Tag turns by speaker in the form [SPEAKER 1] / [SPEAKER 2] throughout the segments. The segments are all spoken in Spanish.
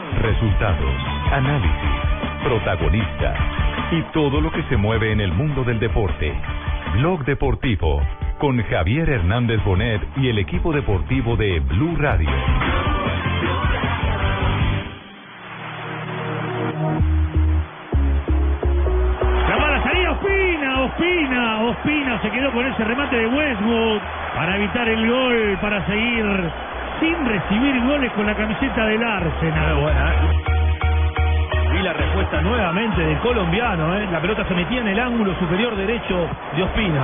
[SPEAKER 1] Resultados, análisis, protagonistas y todo lo que se mueve en el mundo del deporte. Blog Deportivo con Javier Hernández Bonet y el equipo deportivo de Blue Radio.
[SPEAKER 2] La bala salida, Ospina, Ospina, Ospina se quedó con ese remate de Westwood para evitar el gol, para seguir sin recibir goles con la camiseta del Arsenal.
[SPEAKER 3] Ah,
[SPEAKER 4] Y la respuesta nuevamente del colombiano, ¿eh? la pelota se metía en el ángulo superior derecho de Ospina.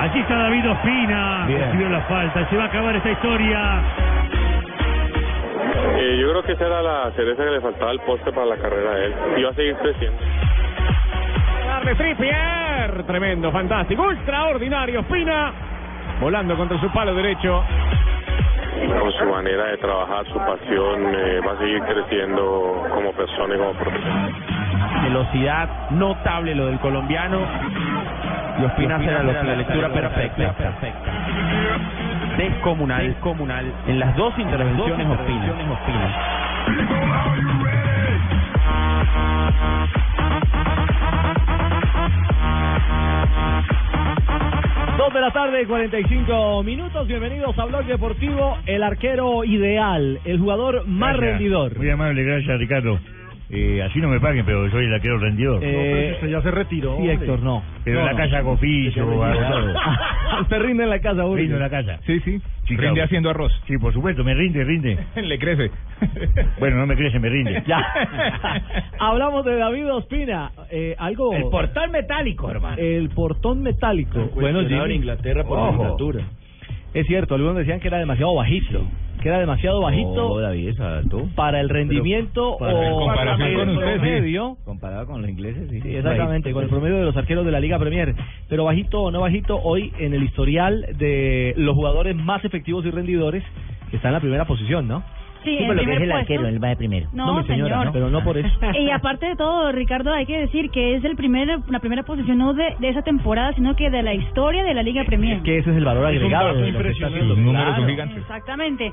[SPEAKER 2] Allí está David Ospina,
[SPEAKER 4] Bien.
[SPEAKER 2] recibió la falta, se va a acabar esta historia.
[SPEAKER 5] Eh, yo creo que esa era la cereza que le faltaba al poste para la carrera de él. Iba a seguir creciendo.
[SPEAKER 6] Arne Trippier, tremendo, fantástico, extraordinario, Espina, volando contra su palo derecho.
[SPEAKER 5] Con su manera de trabajar, su pasión, eh, va a seguir creciendo como persona y como profesional.
[SPEAKER 6] Velocidad notable lo del colombiano. Y Ospina será la, lectura perfecta. Descomunal, descomunal. En las dos intervenciones Ospina.
[SPEAKER 4] Dos de la tarde, 45 minutos. Bienvenidos a Blog Deportivo. El arquero ideal, el jugador más
[SPEAKER 2] Gracias.
[SPEAKER 4] rendidor.
[SPEAKER 2] Muy amable, gracias Ricardo. Eh, así no me paguen, pero soy el arquero rendidor.
[SPEAKER 4] ya se retiró. Sí, Héctor, no.
[SPEAKER 2] pero en la casa hago piso, hago-
[SPEAKER 4] Usted rinde en la casa, Uri.
[SPEAKER 2] rindo en la casa.
[SPEAKER 1] Sí, sí.
[SPEAKER 2] Rinde haciendo
[SPEAKER 1] arroz.
[SPEAKER 2] Sí, por supuesto, me rinde, rinde.
[SPEAKER 1] Le crece.
[SPEAKER 2] Bueno, no me crece, me rinde.
[SPEAKER 4] Ya. Hablamos de David Ospina. Eh, algo. El portón metálico, hermano. El portón metálico. Bueno, en Inglaterra por su altura. Es cierto, algunos decían que era demasiado bajito. Que era demasiado bajito para el rendimiento
[SPEAKER 1] para- en
[SPEAKER 4] o
[SPEAKER 1] comparación
[SPEAKER 4] para el
[SPEAKER 1] con ustedes, sí.
[SPEAKER 4] promedio.
[SPEAKER 6] Comparado con los ingleses,
[SPEAKER 4] Sí, exactamente, con el promedio de los arqueros de la Liga Premier. Pero bajito o no bajito, hoy en el historial de los jugadores más efectivos y rendidores, que está en la primera posición, ¿no?
[SPEAKER 7] Sí, en primer puesto.
[SPEAKER 4] va de primero.
[SPEAKER 7] No,
[SPEAKER 4] mi señora,
[SPEAKER 7] señor. Ah,
[SPEAKER 4] no, pero no por eso.
[SPEAKER 7] Y aparte de todo, Ricardo, hay que decir que es el primer, la primera posición no de, de esa temporada, sino que de la historia de la Liga Premier.
[SPEAKER 4] Es que ese es el valor agregado.
[SPEAKER 1] dato
[SPEAKER 4] de lo que está
[SPEAKER 1] impresionante.
[SPEAKER 4] haciendo.
[SPEAKER 1] Los números son
[SPEAKER 4] Claro.
[SPEAKER 1] gigantes.
[SPEAKER 7] Exactamente.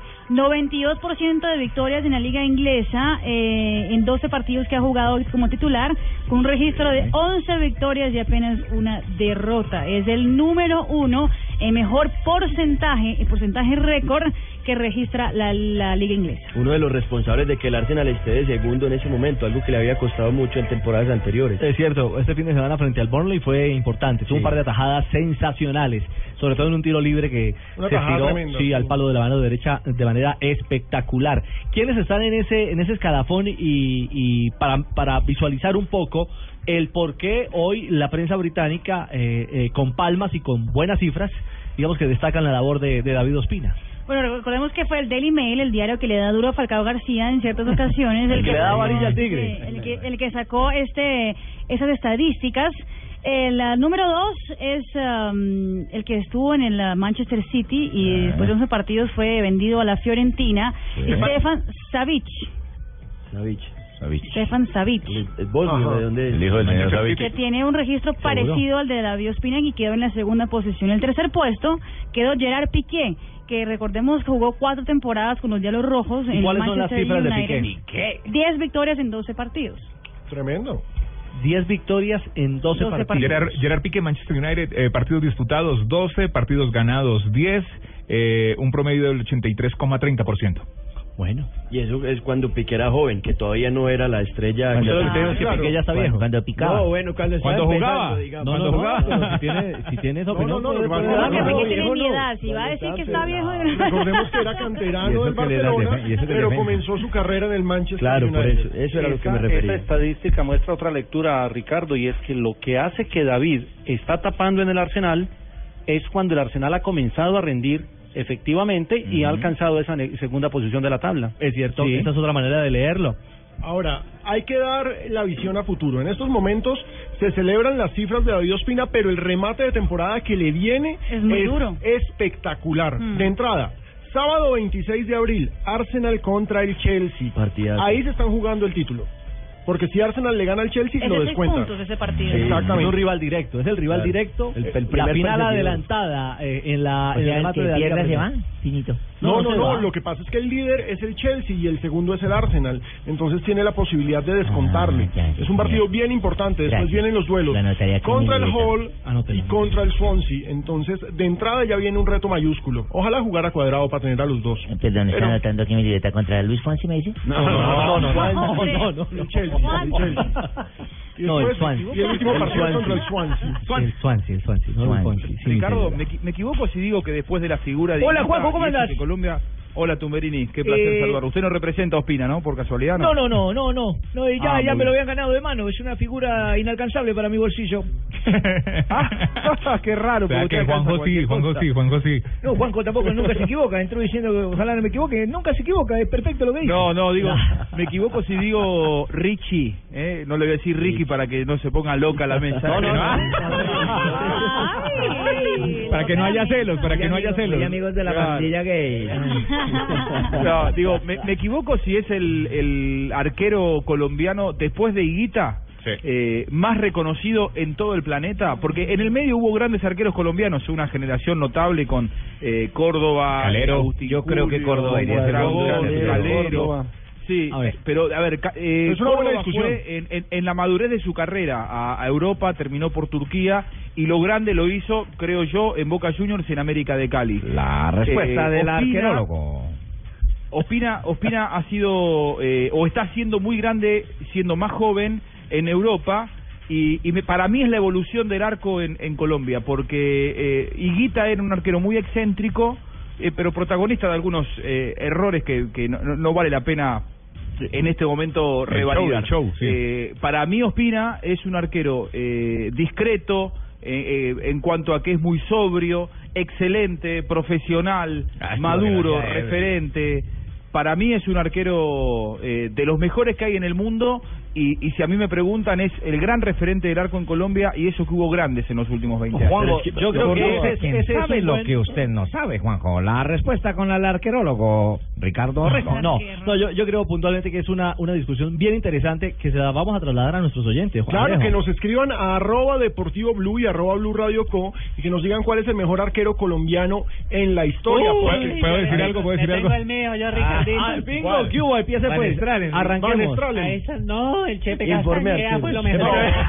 [SPEAKER 7] 92% de victorias en la Liga Inglesa eh, en 12 partidos que ha jugado como titular, con un registro de 11 victorias y apenas una derrota. Es el número uno en mejor porcentaje, el porcentaje récord que registra la, la Liga Inglesa.
[SPEAKER 6] Uno de los responsables de que el Arsenal esté de segundo en ese momento, algo que le había costado mucho en temporadas anteriores.
[SPEAKER 4] Es cierto, este fin de semana frente al Burnley fue importante. Tuvo un par de atajadas sensacionales, sobre todo en un tiro libre que
[SPEAKER 1] Una
[SPEAKER 4] se
[SPEAKER 1] tajada
[SPEAKER 4] tiró
[SPEAKER 1] tremenda,
[SPEAKER 4] sí,
[SPEAKER 1] sí.
[SPEAKER 4] al palo de la mano derecha de manera espectacular. ¿Quiénes están en ese en ese escalafón y, y para, para visualizar un poco el por qué hoy la prensa británica, eh, eh, con palmas y con buenas cifras, digamos que destacan la labor de, de David Ospina?
[SPEAKER 7] Bueno, recordemos que fue el Daily Mail, el diario que le da duro a Falcao García en ciertas ocasiones.
[SPEAKER 4] El que le da
[SPEAKER 7] sacó,
[SPEAKER 4] varilla al tigre.
[SPEAKER 7] eh, El que, el que sacó este esas estadísticas. El ah, número dos es am, el que estuvo en el ah, Manchester City y
[SPEAKER 4] Ah.
[SPEAKER 7] después de 11 partidos fue vendido a la Fiorentina. Stefan Savic. Stefan Savic.
[SPEAKER 6] Es Bosnio, ¿de dónde es?
[SPEAKER 1] El hijo del señor
[SPEAKER 7] que
[SPEAKER 1] Savic.
[SPEAKER 7] tiene un registro parecido al de David Ospina y quedó en la segunda posición. En el tercer puesto quedó Gerard Piqué, que recordemos que jugó cuatro temporadas con los Diablos Rojos
[SPEAKER 4] ¿Y
[SPEAKER 7] en
[SPEAKER 4] cuáles son las
[SPEAKER 7] Manchester
[SPEAKER 4] cifras de
[SPEAKER 7] United.
[SPEAKER 4] Piqué?
[SPEAKER 7] Diez victorias en 12 partidos.
[SPEAKER 1] Tremendo.
[SPEAKER 4] 10 victorias en 12,
[SPEAKER 7] 12
[SPEAKER 4] partidos.
[SPEAKER 7] partidos.
[SPEAKER 1] Gerard, Gerard Piqué, Manchester United, eh, partidos disputados 12, partidos ganados 10, eh, un promedio del 83,30%.
[SPEAKER 4] Bueno.
[SPEAKER 6] Y eso es cuando Piqué era joven, que todavía no era la estrella.
[SPEAKER 4] Cuando,
[SPEAKER 6] que-
[SPEAKER 4] que Piqué ya está viejo. Cuando picaba.
[SPEAKER 6] No, bueno, cuando, estaba
[SPEAKER 1] Cuando
[SPEAKER 6] empezando,
[SPEAKER 1] jugaba.
[SPEAKER 6] digamos.
[SPEAKER 4] No, no, no,
[SPEAKER 6] Cuando jugaba.
[SPEAKER 4] pero si tiene, si tiene esa opinión,
[SPEAKER 1] no,
[SPEAKER 4] puede-
[SPEAKER 1] hermano,
[SPEAKER 4] puede
[SPEAKER 1] no,
[SPEAKER 7] No,
[SPEAKER 4] darla.
[SPEAKER 7] que
[SPEAKER 1] no,
[SPEAKER 7] Piqué
[SPEAKER 1] no,
[SPEAKER 7] tiene
[SPEAKER 6] viejo
[SPEAKER 7] mi
[SPEAKER 6] no.
[SPEAKER 7] edad. Si va a decir que está viejo...
[SPEAKER 8] Recordemos que era canterano
[SPEAKER 1] Y
[SPEAKER 8] del
[SPEAKER 1] eso que le da
[SPEAKER 8] Barcelona,
[SPEAKER 1] defen- y eso que
[SPEAKER 8] pero
[SPEAKER 1] defensa.
[SPEAKER 8] comenzó su carrera en el Manchester
[SPEAKER 6] Claro, por
[SPEAKER 8] United.
[SPEAKER 6] eso. Eso era lo que me refería.
[SPEAKER 9] estadística muestra otra lectura, Ricardo, y es que lo que hace que David está tapando en el Arsenal es cuando el Arsenal ha comenzado a rendir efectivamente, y ha alcanzado esa ne- segunda posición de la tabla.
[SPEAKER 4] Es cierto,
[SPEAKER 9] Sí.
[SPEAKER 4] esta es otra manera de leerlo.
[SPEAKER 8] Ahora, hay que dar la visión a futuro. En estos momentos se celebran las cifras de David Ospina, pero el remate de temporada que le viene
[SPEAKER 5] Es muy duro.
[SPEAKER 8] espectacular.
[SPEAKER 5] Mm.
[SPEAKER 8] De entrada, sábado 26 de abril, Arsenal contra el Chelsea.
[SPEAKER 4] Partidazo.
[SPEAKER 8] Ahí se están jugando el título. Porque si Arsenal le gana al Chelsea,
[SPEAKER 5] Es
[SPEAKER 8] lo
[SPEAKER 5] de seis
[SPEAKER 8] descuenta.
[SPEAKER 5] puntos ese partido.
[SPEAKER 8] Exactamente.
[SPEAKER 4] Es un rival directo, es el rival
[SPEAKER 9] Claro.
[SPEAKER 4] directo.
[SPEAKER 9] El- el
[SPEAKER 4] la
[SPEAKER 9] primer Pues
[SPEAKER 4] final
[SPEAKER 9] perseguidor.
[SPEAKER 4] adelantada eh, en la en el remate de la Liga Premier.
[SPEAKER 10] finito.
[SPEAKER 8] No,
[SPEAKER 4] No,
[SPEAKER 8] no,
[SPEAKER 4] se
[SPEAKER 8] no,
[SPEAKER 4] va.
[SPEAKER 8] Lo que pasa es que el líder es el Chelsea y el segundo es el Arsenal. Entonces tiene la posibilidad de descontarle.
[SPEAKER 10] Ah, ya, ya,
[SPEAKER 8] es un partido
[SPEAKER 10] ya.
[SPEAKER 8] bien importante. Después
[SPEAKER 10] Gracias.
[SPEAKER 8] vienen los duelos
[SPEAKER 10] Lo anotaré aquí en
[SPEAKER 8] contra
[SPEAKER 10] mi
[SPEAKER 8] el
[SPEAKER 10] libreta.
[SPEAKER 8] Hall
[SPEAKER 4] Anótelo.
[SPEAKER 8] y contra el Swansea. Entonces, de entrada ya viene un reto mayúsculo. Ojalá jugara cuadrado para tener a los dos.
[SPEAKER 10] Perdón, está
[SPEAKER 8] Pero-
[SPEAKER 10] anotando aquí mi libreta contra Luis Fonsi, me dice.
[SPEAKER 8] No, no,
[SPEAKER 4] no,
[SPEAKER 8] no,
[SPEAKER 4] no,
[SPEAKER 5] Hombre.
[SPEAKER 4] no, no, no.
[SPEAKER 8] El Chelsea, el Chelsea. Y
[SPEAKER 4] No, el
[SPEAKER 8] después-
[SPEAKER 4] Swansea.
[SPEAKER 8] Y el último
[SPEAKER 4] El
[SPEAKER 8] partido
[SPEAKER 4] Swansea.
[SPEAKER 8] contra el Swansea.
[SPEAKER 10] El Swansea, el Swansea.
[SPEAKER 4] No, Luis Fonsi, sí, mi
[SPEAKER 11] Ricardo,
[SPEAKER 4] querido.
[SPEAKER 11] me, equi- me equivoco si digo que después de la figura de
[SPEAKER 4] Hola,
[SPEAKER 11] Iniesta
[SPEAKER 4] Juanjo, ¿cómo
[SPEAKER 11] y eso
[SPEAKER 4] andás?
[SPEAKER 11] que Colombia, hola Tumberini, qué placer
[SPEAKER 4] Eh,
[SPEAKER 11] saludarlo. Usted no representa a Ospina, ¿no? Por casualidad, ¿no?
[SPEAKER 4] No, no, no, no, no. no y ya
[SPEAKER 11] Ah,
[SPEAKER 4] ya
[SPEAKER 11] muy
[SPEAKER 4] me lo
[SPEAKER 11] bien.
[SPEAKER 4] habían ganado de mano. Es una figura inalcanzable para mi bolsillo.
[SPEAKER 11] Ah, qué raro. porque usted alcanza cualquier cosa.
[SPEAKER 2] Juanjo sí.
[SPEAKER 4] No, Juanjo tampoco nunca se equivoca. Entró diciendo que ojalá no me equivoque. Nunca se equivoca. Es perfecto lo que dice.
[SPEAKER 11] No, no, digo, me equivoco si digo Richie, ¿eh? No le voy a decir Ricky para que no se ponga loca la mesa.
[SPEAKER 4] No, no, no.
[SPEAKER 5] Ay,
[SPEAKER 2] Para que no haya celos, para que no haya celos.
[SPEAKER 10] de
[SPEAKER 11] la Claro. pandilla
[SPEAKER 10] gay.
[SPEAKER 11] No, digo, me, me equivoco si es el, el arquero colombiano después de Higuita.
[SPEAKER 2] Sí.
[SPEAKER 11] eh, más reconocido en todo el planeta, porque en el medio hubo grandes arqueros colombianos, una generación notable con eh, Córdoba,
[SPEAKER 2] Calero.
[SPEAKER 11] Agustín
[SPEAKER 2] Yo creo que
[SPEAKER 11] Julio,
[SPEAKER 2] Córdoba iría a ser
[SPEAKER 11] Dragón, eh,
[SPEAKER 2] un gran
[SPEAKER 11] Calero.
[SPEAKER 8] Córdoba.
[SPEAKER 11] Sí,
[SPEAKER 4] A ver.
[SPEAKER 11] pero a ver, ca- eh,
[SPEAKER 8] Es una buena
[SPEAKER 11] Córdoba
[SPEAKER 8] discusión.
[SPEAKER 11] fue en, en- en la madurez de su carrera a, a Europa, terminó por Turquía y lo grande lo hizo, creo yo, en Boca Juniors en América de Cali. Eh,
[SPEAKER 2] La
[SPEAKER 11] respuesta del arqueólogo. Ospina, Ospina ha sido eh, o está siendo muy grande, siendo más joven en Europa y, y me- para mí es la evolución del arco en, en Colombia porque eh, Higuita era un arquero muy excéntrico eh, pero protagonista de algunos eh, errores que, que no, no- no vale la pena en este momento
[SPEAKER 2] El
[SPEAKER 11] revalidar.
[SPEAKER 2] show, el show, sí.
[SPEAKER 11] Eh, para mí Ospina es un arquero eh, discreto eh, eh, en cuanto a que es muy sobrio, excelente, profesional,
[SPEAKER 2] Ah, sí,
[SPEAKER 11] maduro,
[SPEAKER 2] bueno, ya, eh.
[SPEAKER 11] referente. Para mí es un arquero eh, de los mejores que hay en el mundo y, y si a mí me preguntan es el gran referente del arco en Colombia y eso que hubo grandes en los últimos 20 años.
[SPEAKER 2] Juanjo,
[SPEAKER 11] Pero es que-
[SPEAKER 2] yo creo que
[SPEAKER 4] Córdoba.
[SPEAKER 2] ese, es- ese es
[SPEAKER 4] ¿Sabe
[SPEAKER 2] un
[SPEAKER 4] lo
[SPEAKER 2] buen-
[SPEAKER 4] que
[SPEAKER 10] usted no sabe, Juanjo. La respuesta con el arqueólogo Ricardo
[SPEAKER 5] Orrego.
[SPEAKER 4] No, no, yo, yo creo puntualmente que es una, una discusión bien interesante que se la vamos a trasladar a nuestros oyentes. Juan
[SPEAKER 8] Claro,
[SPEAKER 4] Alejo.
[SPEAKER 8] que nos escriban a arroba deportivo blue y arroba blue radio co y que nos digan cuál es el mejor arquero colombiano en la historia. porque-
[SPEAKER 2] ¿Puedo Uh, decir algo? ¿Puedo decir algo?
[SPEAKER 4] Ah, bingo, ¿qué hubo? Empiece
[SPEAKER 10] Van
[SPEAKER 4] pues.
[SPEAKER 10] Stralen.
[SPEAKER 8] Van
[SPEAKER 4] Arranquemos.
[SPEAKER 8] Stralen.
[SPEAKER 10] No, el Chepe
[SPEAKER 4] Informe
[SPEAKER 10] Castañeda
[SPEAKER 4] arquero.
[SPEAKER 10] fue lo mejor.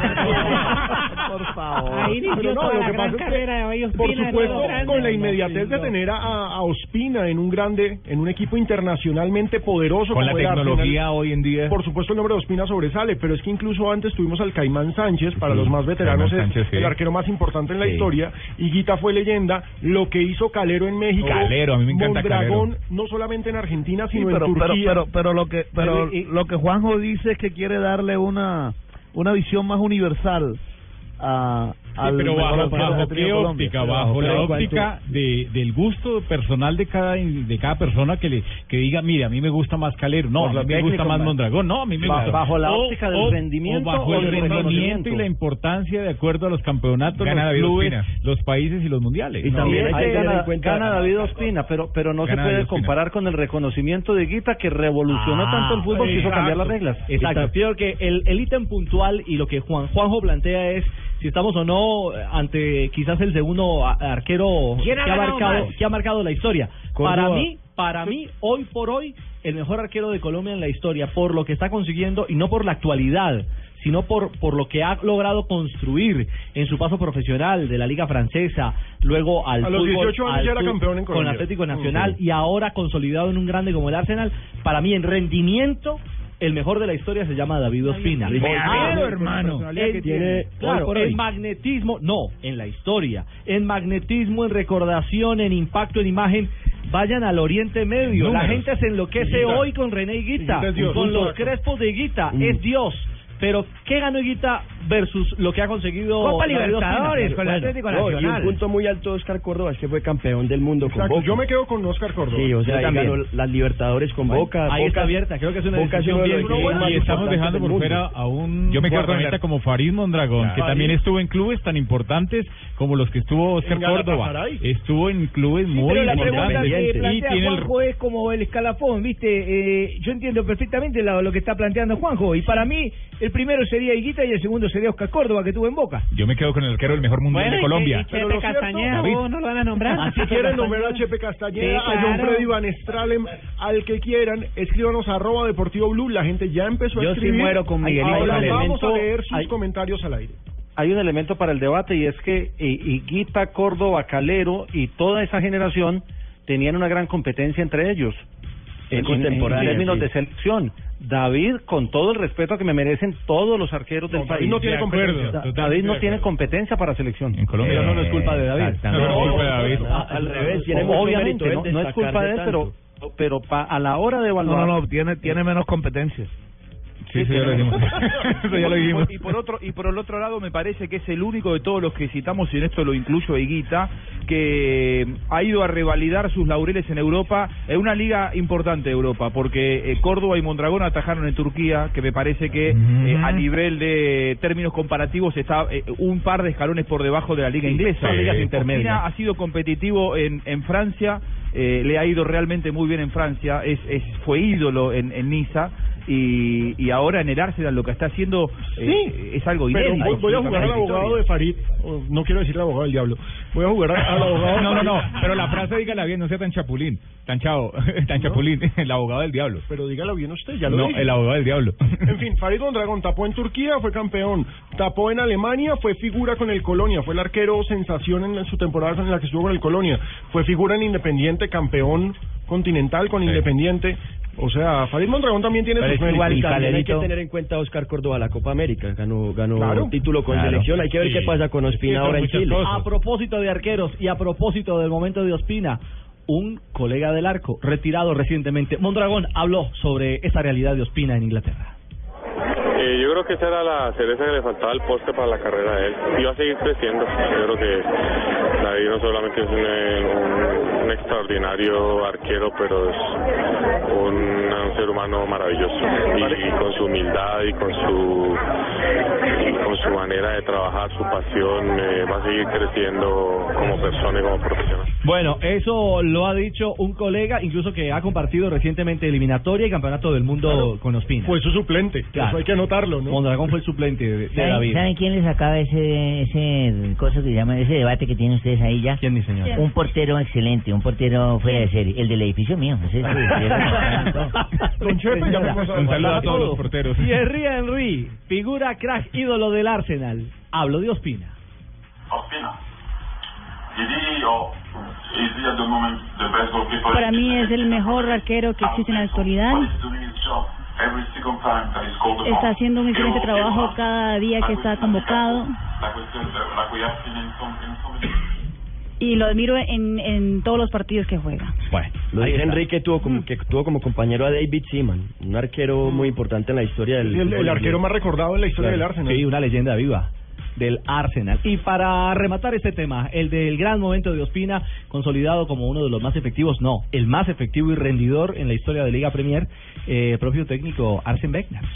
[SPEAKER 8] No.
[SPEAKER 10] Por favor. Ahí
[SPEAKER 8] Pero
[SPEAKER 10] inició
[SPEAKER 8] no,
[SPEAKER 10] toda
[SPEAKER 8] lo
[SPEAKER 10] la
[SPEAKER 8] que
[SPEAKER 10] gran
[SPEAKER 8] pasa es que,
[SPEAKER 10] carrera de David Ospina,
[SPEAKER 8] Por
[SPEAKER 10] de los
[SPEAKER 8] supuesto,
[SPEAKER 10] grandes.
[SPEAKER 8] con la inmediatez de tener a, a Ospina en un grande, en un equipo internacionalmente poderoso
[SPEAKER 2] Con la
[SPEAKER 8] como el Arsenal,
[SPEAKER 2] tecnología hoy en día.
[SPEAKER 8] Por supuesto el nombre de Ospina sobresale, pero es que incluso antes tuvimos al Caimán Sánchez, para
[SPEAKER 2] Sí,
[SPEAKER 8] los más veteranos
[SPEAKER 2] Caimán
[SPEAKER 8] es
[SPEAKER 2] Sánchez, sí.
[SPEAKER 8] el arquero más importante en la
[SPEAKER 2] Sí.
[SPEAKER 8] historia, y Guita fue leyenda, lo que hizo Calero en México,
[SPEAKER 2] Calero, a mí me encanta
[SPEAKER 8] Mondragón,
[SPEAKER 2] Calero.
[SPEAKER 8] no solamente en Argentina,
[SPEAKER 9] Sí,
[SPEAKER 8] sino
[SPEAKER 9] pero,
[SPEAKER 8] en
[SPEAKER 9] pero,
[SPEAKER 8] Turquía. eh,
[SPEAKER 9] pero, pero lo que pero
[SPEAKER 8] Pero, y-
[SPEAKER 9] lo que Juanjo dice es que quiere darle una una visión más universal a al
[SPEAKER 2] pero
[SPEAKER 9] mejor
[SPEAKER 2] bajo,
[SPEAKER 9] arquero que ha
[SPEAKER 2] bajo
[SPEAKER 9] tenido
[SPEAKER 2] qué
[SPEAKER 9] Colombia.
[SPEAKER 2] óptica,
[SPEAKER 9] Pero-
[SPEAKER 2] bajo
[SPEAKER 9] pero
[SPEAKER 2] la
[SPEAKER 9] en cuanto-
[SPEAKER 2] óptica de, del gusto personal de cada in- de cada persona que le que diga, mire, a mí me gusta más Calero, no,
[SPEAKER 9] Por
[SPEAKER 2] a
[SPEAKER 9] la
[SPEAKER 2] mí me gusta
[SPEAKER 9] técnica,
[SPEAKER 2] más
[SPEAKER 9] ba-
[SPEAKER 2] Mondragón, no, a mí me
[SPEAKER 9] ba-
[SPEAKER 2] gusta
[SPEAKER 9] bajo la
[SPEAKER 2] O-
[SPEAKER 9] óptica del
[SPEAKER 2] o-
[SPEAKER 9] rendimiento
[SPEAKER 2] o
[SPEAKER 9] o
[SPEAKER 2] bajo el
[SPEAKER 9] del
[SPEAKER 2] rendimiento y
[SPEAKER 9] reconocimiento.
[SPEAKER 2] la importancia de acuerdo a los campeonatos,
[SPEAKER 11] Gana
[SPEAKER 2] los
[SPEAKER 11] David
[SPEAKER 2] clubes,
[SPEAKER 11] Ospina.
[SPEAKER 2] los países y los mundiales.
[SPEAKER 9] y
[SPEAKER 2] No,
[SPEAKER 9] también
[SPEAKER 2] hay
[SPEAKER 9] ahí
[SPEAKER 2] que tener
[SPEAKER 9] gana,
[SPEAKER 2] en cuenta-
[SPEAKER 9] gana David Ospina, pero pero no se
[SPEAKER 2] Gana David
[SPEAKER 9] puede
[SPEAKER 2] Ospina.
[SPEAKER 9] comparar con el reconocimiento de Guita que revolucionó
[SPEAKER 4] Ah,
[SPEAKER 9] tanto el fútbol que hizo
[SPEAKER 2] exacto.
[SPEAKER 9] cambiar las reglas.
[SPEAKER 4] Exacto. Creo que el, el ítem puntual y lo que Juan Juanjo plantea es si estamos o no ante quizás el segundo a- arquero que
[SPEAKER 10] ¿Quién ha
[SPEAKER 4] ha,
[SPEAKER 10] ganado
[SPEAKER 4] marcado,
[SPEAKER 10] más?
[SPEAKER 4] que ha marcado la historia.
[SPEAKER 9] Córdoba.
[SPEAKER 4] Para mí, para mí, hoy por hoy, el mejor arquero de Colombia en la historia, por lo que está consiguiendo y no por la actualidad sino por, por lo que ha logrado construir en su paso profesional de la Liga Francesa, luego al
[SPEAKER 8] A los
[SPEAKER 4] fútbol,
[SPEAKER 8] 18 años
[SPEAKER 4] al
[SPEAKER 8] ya era
[SPEAKER 4] fútbol,
[SPEAKER 8] campeón en
[SPEAKER 4] con
[SPEAKER 8] Colombia.
[SPEAKER 4] Atlético
[SPEAKER 8] Mm,
[SPEAKER 4] Nacional
[SPEAKER 8] sí.
[SPEAKER 4] y ahora consolidado en un grande como el Arsenal, para mí en rendimiento el mejor de la historia se llama David Ospina.
[SPEAKER 2] Claro,
[SPEAKER 4] Pero,
[SPEAKER 2] hermano.
[SPEAKER 4] en- claro, en magnetismo, no, en la historia, en magnetismo, en recordación, en impacto, en imagen. Vayan al Oriente Medio, la
[SPEAKER 2] Números.
[SPEAKER 4] gente se enloquece
[SPEAKER 8] Higuita.
[SPEAKER 4] hoy con René Higuita,
[SPEAKER 8] Higuita es Dios. Uh.
[SPEAKER 4] con
[SPEAKER 8] Justo
[SPEAKER 4] los
[SPEAKER 8] acá.
[SPEAKER 4] crespos de Higuita, es Dios. Pero, ¿qué ganó Higuita versus lo que ha conseguido
[SPEAKER 6] Copa
[SPEAKER 4] David Ospina?
[SPEAKER 6] Libertadores con el
[SPEAKER 4] Bueno,
[SPEAKER 6] Atlético
[SPEAKER 4] no, y un
[SPEAKER 6] Nacional.
[SPEAKER 4] punto
[SPEAKER 6] muy alto Oscar Córdoba, es que fue campeón del mundo
[SPEAKER 8] Exacto, yo me quedo con Oscar Córdoba.
[SPEAKER 6] Sí, o sea,
[SPEAKER 8] Yo
[SPEAKER 6] ahí
[SPEAKER 8] también.
[SPEAKER 6] ganó las Libertadores con
[SPEAKER 8] Bueno,
[SPEAKER 6] Boca.
[SPEAKER 8] ahí está
[SPEAKER 6] Boca-
[SPEAKER 8] abierta, creo que es una
[SPEAKER 6] Boca
[SPEAKER 8] decisión
[SPEAKER 6] uno de los
[SPEAKER 8] bien
[SPEAKER 6] equipos
[SPEAKER 8] global
[SPEAKER 6] más
[SPEAKER 12] Y estamos
[SPEAKER 6] importantes
[SPEAKER 12] dejando
[SPEAKER 6] del
[SPEAKER 12] por
[SPEAKER 6] mundo.
[SPEAKER 12] fuera a un
[SPEAKER 13] Yo me quedo con
[SPEAKER 12] guardameta
[SPEAKER 13] Gar-
[SPEAKER 12] como Farid Mondragón,
[SPEAKER 13] Claro.
[SPEAKER 12] que también
[SPEAKER 13] Farid.
[SPEAKER 12] estuvo en clubes tan importantes como los que estuvo Oscar
[SPEAKER 13] En
[SPEAKER 12] Córdoba.
[SPEAKER 13] Galatasaray.
[SPEAKER 12] Estuvo en clubes muy
[SPEAKER 6] Pero la pregunta que
[SPEAKER 12] importantes. Y
[SPEAKER 6] plantea
[SPEAKER 12] tiene el
[SPEAKER 6] Juanjo es como el escalafón, ¿viste? Eh, yo entiendo perfectamente lo, lo que está planteando Juanjo. Y para mí, el primero sería Higuita y el segundo sería Oscar Córdoba, que tuvo en Boca.
[SPEAKER 12] Yo me quedo con el arquero del mejor mundial de Colombia.
[SPEAKER 8] Pero lo cierto-
[SPEAKER 12] David.
[SPEAKER 2] Ah,
[SPEAKER 8] Si quieren nombrar a Chepe Castañeda,
[SPEAKER 6] Sí,
[SPEAKER 8] a John
[SPEAKER 6] claro.
[SPEAKER 8] Freddy Van Stralem, al que quieran, escríbanos a arroba Deportivo Blue. La gente ya empezó a
[SPEAKER 14] Yo sí
[SPEAKER 8] escribir.
[SPEAKER 14] muero con Miguelito
[SPEAKER 8] Ahora
[SPEAKER 14] Valero.
[SPEAKER 8] vamos a leer sus
[SPEAKER 14] Hay-
[SPEAKER 8] comentarios al aire.
[SPEAKER 14] hay un elemento para el debate y es que eh, Higuita, Córdoba, Calero y toda esa generación tenían una gran competencia entre ellos.
[SPEAKER 6] En
[SPEAKER 14] En, en- en
[SPEAKER 6] contemporánea,
[SPEAKER 14] términos
[SPEAKER 6] sí.
[SPEAKER 14] de selección. David, con todo el respeto que me merecen todos los arqueros del
[SPEAKER 6] No, David
[SPEAKER 14] país.
[SPEAKER 6] no tiene
[SPEAKER 14] De
[SPEAKER 6] competencia.
[SPEAKER 14] acuerdo,
[SPEAKER 6] Da-
[SPEAKER 14] totalmente
[SPEAKER 6] David no
[SPEAKER 14] de
[SPEAKER 6] tiene
[SPEAKER 14] acuerdo. competencia para selección. En
[SPEAKER 6] Colombia. Pero no, no
[SPEAKER 2] Eh,
[SPEAKER 6] es culpa de David.
[SPEAKER 14] Exactamente.
[SPEAKER 6] No, no es culpa de David. Al revés, tiene mucho
[SPEAKER 14] Obviamente,
[SPEAKER 6] mérito
[SPEAKER 14] no,
[SPEAKER 6] él
[SPEAKER 14] no es culpa de él,
[SPEAKER 6] destacarse
[SPEAKER 14] pero, pero pa- a la hora de evaluar...
[SPEAKER 15] No, no, no, tiene, tiene menos competencias.
[SPEAKER 12] Sí, eso ya lo dijimos. Eso ya lo dijimos.
[SPEAKER 11] Y por otro y por el otro lado me parece que es el único de todos los que citamos y en esto lo incluyo a Higuita que ha ido a revalidar sus laureles en Europa, en una liga importante de Europa, porque eh, Córdoba y Mondragón atajaron en Turquía, que me parece que eh, a nivel de términos comparativos está eh, un par de escalones por debajo de la liga inglesa.
[SPEAKER 6] son ligas
[SPEAKER 11] Eh,
[SPEAKER 6] intermedias.
[SPEAKER 11] Ospina ha sido competitivo en, en Francia, eh, le ha ido realmente muy bien en Francia, es, es fue ídolo en, en Niza y, y ahora en el Arsenal lo que está haciendo eh, es algo
[SPEAKER 8] Pero
[SPEAKER 11] inédito.
[SPEAKER 8] voy, voy a jugar al abogado de Farid. o No quiero decirle abogado del diablo. Voy a jugar al abogado. de
[SPEAKER 12] No, no, no,
[SPEAKER 8] Farid.
[SPEAKER 12] pero la frase dígala bien, no sea tan chapulín, tan chavo, tan chapulín, el abogado del diablo.
[SPEAKER 8] Pero dígala bien usted, Pues, ya lo
[SPEAKER 12] No,
[SPEAKER 8] dije.
[SPEAKER 12] el abogado del diablo.
[SPEAKER 8] En fin, Farid Mondragón tapó en Turquía, fue campeón. Tapó en Alemania, fue figura con el Colonia. Fue el arquero sensación en su temporada en la que estuvo con el Colonia. Fue figura en Independiente, campeón continental con Independiente. O sea, Farid Mondragón también tiene
[SPEAKER 6] Pero
[SPEAKER 8] sus
[SPEAKER 6] es que igual
[SPEAKER 8] méritos.
[SPEAKER 6] también hay que tener en cuenta a Oscar Córdoba la Copa América. Ganó, ganó
[SPEAKER 8] Claro.
[SPEAKER 6] título con
[SPEAKER 8] Claro.
[SPEAKER 6] selección. Hay que ver
[SPEAKER 8] Sí.
[SPEAKER 6] qué pasa con Ospina ahora en Chile. Ah,
[SPEAKER 4] A propósito de arqueros y a propósito del momento de Ospina, un colega del arco, retirado recientemente, Mondragón, habló sobre esa realidad de Ospina en Inglaterra.
[SPEAKER 5] Eh, yo creo que esa era la cereza que le faltaba al poste para la carrera de él. Iba a seguir creciendo. Yo creo que David no solamente es un, eh, un- un extraordinario arquero, pero es un, un ser humano maravilloso. Y, y con su humildad y con su y con su manera de trabajar, su pasión, eh, va a seguir creciendo como persona y como profesional.
[SPEAKER 4] Bueno, eso lo ha dicho un colega, incluso que ha compartido recientemente eliminatoria y campeonato del mundo con Ospina. Fue
[SPEAKER 8] su suplente,
[SPEAKER 4] eso hay que anotarlo, ¿no? Mondragón fue el suplente de, de
[SPEAKER 16] ¿Saben,
[SPEAKER 4] David.
[SPEAKER 16] saben quién les acaba ese, ese cosa que llaman, ese debate que tienen ustedes ahí ya?
[SPEAKER 4] ¿Quién, mi señor?
[SPEAKER 16] Un portero excelente, un portero fuera de serie, el del edificio mío. ese-
[SPEAKER 12] Don Chepe, ya vamos a- Un saludo a todos los porteros.
[SPEAKER 4] Thierry Henry, figura crack ídolo del Arsenal. Hablo de Ospina.
[SPEAKER 3] Ospina. Is he or is he at the moment the best goalkeeper?
[SPEAKER 7] Para mí es el mejor arquero que existe en la actualidad.
[SPEAKER 3] He's doing his job every single time that he's called upon.
[SPEAKER 7] Está haciendo un excelente trabajo cada día que está convocado.
[SPEAKER 3] Like we said, uh, like we have seen in some in so many
[SPEAKER 7] Y lo admiro en, en todos los partidos que juega.
[SPEAKER 4] Bueno,
[SPEAKER 6] lo
[SPEAKER 7] ahí
[SPEAKER 6] dije
[SPEAKER 7] está.
[SPEAKER 6] Enrique tuvo como, que tuvo como compañero a David Seaman, un arquero muy importante en la historia del
[SPEAKER 8] Sí, el- el
[SPEAKER 6] fútbol
[SPEAKER 8] arquero
[SPEAKER 6] inglés.
[SPEAKER 8] más recordado en la historia del Arsenal.
[SPEAKER 4] Sí, una leyenda viva del Arsenal. Y para rematar este tema, el del gran momento de Ospina, consolidado como uno de los más efectivos, no, el más efectivo y rendidor en la historia de Liga Premier, eh, propio técnico Arsene Wenger.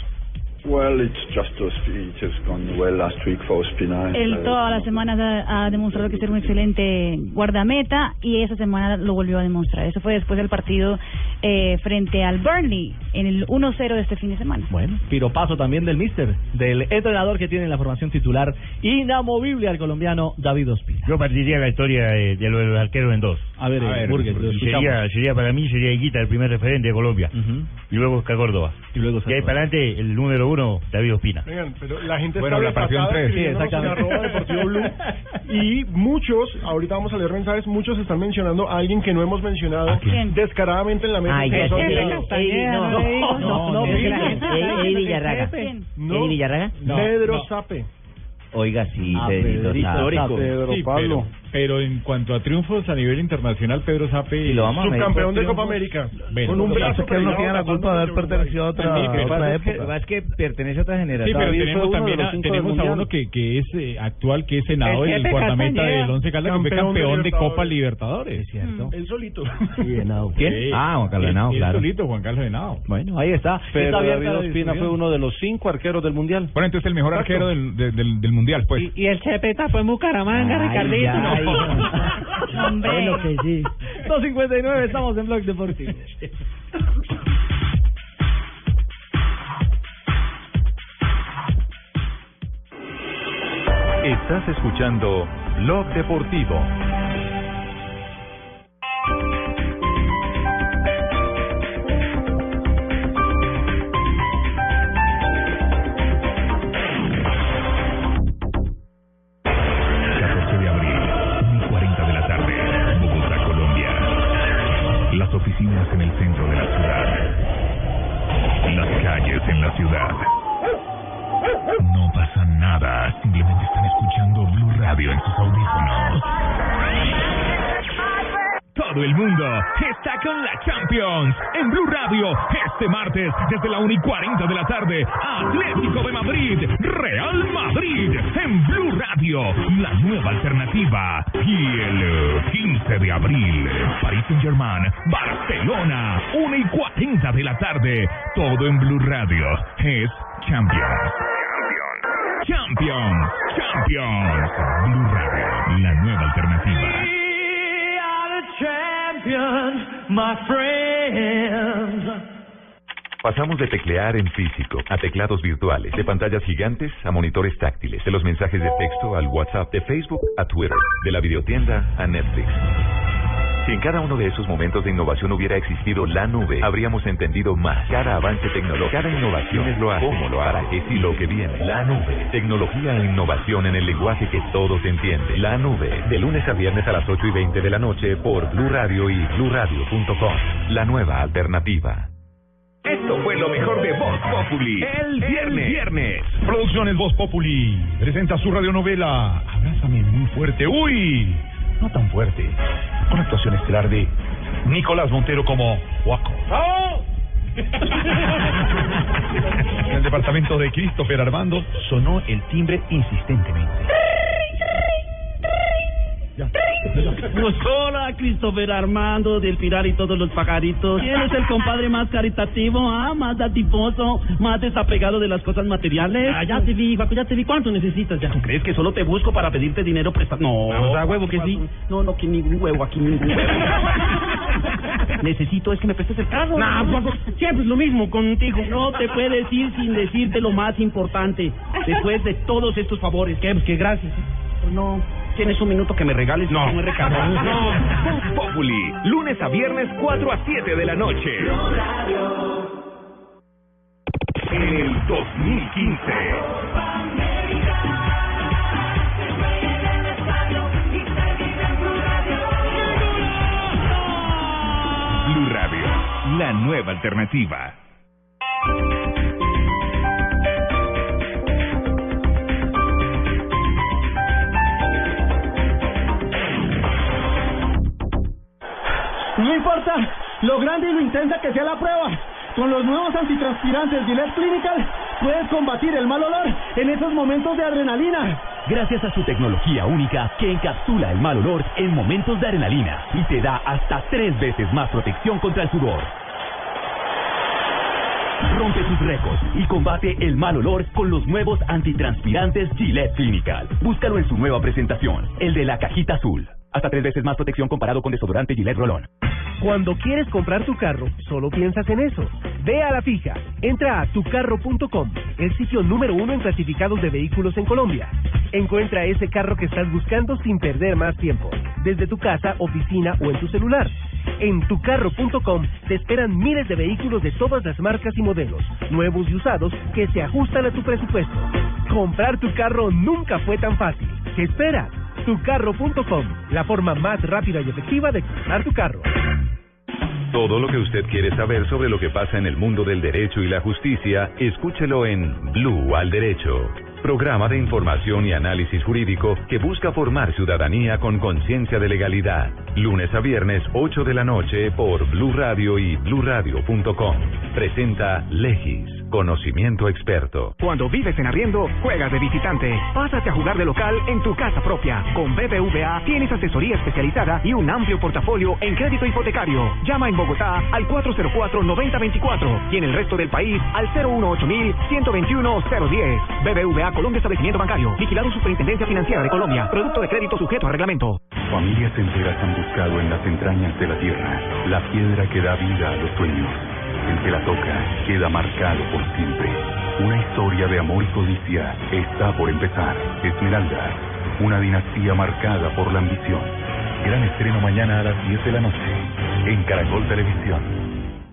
[SPEAKER 17] Well, it's just Ospina. It has gone well last week for Ospina.
[SPEAKER 7] Él todas las semanas ha, ha demostrado que es un excelente guardameta y esa semana lo volvió a demostrar. Eso fue después del partido eh, frente al Burnley en el 1-0 de este fin de semana.
[SPEAKER 4] Bueno, piropazo también del mister, del entrenador que tiene en la formación titular inamovible al colombiano David Ospina.
[SPEAKER 2] Yo partiría la historia de, de lo de los arqueros en dos.
[SPEAKER 4] A ver, eh, Burger, lo escuchamos.
[SPEAKER 2] sería, sería para mí sería Higuita el primer referente de Colombia. Y luego Oscar Córdoba.
[SPEAKER 4] Y luego
[SPEAKER 2] Y ahí para adelante el número uno, David Ospina.
[SPEAKER 8] Oigan, pero la gente
[SPEAKER 2] Bueno,
[SPEAKER 8] está
[SPEAKER 2] la pasión
[SPEAKER 8] desatada
[SPEAKER 2] tres. Sí,
[SPEAKER 8] escribiéndonos en
[SPEAKER 2] exactamente.
[SPEAKER 8] arroba Deportivo Blue. y muchos, ahorita vamos a leer mensajes, muchos están mencionando a alguien que no hemos mencionado descaradamente en la mesa.
[SPEAKER 16] Ay,
[SPEAKER 8] que
[SPEAKER 16] Ah, ya
[SPEAKER 8] nos ha
[SPEAKER 16] sé.
[SPEAKER 8] olvidado.
[SPEAKER 16] Ey, no, no, no, no, es que la gente- Ey, Ey Villarraga.
[SPEAKER 8] ¿Quién?
[SPEAKER 16] ¿Ey Villarraga?
[SPEAKER 8] Pedro Sape.
[SPEAKER 16] Oiga, sí,
[SPEAKER 8] Ah,
[SPEAKER 16] Pedrito
[SPEAKER 8] Pedrito
[SPEAKER 16] Sape.
[SPEAKER 8] Sape, Pedro Sí, Pablo.
[SPEAKER 12] Pero en cuanto a triunfos a nivel internacional, Pedro Sape
[SPEAKER 8] Y lo vamos a medir
[SPEAKER 18] Subcampeón
[SPEAKER 8] por
[SPEAKER 18] de Copa
[SPEAKER 8] triunfos.
[SPEAKER 18] América.
[SPEAKER 8] Bueno,
[SPEAKER 18] Con un
[SPEAKER 8] lo que pasa
[SPEAKER 18] brazo
[SPEAKER 8] es que él no
[SPEAKER 18] pegado
[SPEAKER 8] tiene la
[SPEAKER 18] tapando
[SPEAKER 8] culpa de haber
[SPEAKER 18] Uruguay.
[SPEAKER 8] pertenecido a otra-
[SPEAKER 18] Sí,
[SPEAKER 8] a
[SPEAKER 18] pero
[SPEAKER 8] otra
[SPEAKER 18] pasa
[SPEAKER 8] época.
[SPEAKER 18] es que-
[SPEAKER 3] Pues Lo que pasa es que pertenece a otra generación.
[SPEAKER 12] Sí, pero
[SPEAKER 3] David fue
[SPEAKER 12] tenemos
[SPEAKER 3] uno de
[SPEAKER 12] también
[SPEAKER 3] los
[SPEAKER 12] a,
[SPEAKER 3] cinco del
[SPEAKER 12] tenemos a
[SPEAKER 3] Mundial.
[SPEAKER 12] uno que, que es eh, actual, que es senador
[SPEAKER 3] El
[SPEAKER 12] y
[SPEAKER 3] jefe
[SPEAKER 12] guardameta
[SPEAKER 3] Castañeda.
[SPEAKER 12] del Once Caldas, que fue
[SPEAKER 3] Campeón de
[SPEAKER 12] campeón de Copa
[SPEAKER 3] Libertadores.
[SPEAKER 12] Libertadores.
[SPEAKER 3] Es cierto.
[SPEAKER 8] Él solito.
[SPEAKER 3] ¿Quién?
[SPEAKER 12] Sí.
[SPEAKER 3] Ah, Juan Carlos
[SPEAKER 12] Él-
[SPEAKER 3] Henao,
[SPEAKER 12] él
[SPEAKER 3] claro.
[SPEAKER 12] solito, Juan Carlos Henao.
[SPEAKER 3] Bueno, ahí está.
[SPEAKER 19] Pero
[SPEAKER 3] está abierta
[SPEAKER 19] David
[SPEAKER 3] la
[SPEAKER 19] Ospina fue
[SPEAKER 3] discusión.
[SPEAKER 19] uno de los cinco arqueros del Mundial.
[SPEAKER 12] Bueno, entonces el mejor
[SPEAKER 19] Exacto.
[SPEAKER 12] arquero del, de- del, del Mundial, pues.
[SPEAKER 3] Y el Chepeta fue en Bucaramanga,
[SPEAKER 20] Ricardito.
[SPEAKER 3] Hombre.
[SPEAKER 20] Bueno, que sí. 2.59, estamos en Blog Deportivo.
[SPEAKER 21] Estás escuchando Blog Deportivo. de la tarde, Bogotá, Colombia. Las oficinas en el centro de la ciudad. Las calles en la ciudad. No pasa nada, simplemente están escuchando Blue Radio en sus audífonos. Todo el mundo está con la Champions en Blue Radio este martes desde la 1 y 40 de la tarde. Atlético de Madrid, Real Madrid en Blue Radio, la nueva alternativa. Y el eh, 15 de abril, Paris Saint Germain, Barcelona, 1 y 40 de la tarde. Todo en Blue Radio es Champions. Champions, Champions, Blue Radio, la nueva alternativa.
[SPEAKER 1] Pasamos de teclear en físico a teclados virtuales, de pantallas gigantes a monitores táctiles, de los mensajes de texto al WhatsApp, de Facebook a Twitter, de la videotienda a Netflix. Si en cada uno de esos momentos de innovación hubiera existido la nube, habríamos entendido más. Cada avance tecnológico, cada innovación es lo hace, cómo lo hará, es y lo que viene. La nube. Tecnología e innovación en el lenguaje que todos entienden. La nube. De lunes a viernes a las 8 y 20 de la noche por Blue Radio y bluradio.com. La nueva alternativa.
[SPEAKER 20] Esto fue lo mejor de Voz Populi.
[SPEAKER 1] El viernes.
[SPEAKER 12] Producciones Voz Populi presenta su radionovela Abrázame muy fuerte. Uy, no tan fuerte. Con actuación estelar de Nicolás Montero como Waco. En el departamento de Christopher Armando sonó el timbre insistentemente.
[SPEAKER 6] Nos hola Christopher Armando del Pirar y todos los pajaritos. ¿Quién es el compadre más caritativo, ah, más dativoso, más desapegado de las cosas materiales? Ah, ya te vi, Juaco, ya te vi. ¿Cuánto necesitas ya? ¿Tú crees que solo te busco para pedirte dinero prestado? No.
[SPEAKER 20] Vamos,
[SPEAKER 6] a huevo que sí. No, no, que ningún huevo, aquí ningún huevo. Necesito es que me prestes el carro.
[SPEAKER 20] Nah, Juaco,
[SPEAKER 6] siempre es lo mismo contigo. No te puedes ir sin decirte lo más importante. Después de todos estos favores, que, pues, que gracias. No. ¿Tienes un minuto que me regales? No. me recargas?
[SPEAKER 20] No.
[SPEAKER 22] Voz Populi, lunes a viernes 4 a 7 de la noche. En el 2015.
[SPEAKER 1] Blue Radio, la nueva alternativa.
[SPEAKER 2] No importa lo grande y lo intensa que sea la prueba. Con los nuevos antitranspirantes Gillette Clinical puedes combatir el mal olor en esos momentos de adrenalina.
[SPEAKER 23] Gracias a su tecnología única que encapsula el mal olor en momentos de adrenalina y te da hasta tres veces más protección contra el sudor. Rompe tus récords y combate el mal olor con los nuevos antitranspirantes Gillette Clinical. Búscalo en su nueva presentación, el de la cajita azul. Hasta tres veces más protección comparado con desodorante Gillette Rolón.
[SPEAKER 4] Cuando quieres comprar tu carro, solo piensas en eso. Ve a la fija. Entra a tucarro.com, el sitio número uno en clasificados de vehículos en Colombia. Encuentra ese carro que estás buscando sin perder más tiempo, desde tu casa, oficina o en tu celular. En tucarro.com te esperan miles de vehículos de todas las marcas y modelos, nuevos y usados, que se ajustan a tu presupuesto. Comprar tu carro nunca fue tan fácil. ¿Qué esperas? Tucarro.com, la forma más rápida y efectiva de comprar tu carro.
[SPEAKER 1] Todo lo que usted quiere saber sobre lo que pasa en el mundo del derecho y la justicia, escúchelo en Blue al Derecho.
[SPEAKER 24] programa de información y análisis jurídico que busca formar ciudadanía con conciencia de legalidad. Lunes a viernes, 8 de la noche, por Blue Radio y bluradio.com. Presenta Legis, conocimiento experto.
[SPEAKER 2] Cuando vives en arriendo, juegas de visitante. Pásate a jugar de local en tu casa propia. Con BBVA tienes asesoría especializada y un amplio portafolio en crédito hipotecario. Llama en Bogotá al 404-9024 y en el resto del país al 018-121-010. BBVA Colombia Establecimiento Bancario. Vigilado Superintendencia Financiera de Colombia. Producto de crédito sujeto a reglamento.
[SPEAKER 1] Familias enteras han buscado en las entrañas de la tierra la piedra que da vida a los sueños. El que la toca queda marcado por siempre. Una historia de amor y codicia está por empezar. Esmeralda, una dinastía marcada por la ambición. Gran estreno mañana a las 10 de la noche en Caracol Televisión.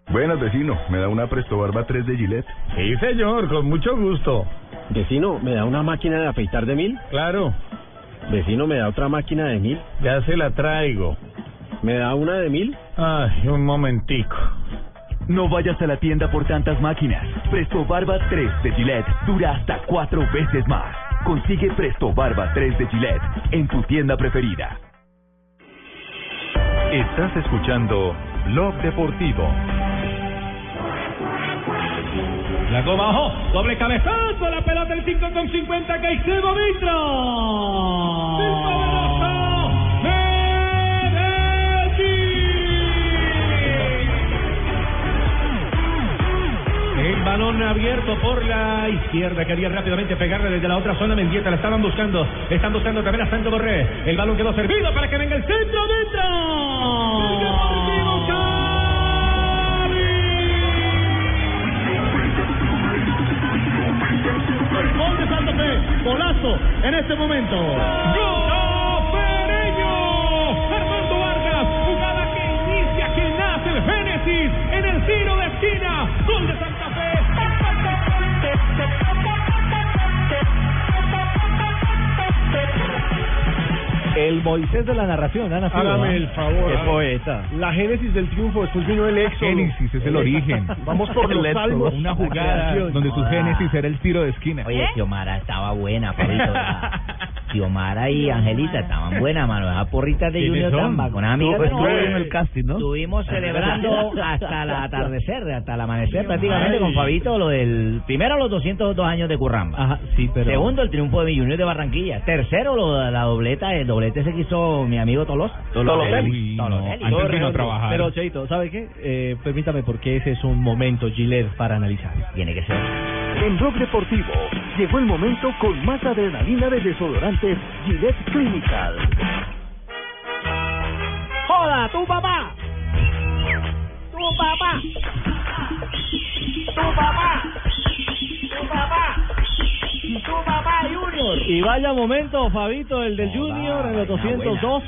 [SPEAKER 19] Buenas, vecino. ¿Me da una Presto Barba 3 de Gillette?
[SPEAKER 12] Sí, señor, con mucho gusto.
[SPEAKER 25] Vecino, ¿me da una máquina de afeitar de mil?
[SPEAKER 12] Claro,
[SPEAKER 25] Vecino, ¿me da otra máquina de mil?
[SPEAKER 12] ya se la traigo.
[SPEAKER 25] ¿Me da una de mil?
[SPEAKER 12] Ay, un momentico.
[SPEAKER 23] No vayas a la tienda por tantas máquinas. Presto Barba 3 de Gillette dura hasta cuatro veces más. Consigue Presto Barba 3 de Gillette en tu tienda preferida.
[SPEAKER 24] Estás escuchando Blog Deportivo.
[SPEAKER 3] La goma abajo, doble cabezazo, la pelota del 5 con 50, Caicedo Vitro. Disparazo, Medellín. El balón abierto por la izquierda. Quería rápidamente pegarle desde la otra zona. Mendieta la estaban buscando. Están buscando también a Santo Borré. El balón quedó servido para que venga el centro. ¡Dentro!
[SPEAKER 26] Gol de Santa Fe, golazo en este momento.
[SPEAKER 3] ¡Gol Pereño! Armando Vargas, jugada que inicia, que nace el Génesis en el tiro de esquina. Gol de Santa Fe.
[SPEAKER 27] El Moisés de la narración, Ana Silva.
[SPEAKER 8] Hágame el favor.
[SPEAKER 27] Qué
[SPEAKER 8] hágame.
[SPEAKER 27] poeta.
[SPEAKER 8] La génesis del triunfo, después vino el éxodo.
[SPEAKER 12] Génesis es el origen.
[SPEAKER 8] Vamos por
[SPEAKER 12] El
[SPEAKER 8] los
[SPEAKER 12] éxodo,
[SPEAKER 8] salmos.
[SPEAKER 12] Una jugada donde su
[SPEAKER 16] Hola.
[SPEAKER 12] génesis era el tiro de esquina.
[SPEAKER 16] Oye, Xiomara estaba buena, Pablito. ¿verdad? Xiomara y Angelita estaban buenas, mano. Las porritas de
[SPEAKER 4] ¿Quiénes
[SPEAKER 16] Junior
[SPEAKER 4] son?
[SPEAKER 16] Tamba con una amiga.
[SPEAKER 4] Tú-
[SPEAKER 16] que nos-
[SPEAKER 4] estuve viendo el casting, ¿no?
[SPEAKER 16] Estuvimos celebrando hasta el atardecer, hasta el amanecer prácticamente
[SPEAKER 4] Ay.
[SPEAKER 16] con Fabito lo del... Primero los 202 años de Curramba.
[SPEAKER 28] sí, pero...
[SPEAKER 16] Segundo, el triunfo de Junior de Barranquilla. Tercero, lo- la dobleta, el doblete se quiso mi amigo Tolos.
[SPEAKER 12] Uy, no, antes
[SPEAKER 28] Todo
[SPEAKER 12] vino a
[SPEAKER 28] redondo.
[SPEAKER 12] trabajar.
[SPEAKER 28] Eh, Pero, Cheito, ¿sabe qué? Eh, permítame, porque ese es un momento, Gilet, para analizar.
[SPEAKER 16] Tiene que ser.
[SPEAKER 29] En Blog Deportivo llegó el momento con más adrenalina de desodorantes Gillette Clinical.
[SPEAKER 30] Joda, tu papá. Tu papá. Tu papá. Tu papá. Tu papá, Junior.
[SPEAKER 28] Y vaya momento, Fabito, el del Junior en los 202.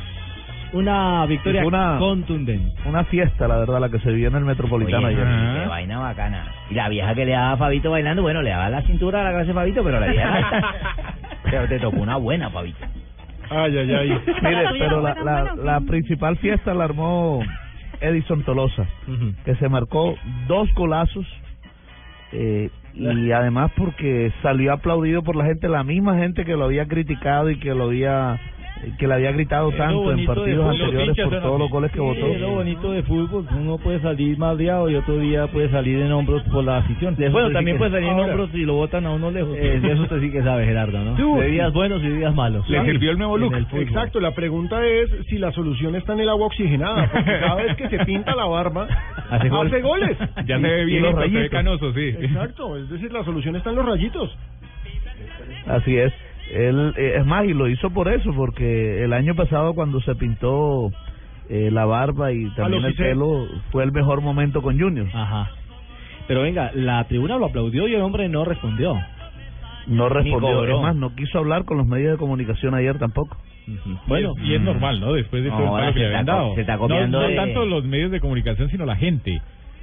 [SPEAKER 28] Una victoria
[SPEAKER 4] Es una-
[SPEAKER 28] contundente.
[SPEAKER 4] Una fiesta, la verdad, la que se vio en el Metropolitano
[SPEAKER 16] Oye,
[SPEAKER 4] ayer.
[SPEAKER 16] qué vaina bacana. Y la vieja que le daba a Fabito bailando, bueno, le daba la cintura a la clase Fabito, pero la vieja... pero te tocó una buena, Fabito.
[SPEAKER 8] Ay, ay, ay.
[SPEAKER 4] Mire, pero la, la, la principal fiesta la armó Edison Tolosa, que se marcó dos golazos eh, y además porque salió aplaudido por la gente, la misma gente que lo había criticado y que lo había que le había gritado tanto en partidos anteriores por todos los goles que votó.
[SPEAKER 31] Es lo bonito de fútbol, uno puede salir madreado y otro día puede salir en hombros por la afición. Bueno,
[SPEAKER 28] sí
[SPEAKER 31] también
[SPEAKER 28] que-
[SPEAKER 31] puede salir en
[SPEAKER 28] Ahora.
[SPEAKER 31] hombros si lo botan a uno lejos.
[SPEAKER 28] Eh, de eso usted sí que sabe, Gerardo, ¿no?
[SPEAKER 8] Sí.
[SPEAKER 28] De días buenos y días malos.
[SPEAKER 8] Le sirvió el nuevo
[SPEAKER 28] En
[SPEAKER 8] look.
[SPEAKER 28] fútbol.
[SPEAKER 8] Exacto, la pregunta es si la solución está en el agua oxigenada, porque cada vez que se pinta la barba,
[SPEAKER 12] Hace
[SPEAKER 8] hace,
[SPEAKER 12] gol.
[SPEAKER 8] goles.
[SPEAKER 12] Ya se ve
[SPEAKER 8] Y
[SPEAKER 12] bien,
[SPEAKER 8] los
[SPEAKER 12] se ve
[SPEAKER 8] rayitos.
[SPEAKER 12] canoso, sí.
[SPEAKER 8] Exacto, es decir, la solución está en los rayitos.
[SPEAKER 4] Así es. Él, eh, es más, y lo hizo por eso, porque el año pasado cuando se pintó eh, la barba y también el
[SPEAKER 28] Cissé.
[SPEAKER 4] pelo, fue el mejor momento con Junior.
[SPEAKER 28] Ah, Ajá. Pero venga, la tribuna lo aplaudió y el hombre no respondió.
[SPEAKER 4] No
[SPEAKER 28] Ni
[SPEAKER 4] respondió.
[SPEAKER 28] cobró.
[SPEAKER 4] Es más, no quiso hablar con los medios de comunicación ayer tampoco.
[SPEAKER 28] Bueno.
[SPEAKER 12] y es normal, ¿no? Después de todo
[SPEAKER 4] No,
[SPEAKER 12] el palo que
[SPEAKER 4] se
[SPEAKER 12] le habían
[SPEAKER 4] está co-
[SPEAKER 12] dado.
[SPEAKER 4] se está copiando
[SPEAKER 12] no, no
[SPEAKER 4] de-
[SPEAKER 12] tanto los medios de comunicación, sino la gente.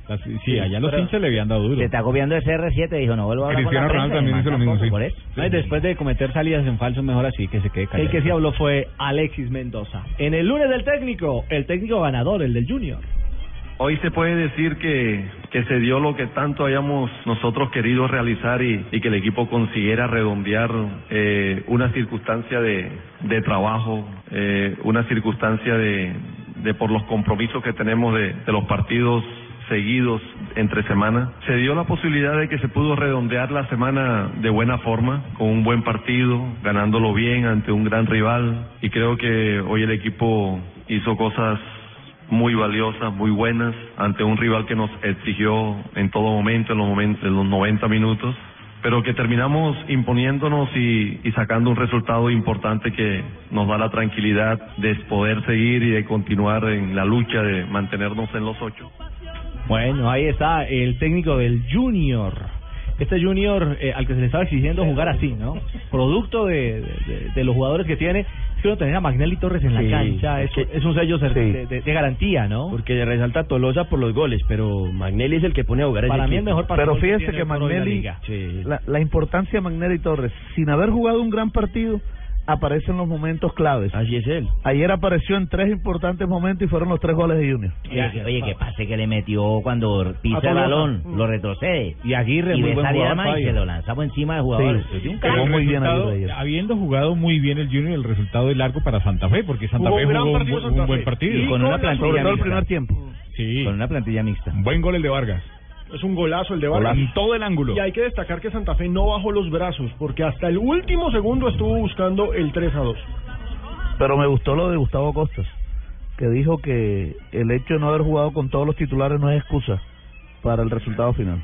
[SPEAKER 12] Las- sí,
[SPEAKER 16] Sí,
[SPEAKER 12] allá los
[SPEAKER 16] pero-
[SPEAKER 12] hinchas le habían dado duro.
[SPEAKER 16] Se está copiando ese R7, dijo, no vuelvo a hablar con
[SPEAKER 12] Cristiano
[SPEAKER 16] la
[SPEAKER 12] Ronaldo
[SPEAKER 16] prensa,
[SPEAKER 12] también
[SPEAKER 16] ni
[SPEAKER 12] hizo lo
[SPEAKER 16] más
[SPEAKER 12] mismo,
[SPEAKER 16] tampoco,
[SPEAKER 12] sí.
[SPEAKER 16] por eso.
[SPEAKER 32] Ay, después de cometer salidas en falso, mejor así que se quede
[SPEAKER 28] El
[SPEAKER 32] callado.
[SPEAKER 28] que sí habló fue Alexis Mendoza. En el lunes del técnico, el técnico ganador, el del Junior. Hoy se puede decir que, que se dio lo que tanto hayamos nosotros querido realizar y, y que el equipo consiguiera redondear eh, una circunstancia de, de trabajo, eh, una circunstancia de, de por los compromisos que tenemos de, de los partidos seguidos entre semana. Se dio la posibilidad de que se pudo redondear la semana de buena forma, con un buen partido, ganándolo bien ante un gran rival y creo que hoy el equipo hizo cosas muy valiosas, muy buenas, ante un rival que nos exigió en todo momento, en los, momentos, en los 90 minutos, pero que terminamos imponiéndonos y, y sacando un resultado importante que nos da la tranquilidad de poder seguir y de continuar en la lucha de mantenernos en los ocho.
[SPEAKER 4] Bueno, ahí está el técnico del Junior. Este Junior eh, al que se le estaba exigiendo jugar así, ¿no? Producto de, de, de los jugadores que tiene. Es que uno tener a Magnelli Torres en
[SPEAKER 6] Sí,
[SPEAKER 4] la cancha es,
[SPEAKER 6] es que-
[SPEAKER 4] es un sello cer-
[SPEAKER 6] sí.
[SPEAKER 4] de, de- de garantía, ¿no?
[SPEAKER 6] Porque le resalta a Tolosa por los goles, pero Magnelli es el que pone a jugar a ese
[SPEAKER 4] Para mí el
[SPEAKER 6] equipo.
[SPEAKER 4] mejor
[SPEAKER 6] Pero
[SPEAKER 33] Pero
[SPEAKER 6] fíjate
[SPEAKER 33] fíjese que Magnelli,
[SPEAKER 6] la,
[SPEAKER 33] la, la importancia de Magnelli Torres, sin haber jugado un gran partido, aparece en los momentos claves.
[SPEAKER 6] Así es él.
[SPEAKER 33] Ayer apareció en tres importantes momentos y fueron los tres goles de Junior.
[SPEAKER 16] Oye, oye, que pase que le metió cuando
[SPEAKER 33] A
[SPEAKER 16] pisa
[SPEAKER 33] Tolosa.
[SPEAKER 16] el balón, lo retrocede.
[SPEAKER 33] Y Aguirre,
[SPEAKER 16] y
[SPEAKER 33] muy
[SPEAKER 16] ve
[SPEAKER 33] buen
[SPEAKER 16] salir
[SPEAKER 33] jugador,
[SPEAKER 16] además y
[SPEAKER 33] Fabio.
[SPEAKER 16] se lo lanzamos encima de jugadores.
[SPEAKER 12] Sí.
[SPEAKER 16] Es de un
[SPEAKER 12] El
[SPEAKER 16] crack.
[SPEAKER 12] resultado, Habiendo jugado muy bien el Junior, el resultado es largo para Santa Fe, porque Santa
[SPEAKER 34] Jugó
[SPEAKER 12] Fe
[SPEAKER 34] un gran
[SPEAKER 12] jugó un,
[SPEAKER 34] partido
[SPEAKER 12] bu-
[SPEAKER 34] Santa
[SPEAKER 12] un buen
[SPEAKER 34] Fe.
[SPEAKER 12] partido.
[SPEAKER 34] Y Con una con la plantilla
[SPEAKER 8] sobre todo el mixta. primer
[SPEAKER 33] tiempo.
[SPEAKER 12] Sí.
[SPEAKER 34] Con una plantilla mixta.
[SPEAKER 12] Buen gol el de Vargas.
[SPEAKER 8] Es un golazo el de Vargas.
[SPEAKER 12] En todo el ángulo.
[SPEAKER 8] Y hay que destacar que Santa Fe no bajó los brazos, porque hasta el último segundo estuvo buscando el 3 a 2.
[SPEAKER 33] Pero me gustó lo de Gustavo Costas, que dijo que el hecho de no haber jugado con todos los titulares no es excusa para el resultado final.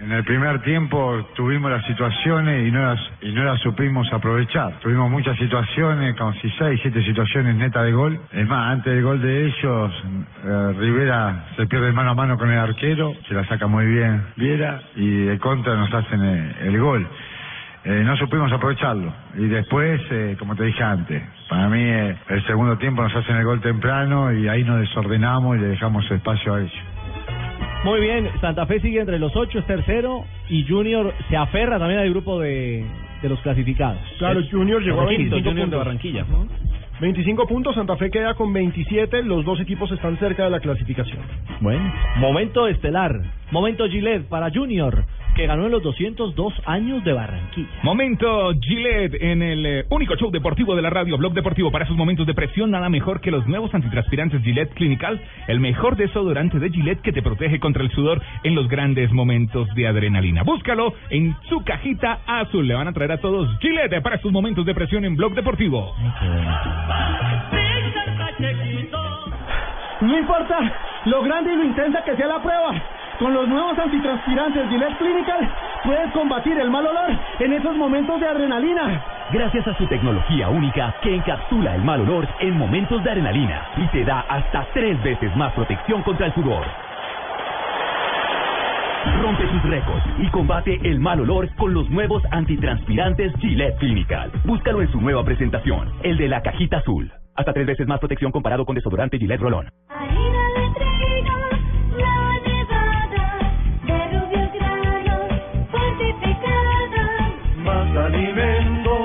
[SPEAKER 10] En el primer tiempo tuvimos las situaciones y no las y no las supimos aprovechar. Tuvimos muchas situaciones, casi seis, siete situaciones netas de gol. Es más, antes del gol de ellos, eh, Rivera se pierde mano a mano con el arquero, se la saca muy bien Viera y de contra nos hacen eh, el gol. Eh, no supimos aprovecharlo. Y después, eh, como te dije antes, para mí eh, el segundo tiempo nos hacen el gol temprano y ahí nos desordenamos y le dejamos espacio a ellos.
[SPEAKER 4] Muy bien, Santa Fe sigue entre los ocho, es tercero, y Junior se aferra también al grupo de, de los clasificados.
[SPEAKER 8] Claro,
[SPEAKER 4] Ah, Es-
[SPEAKER 8] Junior llegó a
[SPEAKER 4] es quinto,
[SPEAKER 8] 25
[SPEAKER 4] Junior de
[SPEAKER 8] puntos.
[SPEAKER 4] Barranquilla.
[SPEAKER 8] 25 puntos, Santa Fe queda con 27, los dos equipos están cerca de la clasificación.
[SPEAKER 4] Bueno, momento estelar, momento Gillette para Junior, que ganó en los 202 años de Barranquilla.
[SPEAKER 19] Momento Gillette en el eh, único show deportivo de la radio, Blog Deportivo. Para esos momentos de presión, nada mejor que los nuevos antitranspirantes Gillette Clinical, el mejor desodorante de Gillette que te protege contra el sudor en los grandes momentos de adrenalina. Búscalo en su cajita azul. Le van a traer a todos Gillette para sus momentos de presión en Blog Deportivo.
[SPEAKER 35] No importa lo grande y lo intensa que sea la prueba. Con los nuevos antitranspirantes Gillette Clinical puedes combatir el mal olor en esos momentos de adrenalina.
[SPEAKER 23] Gracias a su tecnología única que encapsula el mal olor en momentos de adrenalina y te da hasta tres veces más protección contra el sudor. Rompe sus récords y combate el mal olor con los nuevos antitranspirantes Gillette Clinical. Búscalo en su nueva presentación, el de la cajita azul. Hasta tres veces más protección comparado con desodorante Gillette Rolón.
[SPEAKER 3] Más alimento,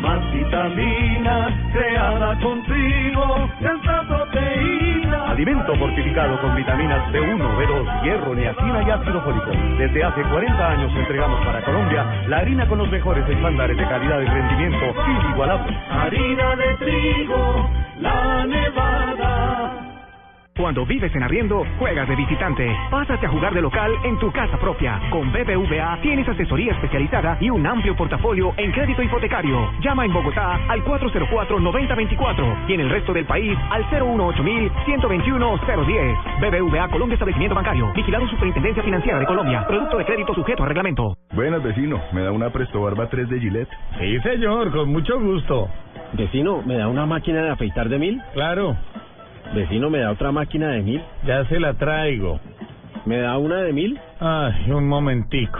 [SPEAKER 3] más vitamina, creada contigo, esta proteína.
[SPEAKER 36] Alimento fortificado con vitaminas B1, B2, hierro, niacina y ácido fólico. Desde hace 40 años entregamos para Colombia la harina con los mejores estándares de calidad y rendimiento inigualables.
[SPEAKER 3] Harina de trigo, la nevada.
[SPEAKER 2] Cuando vives en arriendo, juegas de visitante. Pásate a jugar de local en tu casa propia. Con BBVA tienes asesoría especializada y un amplio portafolio en crédito hipotecario. Llama en Bogotá al 404-9024 y en el resto del país al 018-121-010. BBVA Colombia Establecimiento Bancario. Vigilado Superintendencia Financiera de Colombia. Producto de crédito sujeto a reglamento.
[SPEAKER 37] Buenas, vecino. ¿Me da una Presto Barba 3 de Gillette?
[SPEAKER 38] Sí, señor, con mucho gusto. Vecino, ¿me da una máquina de afeitar de mil? Claro. Vecino, ¿me da otra máquina de mil? Ya se la traigo. ¿Me da una de mil?
[SPEAKER 23] Ay, un momentico.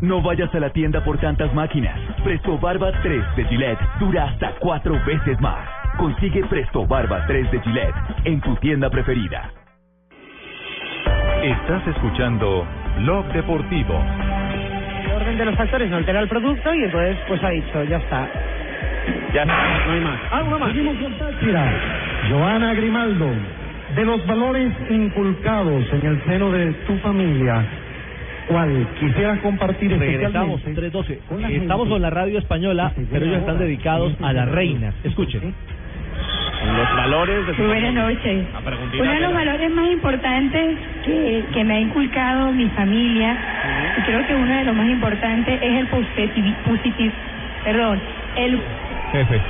[SPEAKER 23] No vayas a la tienda por tantas máquinas. Presto Barba 3 de Gillette dura hasta cuatro veces más. Consigue Presto Barba 3 de Gillette en tu tienda preferida.
[SPEAKER 1] Estás escuchando Blog Deportivo.
[SPEAKER 39] El orden de los factores no altera el producto y entonces pues ha dicho, ya está.
[SPEAKER 19] Ya
[SPEAKER 35] no hay más. Ah, una más. Seguimos con Táchira. Joana Grimaldo.
[SPEAKER 2] de los valores inculcados en el seno de tu familia, cual quisieras compartir
[SPEAKER 4] Regresamos,
[SPEAKER 2] especialmente
[SPEAKER 4] 312.
[SPEAKER 2] con la
[SPEAKER 4] Estamos
[SPEAKER 2] gente
[SPEAKER 4] con la radio española, pero ellos están dedicados a las reinas. Escuchen.
[SPEAKER 3] Los valores de
[SPEAKER 40] Muy buenas noches. Uno de los valores más importantes que, que me ha inculcado mi familia, y creo que uno de los más importantes es el positivi- positiv- perdón, el
[SPEAKER 41] Jefe.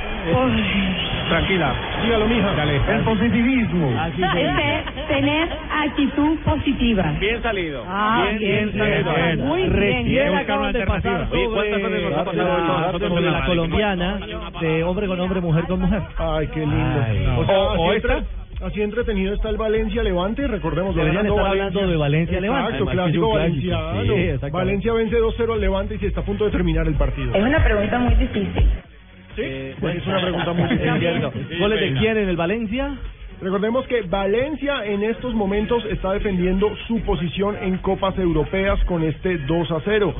[SPEAKER 3] Tranquila,
[SPEAKER 41] dígalo, mija.
[SPEAKER 3] El positivismo.
[SPEAKER 4] Ah,
[SPEAKER 40] Este, tener actitud positiva.
[SPEAKER 3] Bien salido.
[SPEAKER 40] Ah, bien, bien, bien. Muy bien.
[SPEAKER 4] Recién
[SPEAKER 3] Buscar
[SPEAKER 4] acaban
[SPEAKER 3] una
[SPEAKER 4] de pasar
[SPEAKER 3] alternativa. Oye, ¿cuántas cosas nos ha
[SPEAKER 4] sobre
[SPEAKER 3] pasado hoy con
[SPEAKER 4] la,
[SPEAKER 3] nosotros
[SPEAKER 4] sobre
[SPEAKER 3] en la
[SPEAKER 4] la
[SPEAKER 3] radio?
[SPEAKER 4] colombiana de hombre con hombre, mujer con mujer.
[SPEAKER 8] Ay, qué lindo. O, sea, así, entre- así entretenido está el Valencia Levante, recordemos. va
[SPEAKER 4] Deberían
[SPEAKER 8] ganando
[SPEAKER 4] estar hablando de Valencia Levante.
[SPEAKER 8] Exacto,
[SPEAKER 4] Además, que es
[SPEAKER 8] clásico
[SPEAKER 4] un clásico.
[SPEAKER 8] valenciano.
[SPEAKER 4] Sí, exactamente.
[SPEAKER 8] Valencia vence 2-0 al Levante y se está a punto de terminar el partido.
[SPEAKER 42] Es una pregunta muy difícil.
[SPEAKER 3] Eh,
[SPEAKER 8] es una pregunta muy
[SPEAKER 4] Es cierto. ¿Goles de quién
[SPEAKER 8] en el Valencia? Recordemos que Valencia en estos momentos está defendiendo su posición en Copas Europeas con este 2 a 0.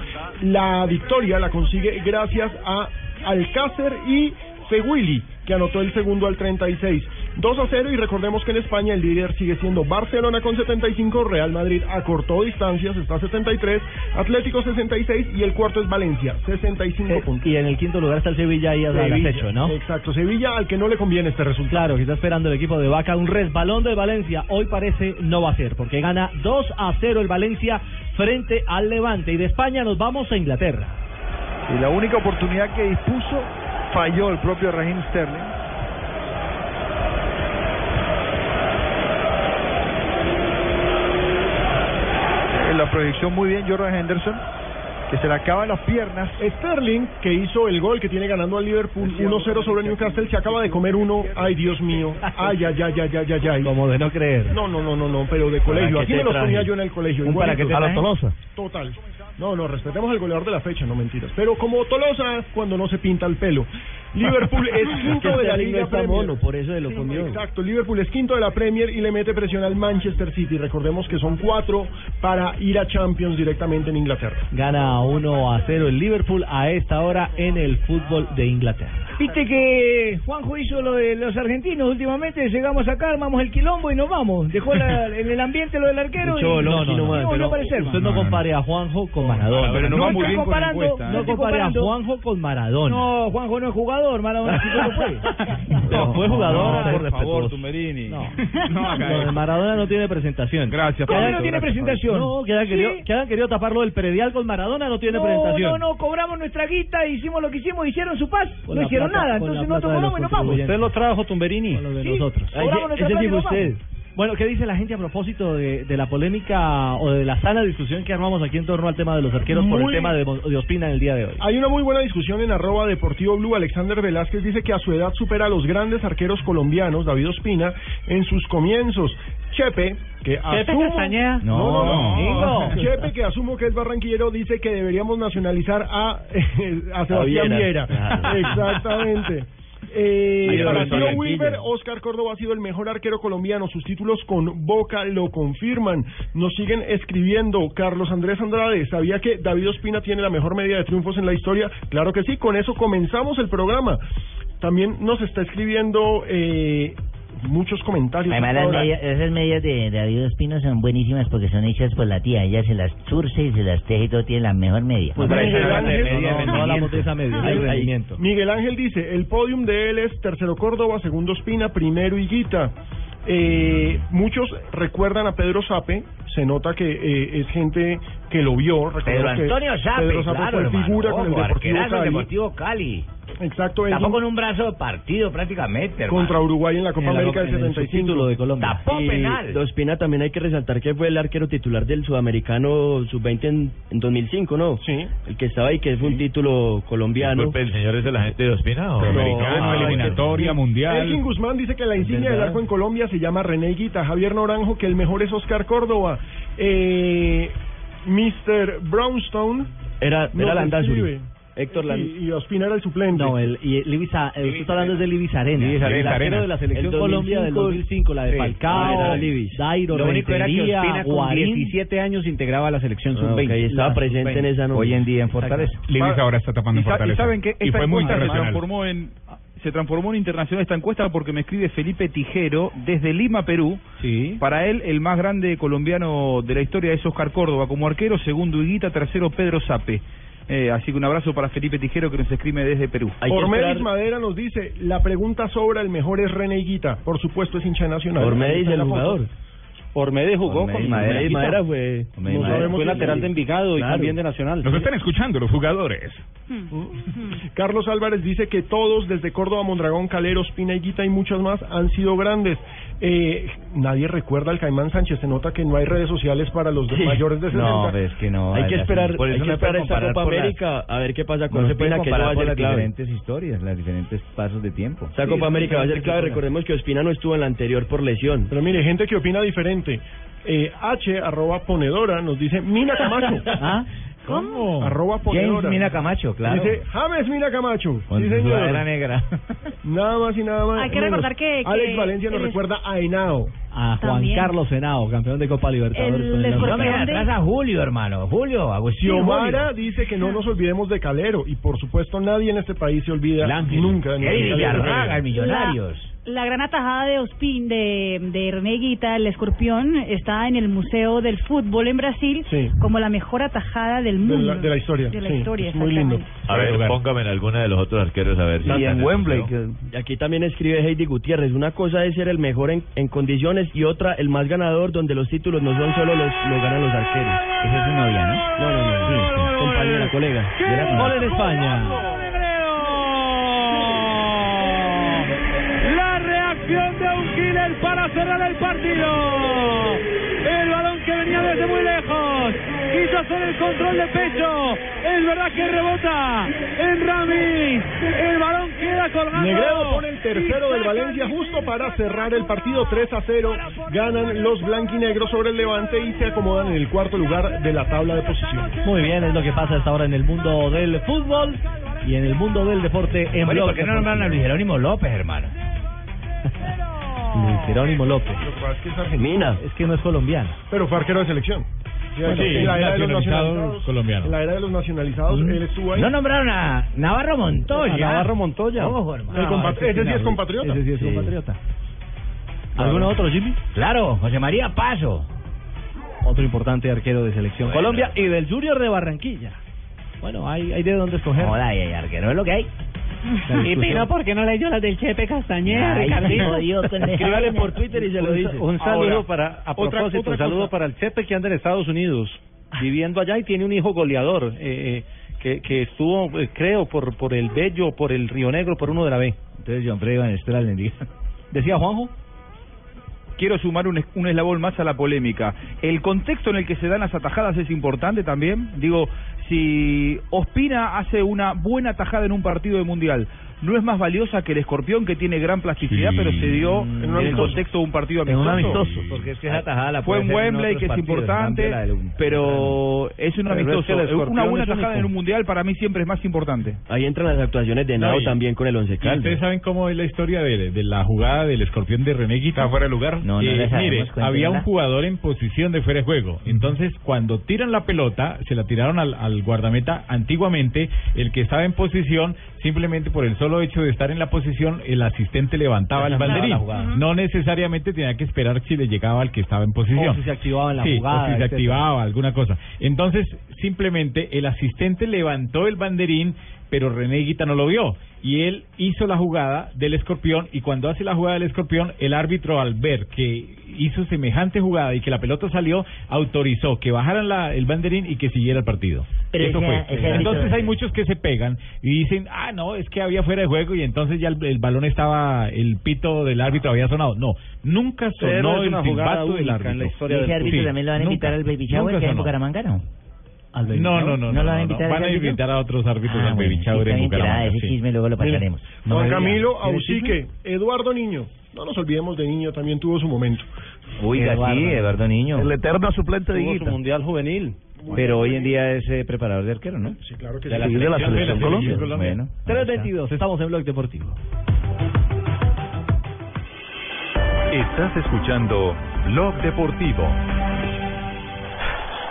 [SPEAKER 8] La victoria la consigue gracias a Alcácer y Seguili, que anotó el segundo al 36. 2 a 0 y recordemos que en España el líder sigue siendo Barcelona con 75, Real Madrid acortó distancias, está a 73, Atlético 66 y el cuarto es Valencia, 65 puntos.
[SPEAKER 4] Eh, Y en el quinto lugar está el Sevilla ahí al
[SPEAKER 8] Sevilla,
[SPEAKER 4] acecho, ¿no?
[SPEAKER 8] Exacto, Sevilla al que no le conviene este resultado.
[SPEAKER 4] Claro, que está esperando el equipo de Vaca. Un resbalón del Valencia. Hoy parece no va a ser, porque gana 2 a 0 el Valencia frente al Levante. Y de España nos vamos a Inglaterra.
[SPEAKER 12] Y la única oportunidad que dispuso falló el propio Raheem Sterling. Eh, La proyección muy bien, Jordan Henderson, que se le acaba en las piernas.
[SPEAKER 8] Sterling, que hizo el gol que tiene ganando al Liverpool 1-0 sobre Newcastle, se acaba de comer uno. Ay, Dios mío. Ay, ay, ay, ay, ay, ay, ay.
[SPEAKER 4] Como de no creer.
[SPEAKER 8] No, no, no, no, no, pero de colegio.
[SPEAKER 4] qué
[SPEAKER 8] Aquí
[SPEAKER 4] te
[SPEAKER 8] me los
[SPEAKER 4] traje?
[SPEAKER 8] ponía yo en el colegio.
[SPEAKER 4] ¿Un para qué te
[SPEAKER 8] A
[SPEAKER 4] traje?
[SPEAKER 8] Total. No, no, respetemos al goleador de la fecha, no mentiras. Pero como Tolosa, cuando no se pinta el pelo. Liverpool es
[SPEAKER 6] este
[SPEAKER 8] quinto de la Liga Premier.
[SPEAKER 6] por eso de lo
[SPEAKER 8] Sí,
[SPEAKER 6] comió.
[SPEAKER 8] Exacto, Liverpool es quinto de la Premier y le mete presión al Manchester City. Recordemos que son cuatro para ir a Champions directamente en Inglaterra.
[SPEAKER 4] Gana 1 a 0 el Liverpool a esta hora en el fútbol de Inglaterra.
[SPEAKER 42] Viste que Juanjo hizo lo de los argentinos últimamente, llegamos acá, armamos el quilombo y nos vamos. Dejó la- en el ambiente lo del arquero y
[SPEAKER 4] Mucho
[SPEAKER 42] no,
[SPEAKER 4] no, no, no,
[SPEAKER 42] volvió
[SPEAKER 4] pero
[SPEAKER 42] a aparecer.
[SPEAKER 4] usted no compare a Juanjo con Maradona.
[SPEAKER 42] Pero no va muy bien con la
[SPEAKER 4] No
[SPEAKER 42] encuesta, ¿eh?
[SPEAKER 4] compare
[SPEAKER 42] comparando.
[SPEAKER 4] a Juanjo con Maradona.
[SPEAKER 42] No, Juanjo no es jugador, Maradona sí lo fue.
[SPEAKER 4] No, fue jugador,
[SPEAKER 42] no,
[SPEAKER 4] por
[SPEAKER 42] por favor,
[SPEAKER 4] respetuoso. No, Lo de Maradona no tiene presentación. Gracias,
[SPEAKER 42] ¿Cómo Pablito, no tiene gracias, presentación?
[SPEAKER 4] No, que hayan,
[SPEAKER 42] Sí.
[SPEAKER 4] querido, que hayan querido taparlo del predial con Maradona no tiene
[SPEAKER 42] no,
[SPEAKER 4] presentación.
[SPEAKER 42] no, no, cobramos nuestra guita, hicimos lo que hicimos, hicieron su paz,
[SPEAKER 4] Con
[SPEAKER 42] no
[SPEAKER 4] la
[SPEAKER 42] hicieron
[SPEAKER 4] plata-
[SPEAKER 42] nada,
[SPEAKER 4] con la
[SPEAKER 42] entonces nosotros
[SPEAKER 4] plata de los
[SPEAKER 42] cobramos y nos vamos.
[SPEAKER 4] contribuyentes.
[SPEAKER 42] lo
[SPEAKER 4] trajo Tumberini. Con lo de nosotros.
[SPEAKER 42] cobramos
[SPEAKER 4] Ese-
[SPEAKER 42] nuestra
[SPEAKER 4] ese
[SPEAKER 42] plata y
[SPEAKER 4] dijo
[SPEAKER 42] nos
[SPEAKER 4] usted.
[SPEAKER 42] vamos.
[SPEAKER 4] Bueno, ¿qué dice la gente a propósito de, de la polémica o de la sana discusión que armamos aquí en torno al tema de los arqueros por el
[SPEAKER 8] Muy-
[SPEAKER 4] tema de, Mon- de Ospina en el día de hoy?
[SPEAKER 8] Hay una muy buena discusión en arroba deportivo blue. Alexander Velázquez dice que a su edad supera a los grandes arqueros colombianos, David Ospina, en sus comienzos. Chepe, que asumo...
[SPEAKER 5] Castañeda?
[SPEAKER 8] No, no, no.
[SPEAKER 5] No.
[SPEAKER 8] Nico. Chepe, que asumo que es barranquillero, dice que deberíamos nacionalizar a, a Sebastián
[SPEAKER 5] A Viera.
[SPEAKER 8] Viera. Exactamente. Eh,
[SPEAKER 5] Ahí lo
[SPEAKER 8] para
[SPEAKER 5] resolvió
[SPEAKER 8] Tío
[SPEAKER 5] el
[SPEAKER 8] Wilber, Oscar Córdoba ha sido el mejor arquero colombiano. Sus títulos con Boca lo confirman. Nos siguen escribiendo. Carlos Andrés Andrade, ¿sabía que David Ospina tiene la mejor media de triunfos en la historia? Claro que sí, con eso comenzamos el programa. También nos está escribiendo eh, muchos comentarios.
[SPEAKER 16] Además, las
[SPEAKER 8] Ahora,
[SPEAKER 16] medias- esas medias de David Espino son buenísimas porque son hechas por la tía. Ella se las surce y se las teje y todo tiene la mejor media.
[SPEAKER 8] Pues Hombre, Miguel esa es la Ángel, media
[SPEAKER 4] no,
[SPEAKER 8] de
[SPEAKER 4] no, no hablamos de esa media, de
[SPEAKER 8] Ahí- ahí.
[SPEAKER 4] rendimiento.
[SPEAKER 8] Miguel Ángel dice, el podium de él es tercero Córdoba, segundo Espina, primero Higuita. Eh, muchos recuerdan a Pedro Sape, se nota que eh, es gente que lo vio. recordemos
[SPEAKER 11] Pedro
[SPEAKER 8] que
[SPEAKER 11] Antonio Sape,
[SPEAKER 8] Pedro Sape
[SPEAKER 11] claro,
[SPEAKER 8] fue
[SPEAKER 11] hermano,
[SPEAKER 8] figura con el
[SPEAKER 11] ojo,
[SPEAKER 8] Deportivo
[SPEAKER 11] arquerazo del
[SPEAKER 8] Cali.
[SPEAKER 11] Deportivo Cali.
[SPEAKER 8] Exacto, es
[SPEAKER 11] Tapó
[SPEAKER 8] un-
[SPEAKER 11] con un brazo de partido prácticamente, hermano.
[SPEAKER 8] contra Uruguay en la Copa
[SPEAKER 11] En la
[SPEAKER 8] América
[SPEAKER 11] Copa-
[SPEAKER 8] del
[SPEAKER 11] en el
[SPEAKER 8] 75.
[SPEAKER 11] subtítulo de Colombia. Tapó penal.
[SPEAKER 6] Ospina también hay que resaltar que fue el arquero titular del sudamericano sub-20 en, en 2005, ¿no?
[SPEAKER 8] Sí.
[SPEAKER 6] El que estaba ahí, que fue un título colombiano.
[SPEAKER 12] Disculpe, ¿el señor es de la gente de Ospina o?
[SPEAKER 8] Sudamericano,
[SPEAKER 12] eliminatoria, mundial.
[SPEAKER 8] Elgin Guzmán dice que la insignia del
[SPEAKER 12] ¿Verdad?
[SPEAKER 8] arco en Colombia se llama René Guita. Javier Naranjo, que el mejor es Oscar Córdoba. Eh, Mr. Brownstone.
[SPEAKER 6] Era,
[SPEAKER 8] nos
[SPEAKER 6] era Landazuri.
[SPEAKER 8] escribe.
[SPEAKER 6] Héctor Landazuri.
[SPEAKER 8] Y, y Ospina era el suplente.
[SPEAKER 4] No, el, y el Ibiza, eh, usted está hablando es del Ibis Arena.
[SPEAKER 6] Ibis Arena.
[SPEAKER 4] El arquero de la selección
[SPEAKER 6] El 2005,
[SPEAKER 4] Colombia del 2005, la de
[SPEAKER 6] sí.
[SPEAKER 4] Falcao,
[SPEAKER 6] Ah, era el Ibis.
[SPEAKER 4] Dairo,
[SPEAKER 6] Lo único era que
[SPEAKER 4] Rentería,
[SPEAKER 6] Ospina con
[SPEAKER 4] Guarín.
[SPEAKER 11] 17 años integraba a la selección
[SPEAKER 6] Ah,
[SPEAKER 11] sub-20.
[SPEAKER 6] ok, estaba
[SPEAKER 11] La
[SPEAKER 6] presente en esa noche. Hoy en día en
[SPEAKER 11] Fortaleza.
[SPEAKER 16] Libis ahora está tapando
[SPEAKER 12] Y sa- y saben que esta encuesta se
[SPEAKER 16] internacional.
[SPEAKER 12] transformó en
[SPEAKER 43] se transformó en internacional esta encuesta porque me escribe Felipe Tijero desde Lima, Perú. Para él, el más grande colombiano de la historia es Oscar Córdoba como arquero, segundo Higuita, tercero Pedro Sape. Eh, así que un abrazo para Felipe Tijero que nos escribe desde Perú.
[SPEAKER 8] Ormelis Madera nos dice, la pregunta sobra, el mejor es René Higuita. Por supuesto, es hincha de nacional. Ahí
[SPEAKER 6] Ormedes
[SPEAKER 8] está
[SPEAKER 6] el
[SPEAKER 8] la foto.
[SPEAKER 6] jugador.
[SPEAKER 44] Ormedes
[SPEAKER 8] jugó
[SPEAKER 44] Ormedes
[SPEAKER 8] con
[SPEAKER 44] Madera.
[SPEAKER 8] Ormedes
[SPEAKER 44] Madera
[SPEAKER 6] fue,
[SPEAKER 44] Ormedes
[SPEAKER 8] no
[SPEAKER 44] Madera.
[SPEAKER 8] sabemos
[SPEAKER 44] Fue
[SPEAKER 8] si-
[SPEAKER 44] lateral de Envigado y
[SPEAKER 8] Claro.
[SPEAKER 44] también de Nacional.
[SPEAKER 8] Nos están escuchando los jugadores. Carlos Álvarez dice que todos, desde Córdoba, Mondragón, Caleros, Pina y Guita y muchas más, han sido grandes. Eh, nadie recuerda al Caimán Sánchez. Se nota que no hay redes sociales para los de-
[SPEAKER 6] Sí.
[SPEAKER 8] mayores de 60.
[SPEAKER 6] No, es que no, Hay que Adrián. esperar- hay que esperar esta Copa América a ver qué pasa con
[SPEAKER 16] no se
[SPEAKER 6] Ospina,
[SPEAKER 16] puede
[SPEAKER 6] que
[SPEAKER 16] comparar
[SPEAKER 6] no va a
[SPEAKER 16] por
[SPEAKER 6] ser
[SPEAKER 16] las
[SPEAKER 6] clave.
[SPEAKER 16] diferentes historias, los diferentes pasos de tiempo.
[SPEAKER 6] Esta Copa América va a ser clave. Recordemos que Ospina no estuvo en la anterior por lesión.
[SPEAKER 8] Pero mire, gente que opina diferente. Eh, H, arroba ponedora, nos dice Mina Camacho.
[SPEAKER 16] ¿Ah?
[SPEAKER 8] ¿Cómo? Arroba ponedora.
[SPEAKER 16] James Mina Camacho, claro.
[SPEAKER 8] Dice James Mina Camacho.
[SPEAKER 16] Con
[SPEAKER 8] sí,
[SPEAKER 16] su
[SPEAKER 8] señor.
[SPEAKER 16] sudadera negra.
[SPEAKER 8] Nada más y nada más.
[SPEAKER 4] Hay que recordar que- que
[SPEAKER 8] Alex Valencia nos
[SPEAKER 4] el-
[SPEAKER 8] recuerda a Henao.
[SPEAKER 4] A Juan
[SPEAKER 8] También.
[SPEAKER 4] Carlos Henao, campeón de Copa Libertadores.
[SPEAKER 8] El
[SPEAKER 4] con
[SPEAKER 8] escorpión
[SPEAKER 4] Nacional.
[SPEAKER 8] de- No me atrasa
[SPEAKER 16] Julio, hermano. Julio, Agustín.
[SPEAKER 8] Xiomara dice que no nos olvidemos de Calero y por supuesto nadie en este país se olvida nunca. de
[SPEAKER 16] Eddie
[SPEAKER 8] Calero.
[SPEAKER 16] Villarraga, el Millonarios.
[SPEAKER 7] La gran atajada de Ospín, de, de René Guita, el escorpión, está en el Museo del Fútbol en Brasil
[SPEAKER 8] Sí.
[SPEAKER 7] como la mejor atajada del
[SPEAKER 8] De
[SPEAKER 7] mundo.
[SPEAKER 8] la, de la historia.
[SPEAKER 7] De la
[SPEAKER 8] sí,
[SPEAKER 7] historia,
[SPEAKER 8] es muy lindo.
[SPEAKER 11] A ver, póngame en alguna de los otros arqueros a ver si.
[SPEAKER 6] Y
[SPEAKER 11] están
[SPEAKER 6] en
[SPEAKER 11] el
[SPEAKER 6] Wembley.
[SPEAKER 11] museo.
[SPEAKER 6] que- Aquí también escribe Heidi Gutiérrez. Una cosa es ser el mejor en, en condiciones y otra el más ganador, donde los títulos no son solo los, los ganan los arqueros. Esa es su novia, ¿no? No, no, no. sí, compañera, colega. Yo la conozco.
[SPEAKER 4] Gol en España.
[SPEAKER 3] La reacción de un killer para cerrar el partido. El balón que venía desde muy lejos. Quiso hacer el control de pecho. Es verdad que rebota en Ramis. El balón queda colgado.
[SPEAKER 8] Negredo pone el tercero del Valencia justo para cerrar el partido 3 a 0. Ganan los blanquinegros sobre el Levante y se acomodan en el cuarto lugar de la tabla de posición.
[SPEAKER 4] Muy bien, es lo que pasa hasta ahora en el mundo del fútbol y en el mundo del deporte en
[SPEAKER 16] Oye,
[SPEAKER 4] Blog
[SPEAKER 16] ¿por qué no nombraron a Luis Jerónimo López, hermano?
[SPEAKER 4] Luis Jerónimo López.
[SPEAKER 8] Lo que pasa es que es
[SPEAKER 4] Mina. Es que no es colombiano.
[SPEAKER 8] Pero fue arquero de selección. Sí,
[SPEAKER 4] Bueno,
[SPEAKER 8] en la era de los
[SPEAKER 4] nacionalizado
[SPEAKER 8] nacionalizados,
[SPEAKER 4] colombiano.
[SPEAKER 8] en la era de los nacionalizados, él estuvo ahí.
[SPEAKER 16] Mm. No nombraron a Navarro Montoya.
[SPEAKER 8] A Navarro Montoya.
[SPEAKER 16] Ojo, hermano.
[SPEAKER 8] El compa- ese sí es compatriota.
[SPEAKER 16] Ese sí es
[SPEAKER 8] Sí.
[SPEAKER 16] compatriota.
[SPEAKER 4] ¿Alguno otro, Jimmy?
[SPEAKER 16] Claro, José María Paso.
[SPEAKER 4] Otro importante arquero de selección
[SPEAKER 16] Bueno.
[SPEAKER 4] Colombia y del Junior de Barranquilla. Bueno, hay, hay de dónde escoger.
[SPEAKER 16] Hola, ay, ay, arquero, es lo que hay.
[SPEAKER 4] Y Pino,
[SPEAKER 12] ¿por qué no leyó las del Chepe Castañeda,
[SPEAKER 16] Ay,
[SPEAKER 12] Ricardito?
[SPEAKER 16] jodido con esa- Escríbale por Twitter y se lo
[SPEAKER 12] Un-
[SPEAKER 16] dice.
[SPEAKER 12] Un saludo
[SPEAKER 16] Ahora,
[SPEAKER 12] para, a
[SPEAKER 16] otra-
[SPEAKER 12] propósito,
[SPEAKER 16] otra
[SPEAKER 12] un saludo
[SPEAKER 16] cosa.
[SPEAKER 12] para el Chepe que anda en Estados Unidos, viviendo allá y tiene un hijo goleador, eh, eh, que, que estuvo, eh, creo, por, por el Bello, por el Río Negro, por uno de la B.
[SPEAKER 16] Entonces, John Freddy Van Stralen, diga.
[SPEAKER 4] Decía Juanjo.
[SPEAKER 11] Quiero sumar un, es- un eslabón más a la polémica. El contexto en el que se dan las atajadas es importante también. Digo, si Ospina hace una buena atajada en un partido de mundial, no es más valiosa que el escorpión que tiene gran plasticidad,
[SPEAKER 16] Sí.
[SPEAKER 11] pero se dio
[SPEAKER 16] En un
[SPEAKER 11] en el
[SPEAKER 16] amistoso.
[SPEAKER 11] contexto de un partido
[SPEAKER 16] En
[SPEAKER 11] amistoso.
[SPEAKER 16] un amistoso, porque es que esa atajada pues, la
[SPEAKER 11] Fue en
[SPEAKER 16] puede hacer en
[SPEAKER 11] Wembley,
[SPEAKER 16] otros
[SPEAKER 11] que es
[SPEAKER 16] partidos, en
[SPEAKER 11] importante,
[SPEAKER 16] cambio la del-
[SPEAKER 11] pero es un
[SPEAKER 6] Pero es que el
[SPEAKER 11] amistoso. Eh,
[SPEAKER 6] escorpión
[SPEAKER 11] Una buena
[SPEAKER 6] es único.
[SPEAKER 11] atajada en un mundial para mí siempre es más importante.
[SPEAKER 6] Ahí entran las actuaciones de Nao
[SPEAKER 11] No, y-
[SPEAKER 6] también con el Once
[SPEAKER 11] y
[SPEAKER 12] ¿Y ¿Ustedes
[SPEAKER 6] Caldas.
[SPEAKER 12] saben cómo es la historia de, de la jugada del escorpión de René Guita fuera de lugar? No, no le sabemos, mire, cuéntenla. había un jugador en posición de fuera de juego. Entonces, cuando tiran la pelota, se la tiraron al, al guardameta. Antiguamente, el que estaba en posición, simplemente por el solo hecho de estar en la posición, el asistente levantaba el
[SPEAKER 4] Levantaba
[SPEAKER 12] banderín.
[SPEAKER 4] la jugada.
[SPEAKER 12] No necesariamente tenía que esperar si le llegaba al que estaba en posición.
[SPEAKER 4] O si se activaba en la
[SPEAKER 12] Sí, o
[SPEAKER 4] jugada,
[SPEAKER 12] si se
[SPEAKER 4] etcétera.
[SPEAKER 12] activaba, alguna cosa. Entonces, simplemente el asistente levantó el banderín, pero René Guita no lo vio. Y él hizo la jugada del escorpión, y cuando hace la jugada del escorpión, el árbitro al ver que hizo semejante jugada y que la pelota salió, autorizó que bajaran la- el banderín y que siguiera el partido. Pero Eso ese- fue. ese árbitro- Entonces hay muchos que se pegan y dicen, ah, no, es que había fuera de juego y entonces ya el, el balón estaba, el pito del árbitro había sonado. No, nunca Pero sonó es el una jugada silbato del única en árbitro. la
[SPEAKER 16] ¿Y ese árbitro también lo van a invitar al Baby Shower
[SPEAKER 12] nunca
[SPEAKER 16] que hay en
[SPEAKER 12] sonó.
[SPEAKER 16] Bucaramanga, no? ¿Al Baby
[SPEAKER 12] No,
[SPEAKER 16] Shower?
[SPEAKER 12] no, no.
[SPEAKER 16] ¿No lo van a
[SPEAKER 12] no,
[SPEAKER 16] invitar
[SPEAKER 12] no.
[SPEAKER 16] al
[SPEAKER 12] Van a
[SPEAKER 16] Baby Shower?
[SPEAKER 12] invitar a otros árbitros
[SPEAKER 16] Ah,
[SPEAKER 12] al
[SPEAKER 16] bueno,
[SPEAKER 12] Baby
[SPEAKER 16] sí,
[SPEAKER 12] Shower
[SPEAKER 16] está
[SPEAKER 12] en
[SPEAKER 16] bien tirada,
[SPEAKER 12] Bucaramanga.
[SPEAKER 16] ese
[SPEAKER 12] sí.
[SPEAKER 16] chisme luego lo pasaremos.
[SPEAKER 8] Juan
[SPEAKER 12] Maravilla.
[SPEAKER 8] Camilo
[SPEAKER 12] ¿Quieres
[SPEAKER 8] Ausique, Eduardo Niño. No nos olvidemos de Niño, también tuvo su momento.
[SPEAKER 16] Uy, sí, Eduardo Niño.
[SPEAKER 8] El eterno suplente de
[SPEAKER 16] Tuvo su
[SPEAKER 8] Higuita.
[SPEAKER 16] mundial juvenil. Pero hoy en día es eh, preparador de arquero, ¿no? Sí,
[SPEAKER 8] claro que
[SPEAKER 16] de
[SPEAKER 8] sí.
[SPEAKER 16] La
[SPEAKER 8] Sí,
[SPEAKER 16] de la selección Colombia. Bueno.
[SPEAKER 4] 322, estamos en Blog Deportivo.
[SPEAKER 1] Estás escuchando Blog Deportivo.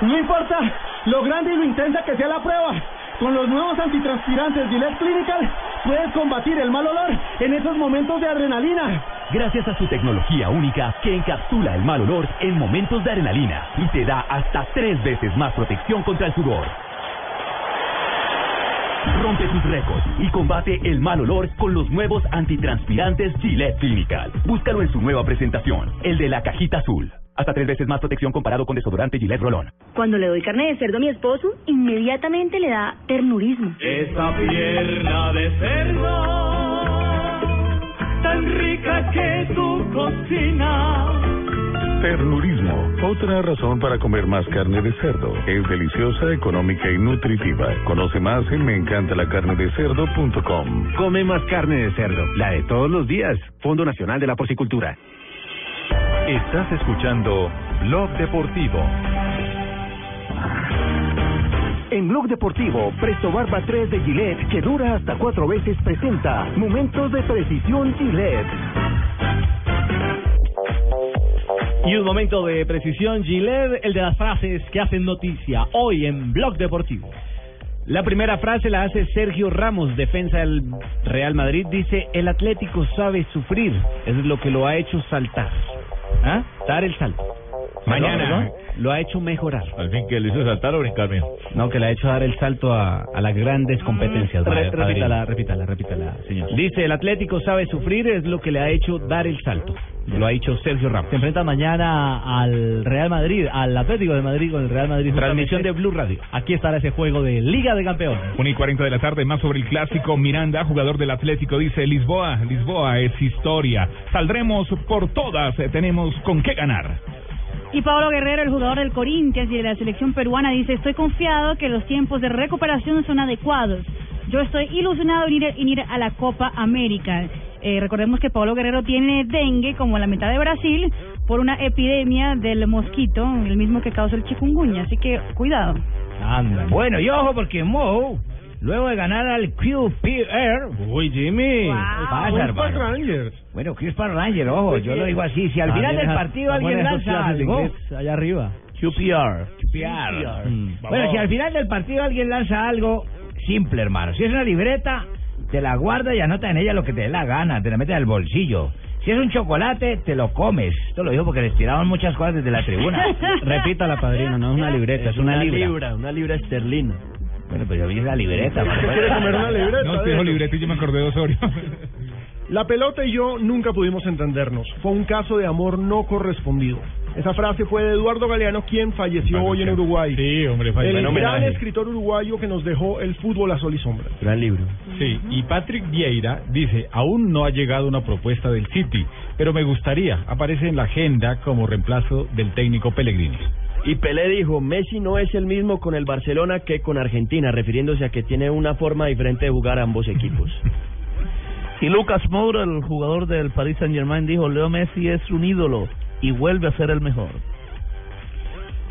[SPEAKER 2] No importa lo grande y lo intensa que sea la prueba. Con los nuevos antitranspirantes Gillette Clinical
[SPEAKER 45] puedes combatir el mal olor en esos momentos de adrenalina.
[SPEAKER 23] Gracias a su tecnología única que encapsula el mal olor en momentos de adrenalina y te da hasta tres veces más protección contra el sudor. Rompe tus récords y combate el mal olor con los nuevos antitranspirantes Gillette Clinical. Búscalo en su nueva presentación, el de la cajita azul. Hasta tres veces más protección comparado con desodorante Gillette Rolón.
[SPEAKER 46] Cuando le doy carne de cerdo a mi esposo, inmediatamente le da ternurismo.
[SPEAKER 3] Esa pierna de cerdo, tan rica que tú cocinas.
[SPEAKER 1] Ternurismo, otra razón para comer más carne de cerdo. Es deliciosa, económica y nutritiva. Conoce más en meencantalacarnedecerdo.com.
[SPEAKER 47] Come más carne de cerdo, la de todos los días. Fondo Nacional de la Porcicultura.
[SPEAKER 48] Estás escuchando Blog Deportivo.
[SPEAKER 2] En Blog Deportivo, Presto Barba 3 de Gillette, que dura hasta cuatro veces, presenta Momentos de Precisión Gillette.
[SPEAKER 4] Y un momento de precisión, Giler, el de las frases que hacen noticia hoy en Blog Deportivo.
[SPEAKER 49] La primera frase la hace Sergio Ramos, defensa del Real Madrid. Dice, el Atlético sabe sufrir, es lo que lo ha hecho saltar. ¿Ah? Dar el salto.
[SPEAKER 16] Mañana.
[SPEAKER 49] Lo ha hecho mejorar.
[SPEAKER 16] Al fin que le hizo saltar o brincar bien.
[SPEAKER 49] No, que le ha hecho dar el salto a, a las grandes competencias.
[SPEAKER 16] Re-
[SPEAKER 49] Madrid.
[SPEAKER 16] repítala,
[SPEAKER 49] repítala, repítala, señor. Dice, el Atlético sabe sufrir, es lo que le ha hecho dar el salto. Lo ha dicho Sergio Ramos.
[SPEAKER 4] Se enfrenta mañana al Real Madrid, al Atlético de Madrid con el Real Madrid.
[SPEAKER 49] Transmisión
[SPEAKER 4] de
[SPEAKER 49] Blue Radio.
[SPEAKER 4] Aquí estará ese juego de Liga de Campeones.
[SPEAKER 19] 1 y 40 de la tarde, más sobre el clásico. Miranda, jugador del Atlético, dice: Lisboa, Lisboa es historia. Saldremos por todas, eh, tenemos con qué ganar.
[SPEAKER 7] Y Pablo Guerrero, el jugador del Corinthians y de la selección peruana, dice, estoy confiado que los tiempos de recuperación son adecuados. Yo estoy ilusionado en ir, en ir a la Copa América. Eh, recordemos que Pablo Guerrero tiene dengue, como la mitad de Brasil, por una epidemia del mosquito, el mismo que causa el chikungunya. Así que cuidado.
[SPEAKER 16] Bueno, y ojo porque Mo, luego de ganar al QPR... Uy, Jimmy.
[SPEAKER 49] Uy,
[SPEAKER 16] Pasa, hermano? Bueno, Crispin Ranger, ojo, yo lo digo así. Si al final del partido alguien lanza algo...
[SPEAKER 4] Allá arriba.
[SPEAKER 49] QPR.
[SPEAKER 16] QPR.
[SPEAKER 49] Mm.
[SPEAKER 16] Bueno, si al final del partido alguien lanza algo, simple, hermano. Si es una libreta, te la guardas y anota en ella lo que te dé la gana, te la metes al bolsillo. Si es un chocolate, te lo comes. Esto lo digo porque les tiraban muchas cosas desde la tribuna.
[SPEAKER 49] Repítala, padrino, no es una libreta, es, una, libra. Una libra esterlina.
[SPEAKER 16] Bueno, pues yo vi la libreta.
[SPEAKER 49] ¿Usted
[SPEAKER 16] hermano.
[SPEAKER 49] quiere comer una libreta?
[SPEAKER 8] No, usted dijo
[SPEAKER 19] libreta y yo me acordé de Osorio.
[SPEAKER 8] La pelota y yo nunca pudimos entendernos. Fue un caso de amor no correspondido. Esa frase fue de Eduardo Galeano, quien falleció hoy en Uruguay.
[SPEAKER 16] Sí, hombre,
[SPEAKER 8] El gran escritor uruguayo que nos dejó el fútbol a sol y sombra.
[SPEAKER 16] Gran libro.
[SPEAKER 12] Sí, y Patrick Vieira dice, aún no ha llegado una propuesta del City, pero me gustaría, aparece en la agenda como reemplazo del técnico Pellegrini.
[SPEAKER 6] Y Pelé dijo, Messi no es el mismo con el Barcelona que con Argentina, refiriéndose a que tiene una forma diferente de jugar a ambos equipos.
[SPEAKER 16] Y Lucas Moura, el jugador del Paris Saint Germain, dijo, Leo Messi es un ídolo y vuelve a ser el mejor.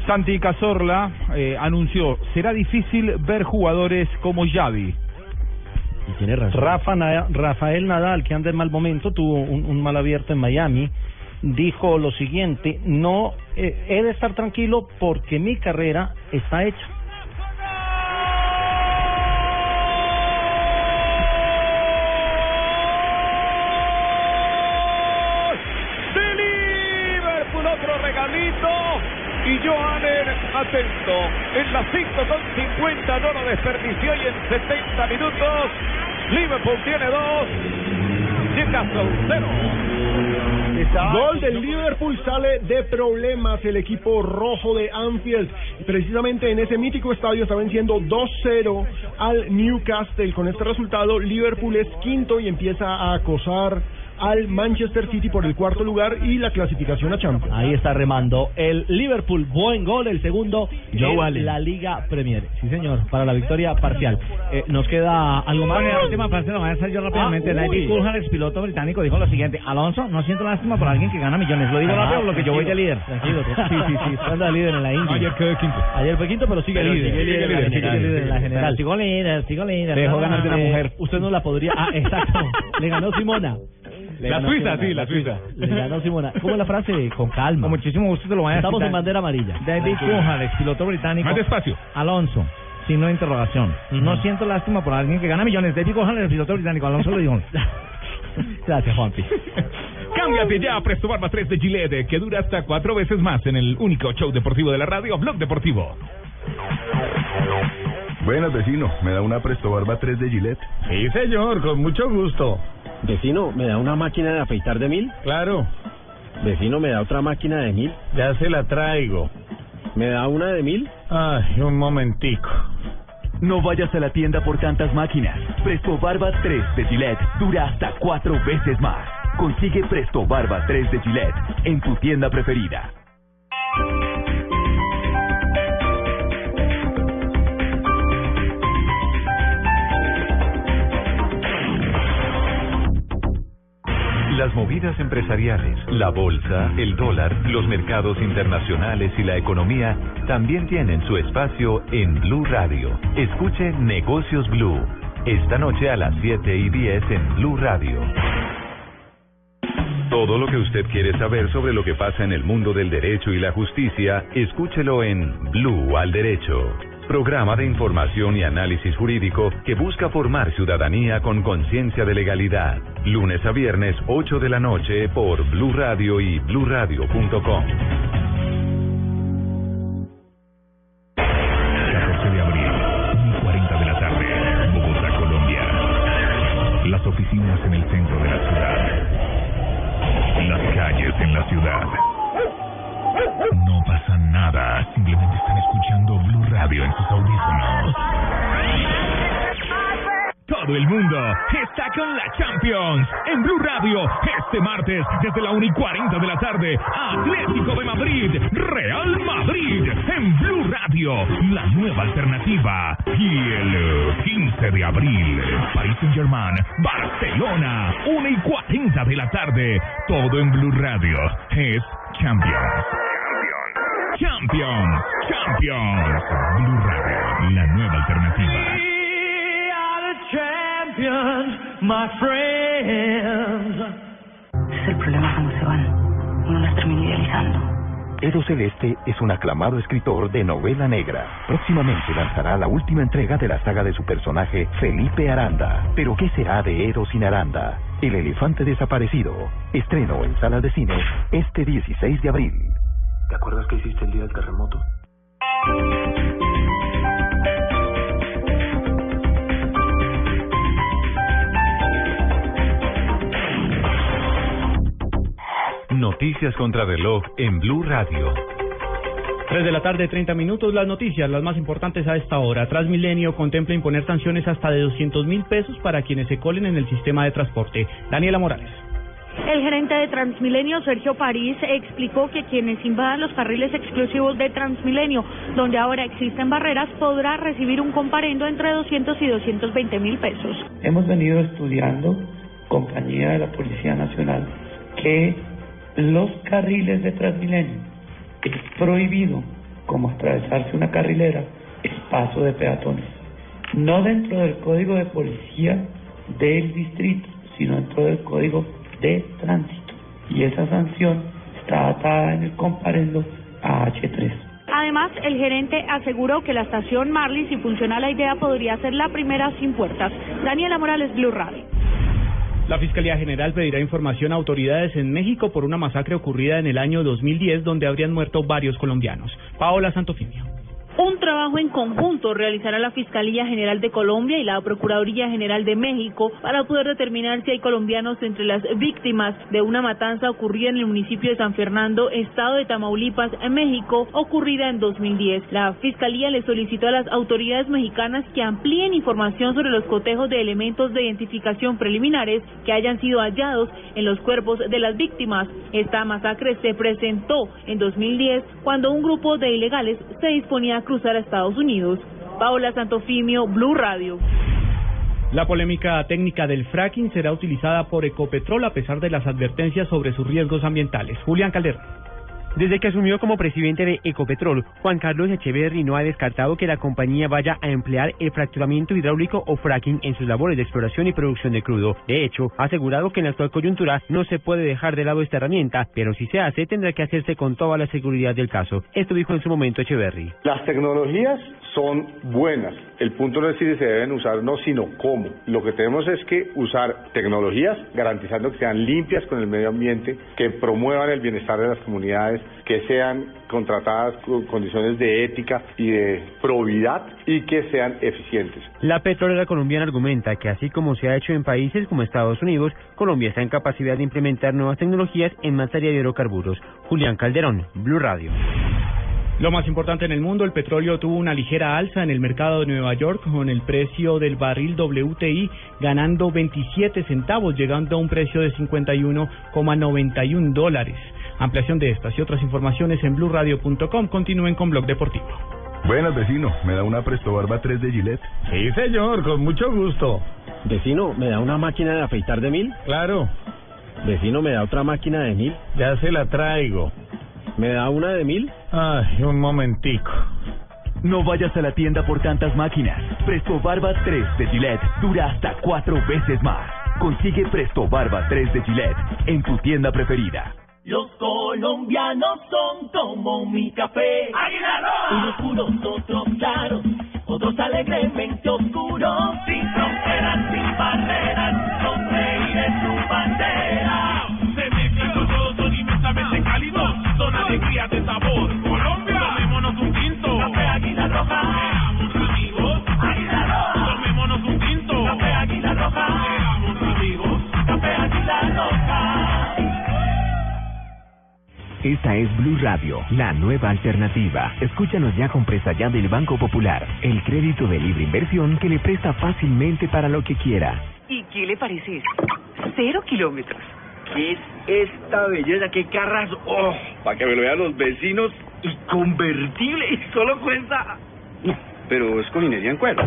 [SPEAKER 11] Santi Cazorla eh, anunció, será difícil ver jugadores como Xavi.
[SPEAKER 6] Y tiene razón.
[SPEAKER 50] Rafa Na- Rafael Nadal, que anda en mal momento, tuvo un, un mal abierto en Miami, dijo lo siguiente, no, eh, he de estar tranquilo porque mi carrera está hecha.
[SPEAKER 3] de Liverpool, otro regalito. Y Johanen, atento, en las 5 con 50 no lo desperdició y en 70 minutos Liverpool tiene dos, Newcastle cero.
[SPEAKER 8] Gol del Liverpool sale de problemas el equipo rojo de Anfield. Precisamente en ese mítico estadio está venciendo 2-0 al Newcastle. Con este resultado, Liverpool es quinto y empieza a acosar al Manchester City por el cuarto lugar y la clasificación a Champions.
[SPEAKER 4] Ahí está remando el Liverpool. Buen gol, el segundo
[SPEAKER 8] Joe
[SPEAKER 4] en
[SPEAKER 8] Allen.
[SPEAKER 4] la Liga Premier. Sí, señor, para la victoria parcial. Eh, nos queda algo más.
[SPEAKER 16] Bueno, la última frase lo voy a hacer yo rápidamente.
[SPEAKER 4] Ah, uy.
[SPEAKER 16] David Coulthard, ex piloto británico, dijo lo siguiente: Alonso, no siento lástima por alguien que gana millones. Lo digo
[SPEAKER 4] Ah,
[SPEAKER 16] rápido, por lo que yo voy de
[SPEAKER 4] tranquilo,
[SPEAKER 16] líder.
[SPEAKER 4] tranquilo, tranquilo. Sí, sí, sí, anda líder en la India.
[SPEAKER 16] Ayer
[SPEAKER 19] quedó quinto.
[SPEAKER 4] Ayer fue quinto, pero sigue
[SPEAKER 16] Pero
[SPEAKER 4] líder.
[SPEAKER 16] sigue líder en la
[SPEAKER 4] sigue
[SPEAKER 16] general.
[SPEAKER 4] líder en la general.
[SPEAKER 16] Pero sigo líder, sigo líder.
[SPEAKER 4] Le dejó
[SPEAKER 16] No,
[SPEAKER 4] ganar de una
[SPEAKER 16] eh,
[SPEAKER 4] mujer. Usted no la podría. Ah, exacto. Le ganó Simona. Le
[SPEAKER 16] La
[SPEAKER 4] ganó
[SPEAKER 16] Suiza,
[SPEAKER 4] Simona,
[SPEAKER 16] sí, la Suiza.
[SPEAKER 4] Le ganó Simona. ¿Cómo es la frase? Con calma. Con
[SPEAKER 16] muchísimo gusto te lo voy a
[SPEAKER 4] Estamos
[SPEAKER 16] citar.
[SPEAKER 4] en bandera amarilla.
[SPEAKER 16] David
[SPEAKER 4] Tranquilo.
[SPEAKER 16] Coulthard, ex piloto británico.
[SPEAKER 4] Más despacio.
[SPEAKER 16] Alonso,
[SPEAKER 51] signo de interrogación. No siento lástima por alguien que gana millones. David Gohan, el piloto británico, Alonso lo dijo. Gracias, Juanpi.
[SPEAKER 19] Cámbiate ya a Presto Barba 3 de Gillette, eh, que dura hasta cuatro veces más en el único show deportivo de la radio, Blog Deportivo.
[SPEAKER 2] Buenas, vecino. ¿Me da una Presto Barba 3 de Gillette? Sí, señor, con mucho gusto.
[SPEAKER 52] Vecino, ¿me da una máquina de afeitar de mil? Claro. Vecino, ¿me da otra máquina de mil? Ya se la traigo. ¿Me da una de mil?
[SPEAKER 23] Ay, un momentico. No vayas a la tienda por tantas máquinas. Presto Barba 3 de Gillette dura hasta cuatro veces más. Consigue Presto Barba 3 de Gillette en tu tienda preferida.
[SPEAKER 1] Las movidas empresariales, la bolsa, el dólar, los mercados internacionales y la economía también tienen su espacio en Blue Radio. Escuche Negocios Blue. Esta noche a las 7 y 10 en Blue Radio. Todo lo que usted quiere saber sobre lo que pasa en el mundo del derecho y la justicia, escúchelo en Blue al Derecho. Programa de información y análisis jurídico que busca formar ciudadanía con conciencia de legalidad. Lunes a viernes, 8 de la noche, por Blue Radio y bluradio.com.
[SPEAKER 21] 14 de abril, 1.40 de la tarde, Bogotá, Colombia. Las oficinas en el centro de la ciudad. Las calles en la ciudad.
[SPEAKER 3] ¡Eh!
[SPEAKER 21] No pasa nada, simplemente están escuchando Blue Radio en sus audífonos.
[SPEAKER 19] Todo el mundo está con la Champions en Blue Radio este martes desde la 1 y 40 de la tarde. Atlético de Madrid, Real Madrid en Blue Radio, la nueva alternativa.
[SPEAKER 21] Y el eh, 15 de abril, Paris Saint Germain,
[SPEAKER 19] Barcelona, 1 y 40 de la tarde. Todo en Blue Radio es Champions. Champions, Champions.
[SPEAKER 21] Blue Radio, la nueva alternativa.
[SPEAKER 3] Ese es el problema cuando se van. Uno las termina idealizando.
[SPEAKER 2] Edo Celeste es un aclamado escritor de novela negra. Próximamente lanzará la última entrega de la saga de su personaje, Felipe Aranda. Pero ¿qué será de Edo sin Aranda? El elefante desaparecido. Estreno en salas de cine este 16 de abril.
[SPEAKER 53] ¿Te acuerdas que hiciste el día del terremoto?
[SPEAKER 1] Noticias contra reloj en Blue Radio.
[SPEAKER 4] 3 de la tarde, 30 minutos. Las noticias, las más importantes a esta hora. Transmilenio contempla imponer sanciones hasta de 200 mil pesos para quienes se colen en el sistema de transporte. Daniela Morales.
[SPEAKER 7] El gerente de Transmilenio, Sergio París, explicó que quienes invadan los carriles exclusivos de Transmilenio, donde ahora existen barreras, podrá recibir un comparendo entre 200 y 220 mil pesos.
[SPEAKER 54] Hemos venido estudiando, compañía de la Policía Nacional, que los carriles de Transmilenio es prohibido, como atravesarse una carrilera, es paso de peatones. No dentro del código de policía del distrito, sino dentro del código de tránsito. Y esa sanción está atada en el comparendo a H3.
[SPEAKER 7] Además, el gerente aseguró que la estación Marlis, si funciona la idea, podría ser la primera sin puertas. Daniela Morales, Blue Radio.
[SPEAKER 4] La Fiscalía General pedirá información a autoridades en México por una masacre ocurrida en el año 2010 donde habrían muerto varios colombianos. Paola Santofimio.
[SPEAKER 40] Un trabajo en conjunto realizará la Fiscalía General de Colombia y la Procuraduría General de México para poder determinar si hay colombianos entre las víctimas de una matanza ocurrida en el municipio de San Fernando, estado de Tamaulipas, en México, ocurrida en 2010. La Fiscalía le solicitó a las autoridades mexicanas que amplíen información sobre los cotejos de elementos de identificación preliminares que hayan sido hallados en los cuerpos de las víctimas. Esta masacre se presentó en 2010 cuando un grupo de ilegales se disponía a cruzar a Estados Unidos. Paola Santofimio, Blue Radio.
[SPEAKER 4] La polémica técnica del fracking será utilizada por Ecopetrol a pesar de las advertencias sobre sus riesgos ambientales. Julián Calderón. Desde que asumió como presidente de Ecopetrol, Juan Carlos Echeverri no ha descartado que la compañía vaya a emplear el fracturamiento hidráulico o fracking en sus labores de exploración y producción de crudo. De hecho, ha asegurado que en la actual coyuntura no se puede dejar de lado esta herramienta, pero si se hace tendrá que hacerse con toda la seguridad del caso. Esto dijo en su momento Echeverri.
[SPEAKER 19] Las tecnologías son buenas. El punto no es si se deben usar o no, sino cómo. Lo que tenemos es que usar tecnologías garantizando que sean limpias con el medio ambiente, que promuevan el bienestar de las comunidades, que sean contratadas con condiciones de ética y de probidad y que sean eficientes.
[SPEAKER 4] La petrolera colombiana argumenta que así como se ha hecho en países como Estados Unidos, Colombia está en capacidad de implementar nuevas tecnologías en materia de hidrocarburos. Julián Calderón, Blue Radio.
[SPEAKER 55] Lo más importante en el mundo, el petróleo tuvo una ligera alza en el mercado de Nueva York con el precio del barril WTI ganando 27 centavos, llegando a un precio de 51,91 dólares. Ampliación de estas y otras informaciones en blurradio.com. Continúen con Blog Deportivo.
[SPEAKER 1] Buenas, vecino. ¿Me da una Presto Barba 3 de Gillette?
[SPEAKER 2] Sí, señor, con mucho gusto. Vecino, ¿me da una máquina de afeitar de mil?
[SPEAKER 56] Claro.
[SPEAKER 2] Vecino, ¿me da otra máquina de mil?
[SPEAKER 56] Ya se la traigo.
[SPEAKER 2] ¿Me da una de mil?
[SPEAKER 56] Ay, un momentico.
[SPEAKER 23] No vayas a la tienda por tantas máquinas. Presto Barba 3 de Gillette dura hasta cuatro veces más. Consigue Presto Barba 3 de Gillette en tu tienda preferida.
[SPEAKER 3] Los colombianos son como mi café. Unos puros, otros claros, otros alegremente oscuros. Sin fronteras, sin barreras, son reyes su bandera.
[SPEAKER 57] Se mezclan con todos, son inmensamente cálidos, son alegrías de sabor. Colombia, tomémonos un tinto. Café Águila Roja. Seamos amigos. Águila Roja. Tomémonos un tinto. Café Águila Roja. Seamos amigos. Café Águila
[SPEAKER 23] Esta es Blue Radio, la nueva alternativa. Escúchanos ya con presta ya del Banco Popular, el crédito de libre inversión que le presta fácilmente para lo que quiera.
[SPEAKER 58] ¿Y qué le parece esto? Cero kilómetros.
[SPEAKER 59] ¿Qué es esta belleza? ¿Qué carras? ¡Oh! Para que me lo vean los vecinos. Y convertible. Y solo cuesta... No, pero es con minería en cuero.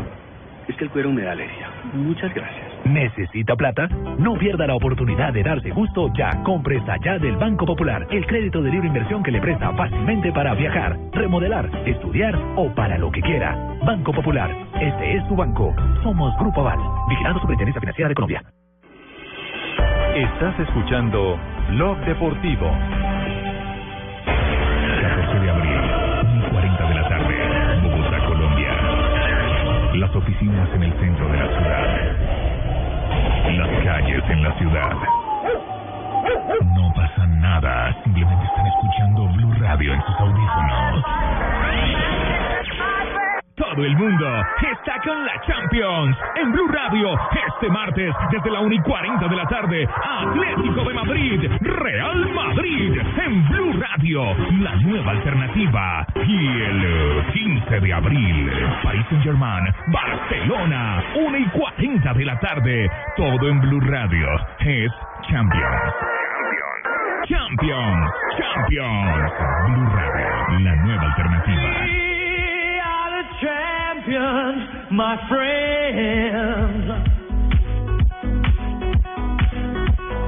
[SPEAKER 59] Es que el cuero me da alergia. Muchas gracias.
[SPEAKER 23] ¿Necesita plata? No pierda la oportunidad de darse gusto ya con Presta Ya del Banco Popular, el crédito de libre inversión que le presta fácilmente para viajar, remodelar, estudiar o para lo que quiera. Banco Popular, este es su banco. Somos Grupo Aval, vigilando Superintendencia Financiera de Colombia.
[SPEAKER 21] Estás escuchando Blog Deportivo.
[SPEAKER 1] 14 de abril, 1.40 de la tarde, Bogotá, Colombia. Las oficinas en el centro de la ciudad. Las calles en la ciudad. No pasa nada, simplemente están escuchando Blue Radio en sus audífonos.
[SPEAKER 21] Todo el mundo está con la Champions en Blue Radio este martes desde la 1 y 40 de la tarde. Atlético de Madrid, Real Madrid en Blue Radio, la nueva alternativa.
[SPEAKER 1] Y el 15 de abril, Paris Saint Germain,
[SPEAKER 21] Barcelona, 1 y 40 de la tarde. Todo en Blue Radio es Champions. Champions, Champions.
[SPEAKER 1] Blue Radio, la nueva alternativa.
[SPEAKER 3] champions, my friend.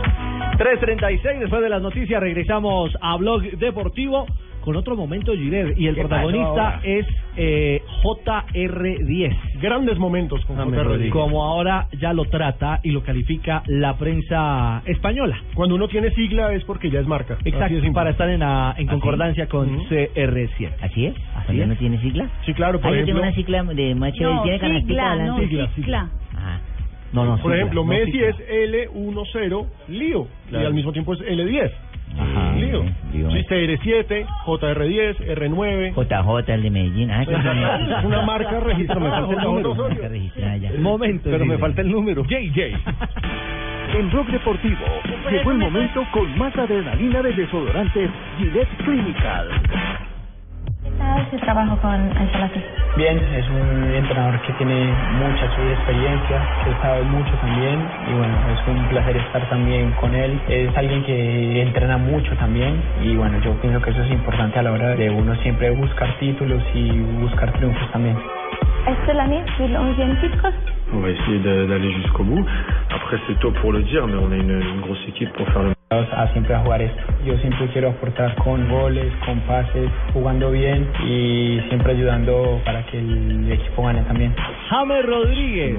[SPEAKER 60] 3.36, después de las noticias, regresamos a Blog Deportivo con otro momento, Giler. Y el
[SPEAKER 8] ¿Qué pasó
[SPEAKER 60] protagonista
[SPEAKER 8] ahora?
[SPEAKER 60] es eh, JR10.
[SPEAKER 8] Grandes momentos con James Rodríguez.
[SPEAKER 60] Ah, Como ahora ya lo trata y lo califica la prensa española.
[SPEAKER 8] Cuando uno tiene sigla es porque ya es marca. Así
[SPEAKER 60] Exacto,
[SPEAKER 8] de simple.
[SPEAKER 60] para estar en, la- en
[SPEAKER 8] Así.
[SPEAKER 60] concordancia con
[SPEAKER 8] Ujú.
[SPEAKER 60] CR7.
[SPEAKER 16] Así es. ¿Cuándo no tiene sigla?
[SPEAKER 8] Sí, claro, por
[SPEAKER 16] Ah, yo tengo
[SPEAKER 8] ejemplo.
[SPEAKER 16] una sigla de macho
[SPEAKER 8] No,
[SPEAKER 16] tiene canastica
[SPEAKER 8] sigla,
[SPEAKER 16] adelante.
[SPEAKER 8] no, Sigla, sigla.
[SPEAKER 60] No, no,
[SPEAKER 8] Por
[SPEAKER 16] sigla,
[SPEAKER 8] ejemplo,
[SPEAKER 16] no
[SPEAKER 8] Messi
[SPEAKER 16] sigla.
[SPEAKER 8] es L10 Lío y
[SPEAKER 16] Claro.
[SPEAKER 8] al mismo tiempo es L10.
[SPEAKER 16] Ajá.
[SPEAKER 8] Lío.
[SPEAKER 16] Lío.
[SPEAKER 8] Sí, CR7, JR10, R9.
[SPEAKER 16] JJ, el de Medellín. Ah, qué genial.
[SPEAKER 8] Es una marca registrada.
[SPEAKER 16] Me falta el
[SPEAKER 8] Jorge
[SPEAKER 16] número.
[SPEAKER 8] Osorio.
[SPEAKER 16] Marca registrada
[SPEAKER 23] Eh,
[SPEAKER 16] ya.
[SPEAKER 60] Momento,
[SPEAKER 16] Pero me falta
[SPEAKER 60] el número.
[SPEAKER 21] JJ.
[SPEAKER 23] En Rock Deportivo llegó el momento con más adrenalina de desodorantes Gillette Clinical.
[SPEAKER 7] ¿Qué tal su trabajo con Ancelotti?
[SPEAKER 61] Bien, es un entrenador que tiene mucha su experiencia, que sabe mucho también y bueno, es un placer estar también con él. Es alguien que entrena mucho también y bueno, yo pienso que eso es importante a la hora de uno siempre buscar títulos y buscar triunfos también.
[SPEAKER 7] Esta Este es la mía, el 11 titre.
[SPEAKER 62] On va essayer d'a- d'aller jusqu'au bout. Après, c'est tôt pour le dire, mais on a une, une grosse équipe pour faire le
[SPEAKER 63] a siempre a jugar esto. Yo siempre quiero aportar con goles, con pases, jugando bien y siempre ayudando para que el equipo gane también.
[SPEAKER 4] James Rodríguez.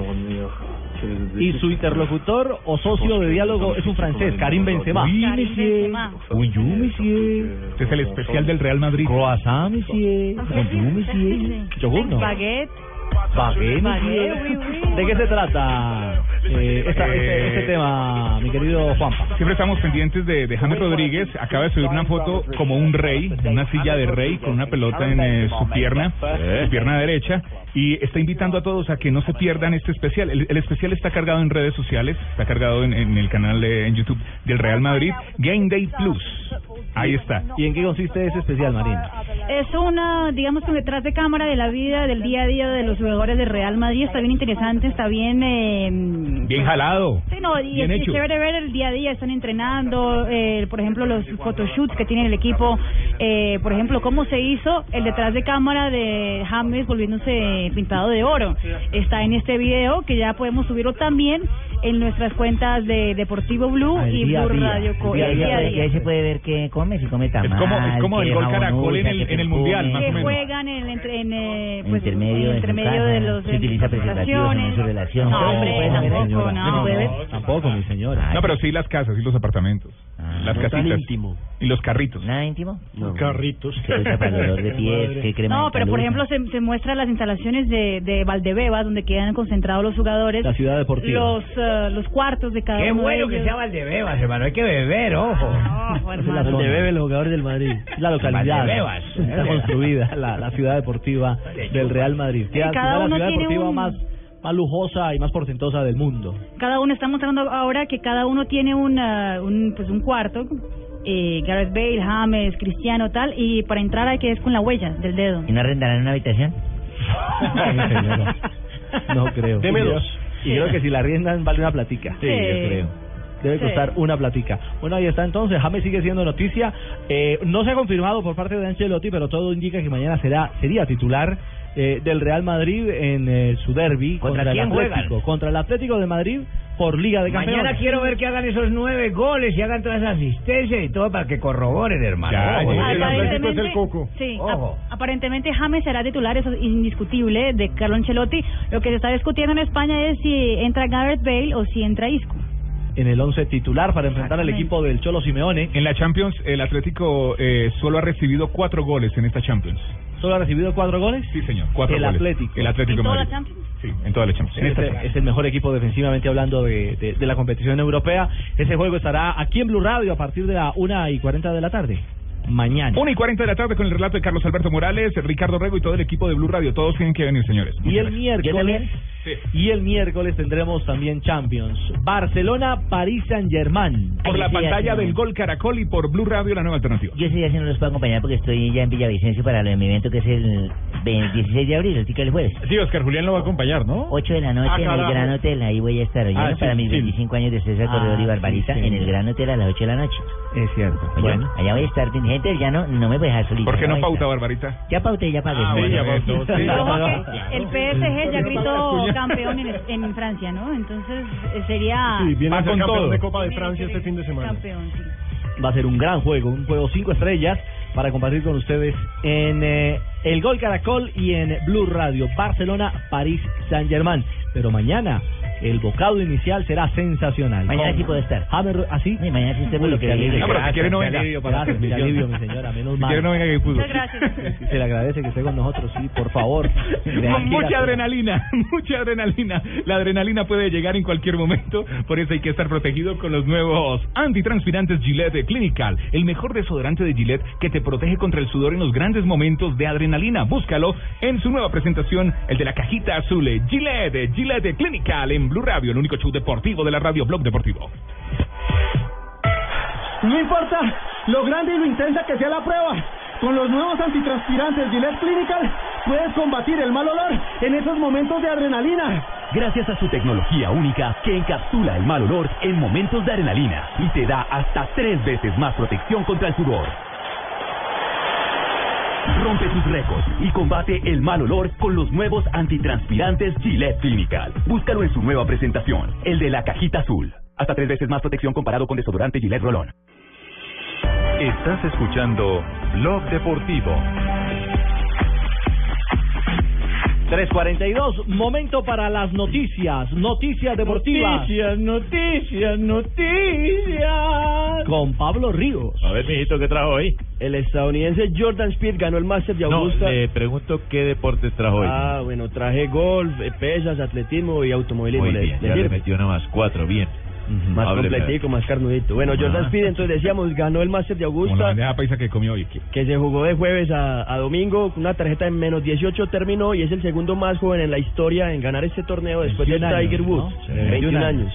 [SPEAKER 4] Y su interlocutor o socio de diálogo es un francés, Karim Benzema.
[SPEAKER 19] Oui,
[SPEAKER 4] Benzema.
[SPEAKER 19] Este es el especial del Real Madrid.
[SPEAKER 4] Croissant, monsieur. Bonjour, monsieur. Yogur, no.
[SPEAKER 7] Baguette.
[SPEAKER 4] Baguette,
[SPEAKER 7] Baguette,
[SPEAKER 4] monsieur.
[SPEAKER 7] oui, oui.
[SPEAKER 4] ¿De qué se trata eh, esta- este, este tema, mi querido Juanpa?
[SPEAKER 19] Siempre estamos pendientes de, de James Rodríguez. Acaba de subir una foto como un rey, en una silla de rey, con una pelota en eh, su pierna, su pierna derecha. Y está invitando a todos a que no se pierdan este especial. El, el especial está cargado en redes sociales, está cargado en, en el canal de, en YouTube del Real Madrid, Game Day Plus. Ahí está.
[SPEAKER 4] ¿Y en qué consiste ese especial, Marín?
[SPEAKER 7] Es una, digamos, un detrás de cámara de la vida, del día a día de los jugadores de Real Madrid. Está bien interesante, está bien... eh,
[SPEAKER 19] Bien jalado.
[SPEAKER 7] Sí, no, y
[SPEAKER 19] Bien
[SPEAKER 7] es
[SPEAKER 19] hecho.
[SPEAKER 7] chévere ver el día a día, están entrenando, eh, por ejemplo, los photoshoots que tiene el equipo, eh, por ejemplo, cómo se hizo el detrás de cámara de James volviéndose pintado de oro. Está en este video que ya podemos subirlo también en nuestras cuentas de Deportivo Blue
[SPEAKER 16] Ah, el
[SPEAKER 7] y
[SPEAKER 16] día a
[SPEAKER 7] Blue
[SPEAKER 16] día,
[SPEAKER 7] Radio Co.
[SPEAKER 16] el día a
[SPEAKER 7] el
[SPEAKER 16] día,
[SPEAKER 7] día a
[SPEAKER 16] y ahí
[SPEAKER 7] día.
[SPEAKER 16] se puede ver que come, si come tamal.
[SPEAKER 19] Es como- es como el
[SPEAKER 16] que
[SPEAKER 19] gol caracol en
[SPEAKER 16] babonusa,
[SPEAKER 19] el-
[SPEAKER 16] que
[SPEAKER 19] en el mundial,
[SPEAKER 16] perfume.
[SPEAKER 19] más o
[SPEAKER 7] que
[SPEAKER 19] menos.
[SPEAKER 7] juegan en el entre, en, eh, pues,
[SPEAKER 16] Intermedio,
[SPEAKER 7] en
[SPEAKER 16] en su
[SPEAKER 7] intermedio
[SPEAKER 16] casa,
[SPEAKER 7] de los
[SPEAKER 16] se utiliza preservativo, se
[SPEAKER 7] relaciones.
[SPEAKER 16] no se relaciona.
[SPEAKER 7] No, hombre,
[SPEAKER 16] Bueno,
[SPEAKER 7] tampoco,
[SPEAKER 16] señora.
[SPEAKER 7] no. pues,
[SPEAKER 4] Tampoco, mi señora.
[SPEAKER 19] No, pero sí las casas, sí los apartamentos. Las
[SPEAKER 16] no tan
[SPEAKER 19] casitas.
[SPEAKER 16] íntimo.
[SPEAKER 19] Y los carritos.
[SPEAKER 16] Ah, ¿Nada íntimo?
[SPEAKER 64] Carritos.
[SPEAKER 16] Se usa para el dolor de pies, que Este, crema
[SPEAKER 7] No,
[SPEAKER 16] de
[SPEAKER 7] pero por
[SPEAKER 16] calusa.
[SPEAKER 7] ejemplo se, se muestra las instalaciones de, de Valdebebas donde quedan concentrados los jugadores.
[SPEAKER 4] La ciudad deportiva.
[SPEAKER 7] Los, eh, los cuartos de cada
[SPEAKER 3] Qué
[SPEAKER 7] uno
[SPEAKER 3] bueno
[SPEAKER 7] de
[SPEAKER 3] que
[SPEAKER 7] ellos.
[SPEAKER 3] sea Valdebebas, hermano. Hay que beber, ojo.
[SPEAKER 4] Donde bebe el jugador del Madrid. La localidad.
[SPEAKER 3] Valdebebas.
[SPEAKER 16] eh.
[SPEAKER 4] Está construida la, la ciudad deportiva del Real Madrid. Que
[SPEAKER 7] Y
[SPEAKER 4] es
[SPEAKER 7] cada
[SPEAKER 4] la
[SPEAKER 7] uno
[SPEAKER 4] ciudad
[SPEAKER 7] tiene
[SPEAKER 4] deportiva
[SPEAKER 7] un-
[SPEAKER 4] más, más lujosa y más porcentosa del mundo.
[SPEAKER 7] Cada uno está mostrando ahora que cada uno tiene una, un, pues, un cuarto. Eh, Gareth Bale, James, Cristiano, tal. Y para entrar hay que es con la huella del dedo.
[SPEAKER 16] ¿Y no arrendarán una habitación?
[SPEAKER 4] No creo.
[SPEAKER 16] Deme
[SPEAKER 4] Y yo-
[SPEAKER 16] dos.
[SPEAKER 4] Y creo que si la riendan vale una platica.
[SPEAKER 16] Sí, yo Sí. creo.
[SPEAKER 4] Debe
[SPEAKER 16] Sí.
[SPEAKER 4] costar una platica. Bueno, ahí está entonces. James sigue siendo noticia. Eh, no se ha confirmado por parte de Ancelotti, pero todo indica que mañana será sería titular eh, del Real Madrid en eh, su derby
[SPEAKER 3] ¿Contra quién
[SPEAKER 4] el Atlético.
[SPEAKER 3] juegan?
[SPEAKER 4] Contra el Atlético de Madrid por Liga de Campeones.
[SPEAKER 3] Mañana quiero ver que hagan esos nueve goles y hagan todas esas asistencias y todo para que corroboren, hermano.
[SPEAKER 19] Ya,
[SPEAKER 3] Ojo,
[SPEAKER 19] ya,
[SPEAKER 3] ¿eh?
[SPEAKER 19] ya.
[SPEAKER 7] Aparentemente,
[SPEAKER 19] es el coco.
[SPEAKER 7] sí,
[SPEAKER 3] Ojo.
[SPEAKER 7] ap- aparentemente James será titular, eso es indiscutible, de Carlo Ancelotti. Lo que se está discutiendo en España es si entra Gareth Bale o si entra Isco.
[SPEAKER 4] En el once titular para enfrentar al equipo del Cholo Simeone.
[SPEAKER 19] En la Champions, el Atlético eh, solo ha recibido cuatro goles en esta Champions.
[SPEAKER 4] ¿Solo ha recibido cuatro goles?
[SPEAKER 19] Sí, señor. Cuatro
[SPEAKER 4] El
[SPEAKER 19] goles.
[SPEAKER 4] Atlético.
[SPEAKER 19] El Atlético de Madrid. Sí, en toda la Champions. Este,
[SPEAKER 4] Este
[SPEAKER 19] En
[SPEAKER 4] Es,
[SPEAKER 19] esta
[SPEAKER 4] el-
[SPEAKER 19] Champions.
[SPEAKER 4] es el mejor equipo defensivamente hablando de, de- de la competición europea. Ese juego estará aquí en Blue Radio a partir de la 1 y 40 de la tarde. Mañana.
[SPEAKER 19] 1 y 40 de la tarde con el relato de Carlos Alberto Morales, Ricardo Rego y todo el equipo de Blue Radio. Todos tienen que venir, señores.
[SPEAKER 4] Y el
[SPEAKER 19] Muchas
[SPEAKER 4] miércoles. Y el miércoles tendremos también Champions. Barcelona, París Saint Germain.
[SPEAKER 19] Por la pantalla del Gol Caracol y por Blue Radio, la nueva alternativa.
[SPEAKER 16] Yo ese día sí no los puedo acompañar porque estoy ya en Villavicencio para el evento que es el 20 16 de abril, el tica el jueves.
[SPEAKER 12] Sí, Oscar Julián lo va a acompañar, ¿no?
[SPEAKER 16] 8 de la noche
[SPEAKER 12] Ah,
[SPEAKER 16] en el
[SPEAKER 12] carajo.
[SPEAKER 16] Gran Hotel, ahí voy a estar oyendo
[SPEAKER 12] Ah, sí,
[SPEAKER 16] para mis
[SPEAKER 12] sí.
[SPEAKER 16] 25 años de César Corredor y
[SPEAKER 12] Ah,
[SPEAKER 16] Barbarita
[SPEAKER 12] sí, sí.
[SPEAKER 16] en el Gran Hotel a las 8 de la noche.
[SPEAKER 4] Es cierto.
[SPEAKER 16] bueno, allá voy a estar, gente, ya no, no me voy a dejar solito.
[SPEAKER 19] ¿Por qué no
[SPEAKER 16] allá voy a
[SPEAKER 19] pauta,
[SPEAKER 16] estar.
[SPEAKER 19] Barbarita?
[SPEAKER 16] Ya pauté, ya pagué.
[SPEAKER 19] Ah,
[SPEAKER 16] ¿no?
[SPEAKER 19] bueno, eso, sí.
[SPEAKER 7] Ojo
[SPEAKER 19] Claro.
[SPEAKER 7] que el PSG ya gritó campeón en, en Francia, ¿no? Entonces eh, sería
[SPEAKER 64] Sí, viene
[SPEAKER 4] Ah. Va
[SPEAKER 64] a ser
[SPEAKER 4] con
[SPEAKER 64] campeón
[SPEAKER 4] todo.
[SPEAKER 64] de Copa de Francia este fin de semana.
[SPEAKER 7] campeón. sí.
[SPEAKER 4] Va a ser un gran juego, un juego cinco estrellas para compartir con ustedes en eh, el Gol Caracol y en Blue Radio. Barcelona, París Saint Germain. Pero mañana el bocado inicial será sensacional. Ah,
[SPEAKER 16] Mañana
[SPEAKER 4] Con
[SPEAKER 16] sí puedo estar.
[SPEAKER 4] James Ro- ¿Así?
[SPEAKER 16] Sí, mañana sí usted
[SPEAKER 4] Uy,
[SPEAKER 16] lo que
[SPEAKER 4] qué alivio.
[SPEAKER 19] No, pero si quiere no venga.
[SPEAKER 4] Gracias, qué alivio, mi señora, menos
[SPEAKER 19] Si
[SPEAKER 4] mal.
[SPEAKER 19] quiere no venga que hay fútbol.
[SPEAKER 4] Muchas Sí, Se le agradece que esté con nosotros, sí, por favor.
[SPEAKER 19] Con mucha adrenalina, mucha adrenalina. La adrenalina puede llegar en cualquier momento, por eso hay que estar protegido con los nuevos antitranspirantes Gillette Clinical, el mejor desodorante de Gillette que te protege contra el sudor en los grandes momentos de adrenalina. Búscalo en su nueva presentación, el de la cajita azul. eh, Gillette, Gillette Clinical en Blue Radio, el único show deportivo de la radio Blog Deportivo.
[SPEAKER 2] No importa lo grande y lo intensa que sea la prueba. Con los nuevos antitranspirantes Gillette Clinical puedes combatir el mal olor en esos momentos de adrenalina.
[SPEAKER 23] Gracias a su tecnología única que encapsula el mal olor en momentos de adrenalina y te da hasta tres veces más protección contra el sudor. Rompe tus récords y combate el mal olor con los nuevos antitranspirantes Gillette Clinical. Búscalo en su nueva presentación, el de la cajita azul. Hasta tres veces más protección comparado con desodorante Gillette Rolón.
[SPEAKER 1] Estás escuchando Blog Deportivo.
[SPEAKER 4] 3.42, momento para las noticias, noticias deportivas.
[SPEAKER 6] Noticias, noticias, noticias.
[SPEAKER 4] Con Pablo Ríos.
[SPEAKER 12] A ver, mijito, ¿qué trajo hoy?
[SPEAKER 6] El estadounidense Jordan Speed ganó el Master de
[SPEAKER 12] No,
[SPEAKER 6] Augusta.
[SPEAKER 12] le pregunto qué deportes trajo hoy.
[SPEAKER 6] Ah, bueno, traje golf, eh, pesas, atletismo y automovilismo.
[SPEAKER 12] Muy
[SPEAKER 6] ¿Le-
[SPEAKER 12] bien,
[SPEAKER 6] le
[SPEAKER 12] ya le
[SPEAKER 6] sirve?
[SPEAKER 12] metió una más cuatro, bien.
[SPEAKER 6] Más
[SPEAKER 12] Hábleme.
[SPEAKER 6] completico, más carnudito. Bueno, Jordan
[SPEAKER 12] Ah.
[SPEAKER 6] Speed, entonces decíamos, ganó el Master de Augusta. paisa que comió hoy. Que, se jugó de jueves a, a domingo, con una tarjeta en menos 18 terminó y es el segundo más joven en la historia en ganar este torneo después de
[SPEAKER 12] 21 años,
[SPEAKER 6] Tiger Woods.
[SPEAKER 12] ¿no? Sí.
[SPEAKER 6] 21 años.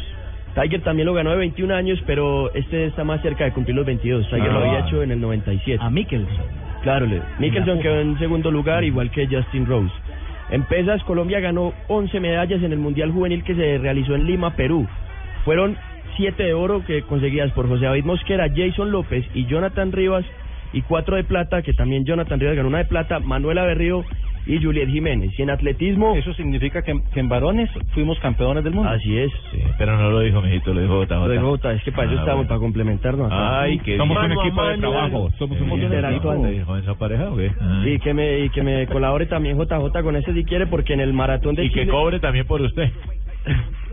[SPEAKER 6] Tiger también lo ganó de 21 años, pero este está más cerca de cumplir los 22. Tiger
[SPEAKER 12] Ah.
[SPEAKER 6] lo había hecho en el 97. A Mickelson. Claro, le- Mickelson quedó en segundo lugar, igual que Justin Rose. En pesas, Colombia ganó 11 medallas en el Mundial Juvenil que se realizó en Lima, Perú. Fueron 7 de oro que conseguidas por José David Mosquera, Jason López y Jonathan Rivas, y 4 de plata, que también Jonathan Rivas ganó una de plata, Manuela Berrío y Juliet Jiménez. Y en atletismo... Eso significa que, en varones fuimos campeones del mundo. Así es.
[SPEAKER 12] Pero no lo dijo, mijito, lo dijo Botavota.
[SPEAKER 6] Lo de Bogotá, es que para
[SPEAKER 12] Ah,
[SPEAKER 6] eso estamos,
[SPEAKER 12] bueno.
[SPEAKER 6] para complementarnos. acá.
[SPEAKER 12] Ay, que
[SPEAKER 6] Somos un equipo de trabajo,
[SPEAKER 12] Somos
[SPEAKER 6] un equipo de trabajo.
[SPEAKER 12] esa pareja, güey.
[SPEAKER 4] Ah.
[SPEAKER 6] Y que me, y que me colabore también JJ con ese si quiere, porque en el maratón de
[SPEAKER 12] Y
[SPEAKER 6] Chile.
[SPEAKER 12] que cobre también por usted.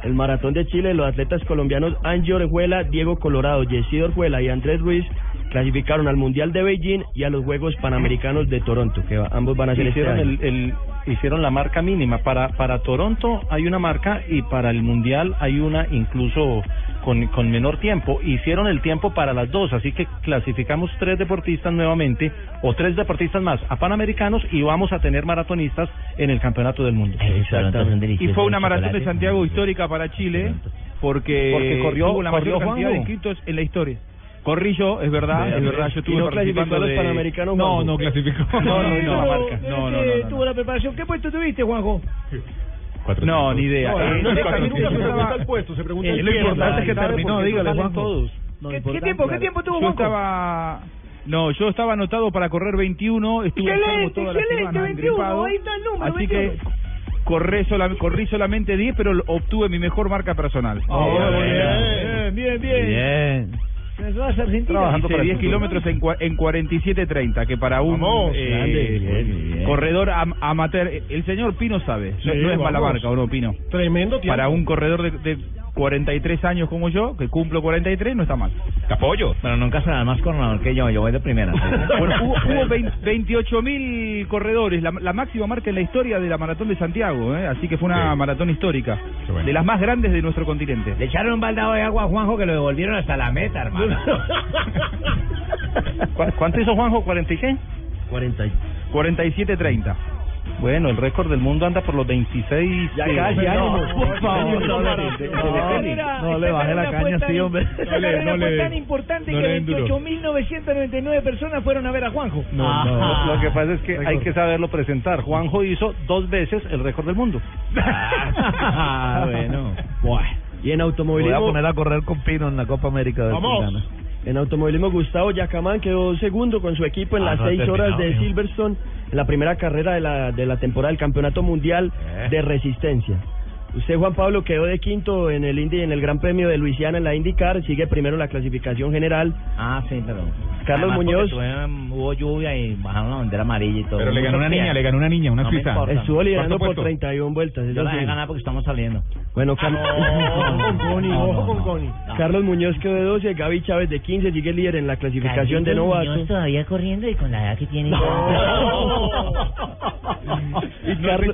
[SPEAKER 6] El maratón de Chile, los atletas colombianos Angie Orejuela, Diego Colorado, Yesid Orjuela y Andrés Ruiz clasificaron al Mundial de Beijing y a los Juegos Panamericanos de Toronto, que va- ambos van a ser este
[SPEAKER 2] hicieron
[SPEAKER 6] año.
[SPEAKER 2] el, el- hicieron la marca mínima para para Toronto hay una marca y para el mundial hay una incluso con, con menor tiempo hicieron el tiempo para las dos así que clasificamos tres deportistas nuevamente o tres deportistas más a panamericanos y vamos a tener maratonistas en el campeonato del mundo
[SPEAKER 11] Y fue una maratón de Santiago histórica para Chile porque,
[SPEAKER 2] Porque corrió-
[SPEAKER 11] tuvo la
[SPEAKER 2] corrió
[SPEAKER 11] mayor cantidad de
[SPEAKER 2] Juanjo.
[SPEAKER 11] inscritos en la historia. Corrí yo, es verdad,
[SPEAKER 2] Vea,
[SPEAKER 11] es verdad,
[SPEAKER 2] pues.
[SPEAKER 11] yo
[SPEAKER 2] ¿Y
[SPEAKER 11] estuve
[SPEAKER 2] no clasificó
[SPEAKER 11] participando
[SPEAKER 2] a los
[SPEAKER 11] de...
[SPEAKER 2] Panamericanos,
[SPEAKER 11] No,
[SPEAKER 2] Juanjo?
[SPEAKER 11] no clasificó. No, no, no,
[SPEAKER 3] Pero,
[SPEAKER 11] marca. No, no, no,
[SPEAKER 3] eh,
[SPEAKER 11] no, no.
[SPEAKER 3] Tuvo la preparación. ¿Qué puesto tuviste, Juanjo?
[SPEAKER 11] No, ni idea.
[SPEAKER 10] No,
[SPEAKER 11] Eh,
[SPEAKER 10] no,
[SPEAKER 11] sí,
[SPEAKER 10] nunca
[SPEAKER 11] cuatrocientos.
[SPEAKER 10] se sabe el puesto, se pregunta
[SPEAKER 11] Eh,
[SPEAKER 10] el
[SPEAKER 11] Lo
[SPEAKER 10] tiempo,
[SPEAKER 11] importante es que
[SPEAKER 10] ¿sabe?
[SPEAKER 11] terminó,
[SPEAKER 10] Porque
[SPEAKER 11] dígale,
[SPEAKER 10] salen
[SPEAKER 11] Juanjo.
[SPEAKER 10] todos.
[SPEAKER 11] Lo
[SPEAKER 10] ¿Qué- qué
[SPEAKER 11] importante,
[SPEAKER 10] tiempo, qué
[SPEAKER 11] claro.
[SPEAKER 10] tiempo tuvo
[SPEAKER 11] Yo
[SPEAKER 10] Juanjo?
[SPEAKER 11] estaba... No, yo estaba anotado para correr 21, estuve enfermo
[SPEAKER 3] Excelente,
[SPEAKER 11] toda la
[SPEAKER 3] excelente,
[SPEAKER 11] semana,
[SPEAKER 3] 21.
[SPEAKER 11] gripado.
[SPEAKER 3] Ahí está el número,
[SPEAKER 11] Así
[SPEAKER 3] 21.
[SPEAKER 11] que corré, sola- corrí solamente 10, pero obtuve mi mejor marca personal.
[SPEAKER 3] Bien, bien, bien. Eso va a ser Argentina.
[SPEAKER 11] Trabajando
[SPEAKER 3] Hice
[SPEAKER 11] para 10 kilómetros en, cua- en 47.30, que para un
[SPEAKER 3] Vamos,
[SPEAKER 11] eh,
[SPEAKER 3] grande,
[SPEAKER 11] corredor am- amateur, eh, el señor Pino sabe, no,
[SPEAKER 10] Sí,
[SPEAKER 11] no es
[SPEAKER 10] vamos.
[SPEAKER 11] mala marca, ¿o no, Pino?
[SPEAKER 10] Tremendo tiempo.
[SPEAKER 11] Para un corredor de, de 43 años como yo, que cumplo 43, no está mal.
[SPEAKER 65] Te apoyo. Pero nunca será más coronador que yo, yo voy de primera.
[SPEAKER 11] Bueno, hubo, hubo 28 mil corredores, la, la máxima marca en la historia de la maratón de Santiago, ¿eh? así que fue una maratón histórica, de las más grandes de nuestro continente.
[SPEAKER 6] Le echaron un baldado de agua a Juanjo que lo devolvieron hasta la meta, hermano.
[SPEAKER 11] ¿Cuánto hizo Juanjo? ¿40 y qué?
[SPEAKER 6] 40.
[SPEAKER 11] 47.30. Bueno, el récord del mundo anda por los 26.
[SPEAKER 6] Ya
[SPEAKER 11] eh,
[SPEAKER 6] casi,
[SPEAKER 11] no,
[SPEAKER 6] ánimo, por
[SPEAKER 11] no,
[SPEAKER 6] favor.
[SPEAKER 11] no, no, no, no,
[SPEAKER 3] Mira,
[SPEAKER 11] Ah, no
[SPEAKER 3] esta
[SPEAKER 11] le bajé la caña,
[SPEAKER 3] carrera fue
[SPEAKER 11] sí,
[SPEAKER 3] tan-
[SPEAKER 11] hombre. No
[SPEAKER 3] Esta
[SPEAKER 11] le-
[SPEAKER 3] carrera
[SPEAKER 11] no
[SPEAKER 3] fue
[SPEAKER 11] le-
[SPEAKER 3] tan importante
[SPEAKER 11] no
[SPEAKER 3] que
[SPEAKER 11] le enduró.
[SPEAKER 3] 28.999 personas fueron a ver a Juanjo.
[SPEAKER 2] No, no, lo que pasa es que hay
[SPEAKER 3] Récord.
[SPEAKER 2] que saberlo presentar. Juanjo hizo dos veces el récord del mundo.
[SPEAKER 6] Ah, bueno. Y en automovilismo.
[SPEAKER 2] Voy a poner
[SPEAKER 6] a correr con Pino en la Copa América de En automovilismo, Gustavo Yacamán quedó segundo con su equipo en Ah, las no ha seis horas de terminado, hijo. Silverstone, en la primera carrera de la, de la temporada del Campeonato Mundial de Resistencia. Usted, Juan Pablo, quedó de quinto en el Indy, en el Gran Premio de Luisiana en la IndyCar, sigue primero la clasificación general.
[SPEAKER 16] Ah, sí, pero.
[SPEAKER 6] Carlos Muñoz.
[SPEAKER 16] Tuvieron, hubo lluvia y bajaron la bandera amarilla y todo.
[SPEAKER 6] Pero le ganó una niña, le ganó
[SPEAKER 2] una niña,
[SPEAKER 16] una
[SPEAKER 6] suiza. Estuvo liderando por
[SPEAKER 16] 30.
[SPEAKER 6] 31 vueltas. es
[SPEAKER 16] Yo la
[SPEAKER 6] decir.
[SPEAKER 16] dejé ganar porque estamos saliendo.
[SPEAKER 6] Bueno, Carlos.
[SPEAKER 16] con Connie, ojo con
[SPEAKER 6] Connie. Carlos Muñoz quedó de 12, Gaby Chávez de 15, sigue líder en la clasificación de
[SPEAKER 16] Carlitos
[SPEAKER 6] novato.
[SPEAKER 16] Muñoz todavía corriendo y con la edad que tiene.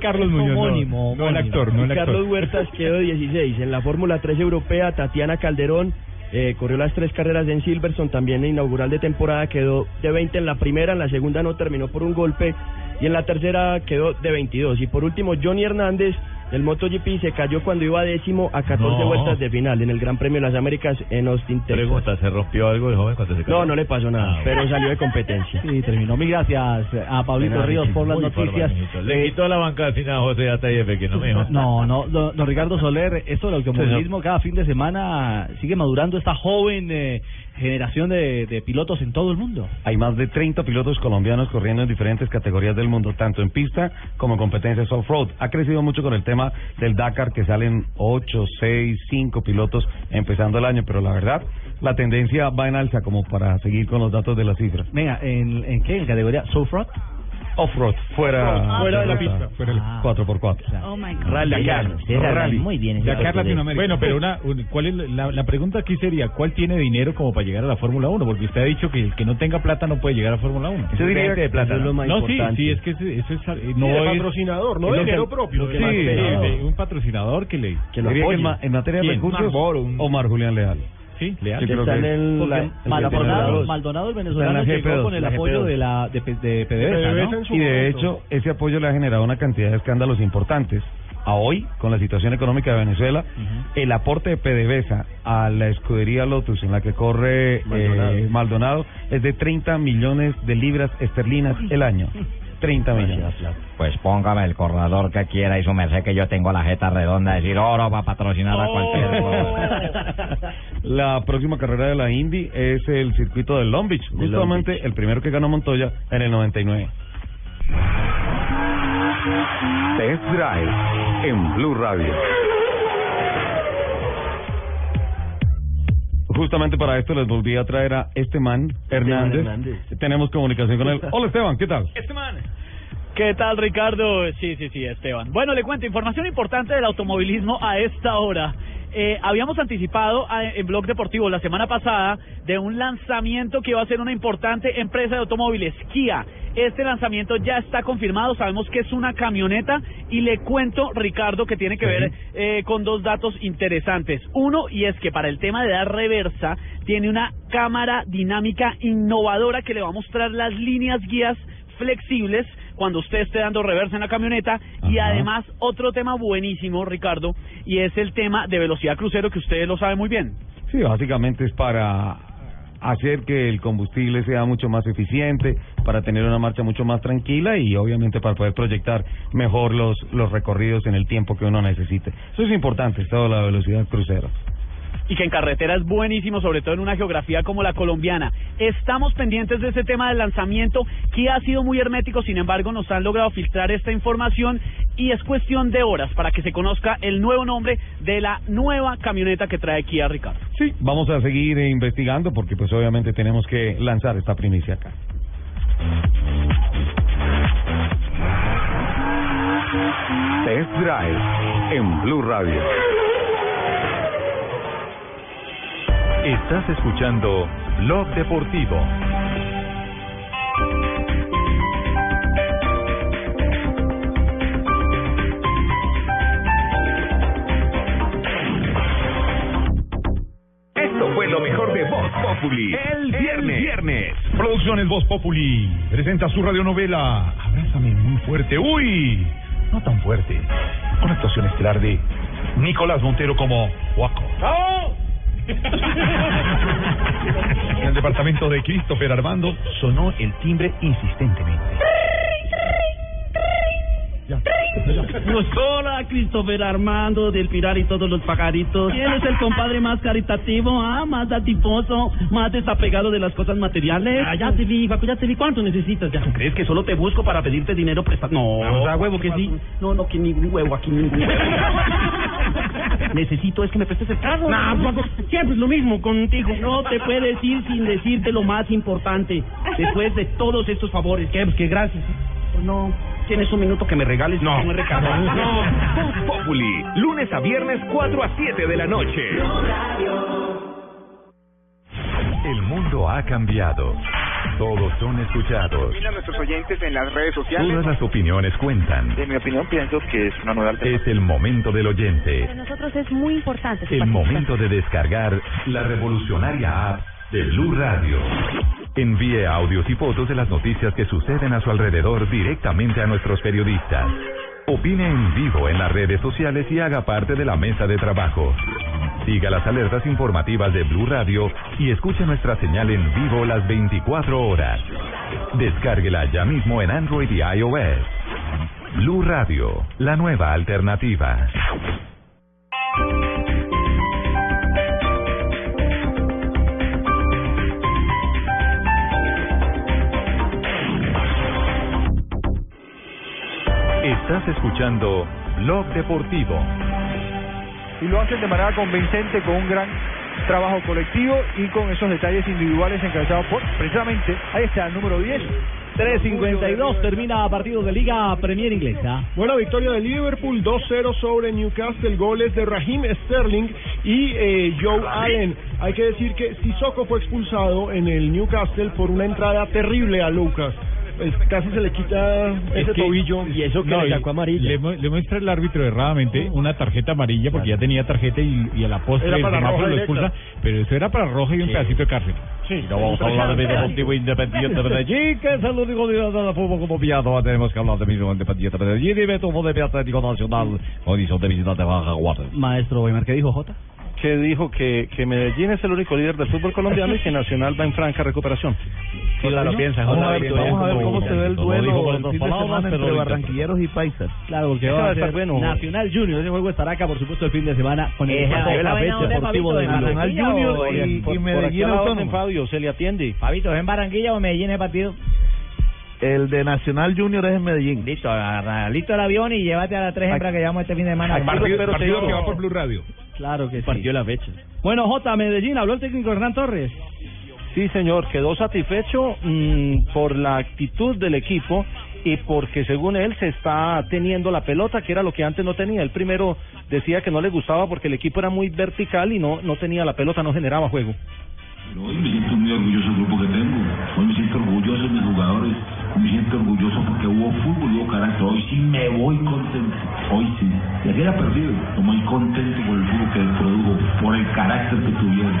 [SPEAKER 6] Carlos,
[SPEAKER 16] Muñoz, no.
[SPEAKER 6] Homónimo,
[SPEAKER 16] No el
[SPEAKER 6] homónimo.
[SPEAKER 16] actor, no el
[SPEAKER 6] Y
[SPEAKER 16] actor.
[SPEAKER 6] Carlos Huertas quedó 16. En la Fórmula 3 europea, Tatiana Calderón eh, corrió las tres carreras en Silverstone, también inaugural de temporada, quedó de 20 en la primera, en la segunda no terminó por un golpe y en la tercera quedó de 22. Y por último, Johnny Hernández del MotoGP se cayó cuando iba décimo a 14
[SPEAKER 12] No.
[SPEAKER 6] vueltas de final en el Gran Premio de las Américas en Austin, Texas.
[SPEAKER 12] Pregunta, ¿se rompió algo de joven cuando se cayó?
[SPEAKER 6] No, no le pasó nada, pero salió de competencia.
[SPEAKER 4] Y terminó. Mil gracias a Pablito
[SPEAKER 12] Penal,
[SPEAKER 4] Ríos
[SPEAKER 12] sí,
[SPEAKER 4] por las
[SPEAKER 12] muy
[SPEAKER 4] noticias. Eh,
[SPEAKER 12] bárbaro, mijito. Le quitó la banca al final a José Atayefe, que no me dijo.
[SPEAKER 4] No, no, don, don Ricardo Soler, esto del automovilismo cada fin de semana sigue madurando esta joven eh, generación de, de pilotos en todo el mundo.
[SPEAKER 66] Hay más de 30 pilotos colombianos corriendo en diferentes categorías del mundo, tanto en pista como en competencias off-road. Ha crecido mucho con el tema programa del Dakar que salen 8, 6, 5 pilotos empezando el año, pero la verdad, la tendencia va en alza como para seguir con los datos de las cifras.
[SPEAKER 2] Venga, ¿en, en qué? ¿En categoría Sofrot?
[SPEAKER 66] Off-road, fuera,
[SPEAKER 2] Ah, fuera de la pista.
[SPEAKER 66] Fuera del 4x4.
[SPEAKER 67] Oh my God.
[SPEAKER 66] Rally.
[SPEAKER 67] Dakar.
[SPEAKER 68] Ustedes hablan muy bien ese
[SPEAKER 66] Dakar
[SPEAKER 68] dato de-
[SPEAKER 66] Latinoamérica.
[SPEAKER 12] Bueno, pero una, un- ¿cuál es la- la, la pregunta aquí sería, ¿cuál tiene dinero como para llegar a la Fórmula 1? Porque usted ha dicho que el que no tenga plata no puede llegar a Fórmula 1.
[SPEAKER 66] Yo diría que eso es lo más
[SPEAKER 12] no,
[SPEAKER 66] importante.
[SPEAKER 12] sí, sí, es que ese- ese es, eh,
[SPEAKER 66] Sí,
[SPEAKER 12] no
[SPEAKER 66] de
[SPEAKER 12] es-
[SPEAKER 66] patrocinador, no
[SPEAKER 12] es
[SPEAKER 66] de
[SPEAKER 12] lo que-
[SPEAKER 66] dinero propio,
[SPEAKER 12] lo que
[SPEAKER 66] de
[SPEAKER 12] más
[SPEAKER 66] sí,
[SPEAKER 12] pega,
[SPEAKER 66] sí.
[SPEAKER 12] de un patrocinador que le que
[SPEAKER 66] Yo diría que en, ma- en materia de
[SPEAKER 12] ¿Quién?
[SPEAKER 66] recursos, Omar Julián Leal.
[SPEAKER 12] Sí, Leal.
[SPEAKER 66] Yo
[SPEAKER 12] Que
[SPEAKER 66] creo
[SPEAKER 12] está
[SPEAKER 66] que
[SPEAKER 12] en el-
[SPEAKER 66] porque
[SPEAKER 12] la-
[SPEAKER 66] el que tiene
[SPEAKER 2] Maldonado,
[SPEAKER 66] los-
[SPEAKER 2] Maldonado, el
[SPEAKER 66] Está
[SPEAKER 2] venezolano,
[SPEAKER 66] en la
[SPEAKER 2] llegó
[SPEAKER 66] GP2,
[SPEAKER 2] con el
[SPEAKER 66] la
[SPEAKER 2] apoyo
[SPEAKER 66] GP2.
[SPEAKER 2] de la de, P- de PDVSA, ¿no?
[SPEAKER 66] Y de hecho, ese apoyo le ha generado una cantidad de escándalos importantes. A hoy, con la situación económica de Venezuela, el aporte de PDVSA a la escudería Lotus, en la que corre eh, Maldonado, es de 30 millones de libras esterlinas el año. 30 millones.
[SPEAKER 69] Pues póngame el corredor que quiera y su merced que yo tengo la jeta redonda de decir oro para patrocinar
[SPEAKER 66] Oh.
[SPEAKER 69] a cualquier
[SPEAKER 66] La próxima carrera de la Indy es el circuito de Long Beach,
[SPEAKER 69] Long
[SPEAKER 66] justamente el primero que ganó Montoya en el 99.
[SPEAKER 1] Test Drive en Blue Radio.
[SPEAKER 66] Justamente para esto les volví a traer a este man, Hernández.
[SPEAKER 4] Hernández.
[SPEAKER 66] Tenemos comunicación con él. Hola Esteban, ¿qué tal?
[SPEAKER 4] ¿Qué tal, Ricardo? Sí, sí, sí, Esteban. Bueno, le cuento información importante del automovilismo a esta hora. Eh, habíamos anticipado a- en Blog Deportivo la semana pasada de un lanzamiento que iba a ser una importante empresa de automóviles, Kia. Este lanzamiento ya está confirmado, sabemos que es una camioneta y le cuento, Ricardo, que tiene que ver eh, con dos datos interesantes. Uno, y es que para el tema de dar reversa, tiene una cámara dinámica innovadora que le va a mostrar las líneas guías flexibles cuando usted esté dando reversa en la camioneta y además otro tema buenísimo Ricardo y es el tema de velocidad crucero que usted lo sabe muy bien
[SPEAKER 66] Sí, básicamente es para hacer que el combustible sea mucho más eficiente, para tener una marcha mucho más tranquila y obviamente para poder proyectar mejor los, los recorridos en el tiempo que uno necesite. Eso es importante, estado de la velocidad crucero.
[SPEAKER 4] y que en carretera es buenísimo, sobre todo en una geografía como la colombiana. Estamos pendientes de ese tema del lanzamiento, que ha sido muy hermético, sin embargo nos han logrado filtrar esta información y es cuestión de horas para que se conozca el nuevo nombre de la nueva camioneta que trae Kia Ricardo.
[SPEAKER 66] Sí, vamos a seguir eh, investigando porque pues obviamente tenemos que lanzar esta primicia acá.
[SPEAKER 1] Test Drive en Blue Radio. Estás escuchando Blog Deportivo.
[SPEAKER 3] Esto fue lo mejor de Voz Populi. El viernes. Producciones Voz Populi presenta su radionovela Abrázame muy fuerte. Uy, no tan fuerte. Con actuación estelar de Nicolás Montero como Waco. En el departamento de Christopher Armando sonó el timbre insistentemente.
[SPEAKER 6] Pues hola, Christopher Armando del Pirar y todos los pajaritos. ¿Quién es el compadre más caritativo, ah, más datifoso, más desapegado de las cosas materiales? Ah, ya te vi, Paco, ya te vi. ¿Cuánto necesitas ya? ¿Crees que solo te busco para pedirte dinero prestado? No, a huevo que sí. No, no, que ningún huevo, aquí ningún huevo. Necesito es que me prestes el carro. No, Paco, siempre es lo mismo contigo. No te puedes ir sin decirte lo más importante. Después de todos estos favores, que, Pues que gracias. No, ¿tienes un minuto que me regales? No, no me recargo.
[SPEAKER 3] No. Voz Populi, lunes a viernes 4 a 7 de la noche.
[SPEAKER 1] El mundo ha cambiado. Todos son escuchados.
[SPEAKER 11] a nuestros oyentes en las redes
[SPEAKER 1] Todas las opiniones cuentan.
[SPEAKER 11] En mi opinión, pienso que es una nueva
[SPEAKER 1] Es el momento del oyente.
[SPEAKER 70] Para nosotros es muy importante. su
[SPEAKER 1] El
[SPEAKER 70] participación.
[SPEAKER 1] momento de descargar la revolucionaria app de Blue Radio. Envíe audios y fotos de las noticias que suceden a su alrededor directamente a nuestros periodistas. Opine en vivo en las redes sociales y haga parte de la mesa de trabajo. Siga las alertas informativas de Blue Radio y escuche nuestra señal en vivo las 24 horas. Descárguela ya mismo en Android y iOS. Blue Radio, la nueva alternativa. Estás escuchando Blog Deportivo.
[SPEAKER 2] y lo hacen de manera convincente con un gran trabajo colectivo y con esos detalles individuales encabezados por precisamente ahí está el número 10
[SPEAKER 4] 3.52 termina partidos de Liga Premier Inglesa.
[SPEAKER 8] Buena victoria de Liverpool, 2-0 sobre Newcastle, goles de Raheem Sterling y eh, Joe Allen. Hay que decir que Sissoko fue expulsado en el Newcastle por una entrada terrible a Lucas. Pues casi se le quita
[SPEAKER 12] Es
[SPEAKER 8] ese
[SPEAKER 12] que-
[SPEAKER 8] tobillo.
[SPEAKER 12] No, y Le, mu- le muestra el árbitro erradamente una tarjeta amarilla porque ya tenía tarjeta y, y a la postre
[SPEAKER 8] Era
[SPEAKER 12] el
[SPEAKER 8] para
[SPEAKER 12] semáforo
[SPEAKER 8] roja
[SPEAKER 12] lo
[SPEAKER 8] directa.
[SPEAKER 12] expulsa, pero eso era para roja y un
[SPEAKER 8] Sí.
[SPEAKER 12] pedacito de cárcel.
[SPEAKER 8] Sí,
[SPEAKER 12] no vamos
[SPEAKER 11] a hablar de Deportivo
[SPEAKER 12] Independiente
[SPEAKER 11] de
[SPEAKER 12] Medellín, que es el único de la fútbol como pillado. Tenemos que hablar de mismo Independiente Medellín y Beto de Atlético Nacional. Horizon de visitante Baja Guardia.
[SPEAKER 4] Maestro Boimar, ¿qué dijo Jota?
[SPEAKER 9] que dijo que, que Medellín es el único líder del fútbol colombiano y que Nacional va en franca recuperación.
[SPEAKER 4] Jota lo piensa, Jota
[SPEAKER 9] vamos a ver,
[SPEAKER 4] lo piensa.
[SPEAKER 9] vamos a ver cómo se ve el
[SPEAKER 4] Lo dijo
[SPEAKER 9] duelo
[SPEAKER 4] con
[SPEAKER 9] el
[SPEAKER 4] dos
[SPEAKER 9] fin de
[SPEAKER 4] palabras,
[SPEAKER 9] semana
[SPEAKER 4] pero
[SPEAKER 9] entre
[SPEAKER 4] ahorita.
[SPEAKER 9] barranquilleros y paisas.
[SPEAKER 4] Claro, porque
[SPEAKER 9] Eso
[SPEAKER 4] va a
[SPEAKER 9] estar
[SPEAKER 4] ser
[SPEAKER 9] bueno.
[SPEAKER 4] Nacional Junior. Ese juego estará acá, por supuesto, el fin de semana con el
[SPEAKER 9] Esa-
[SPEAKER 4] partido de la
[SPEAKER 9] esa
[SPEAKER 4] fecha
[SPEAKER 9] vaina donde
[SPEAKER 4] deportivo
[SPEAKER 9] Fabito
[SPEAKER 4] de
[SPEAKER 9] de
[SPEAKER 4] Nacional
[SPEAKER 9] Barranquilla
[SPEAKER 4] Junior
[SPEAKER 9] o
[SPEAKER 4] y,
[SPEAKER 9] en- por-
[SPEAKER 4] y
[SPEAKER 9] por
[SPEAKER 4] Medellín
[SPEAKER 9] aquel lado
[SPEAKER 4] Autónomo.
[SPEAKER 9] en Fabio, se le atiende.
[SPEAKER 16] Fabito, ¿es en Barranquilla o Medellín el partido?
[SPEAKER 9] El de Nacional Junior es en Medellín.
[SPEAKER 16] Listo, agarra, listo el avión y llévate a las tres hembras que llevamos este fin de semana.
[SPEAKER 4] Blue Radio. Claro que sí.
[SPEAKER 9] Partió la fecha.
[SPEAKER 4] Bueno, Jota, Medellín, habló el técnico Hernán Torres.
[SPEAKER 9] Sí, señor, quedó satisfecho mm, por la actitud del equipo y porque según él se está teniendo la pelota, que era lo que antes no tenía. Él primero decía que no le gustaba porque el equipo era muy vertical y no, no tenía la pelota, no generaba juego.
[SPEAKER 2] Hoy me siento muy orgulloso del grupo que tengo. Hoy me siento orgulloso de mis jugadores. Hoy me siento orgulloso porque hubo fútbol, hubo carácter. Hoy sí me voy contento. Hoy sí. Y aquí era perdido. Estoy muy contento por el fútbol que produjo, por el carácter que tuvieron.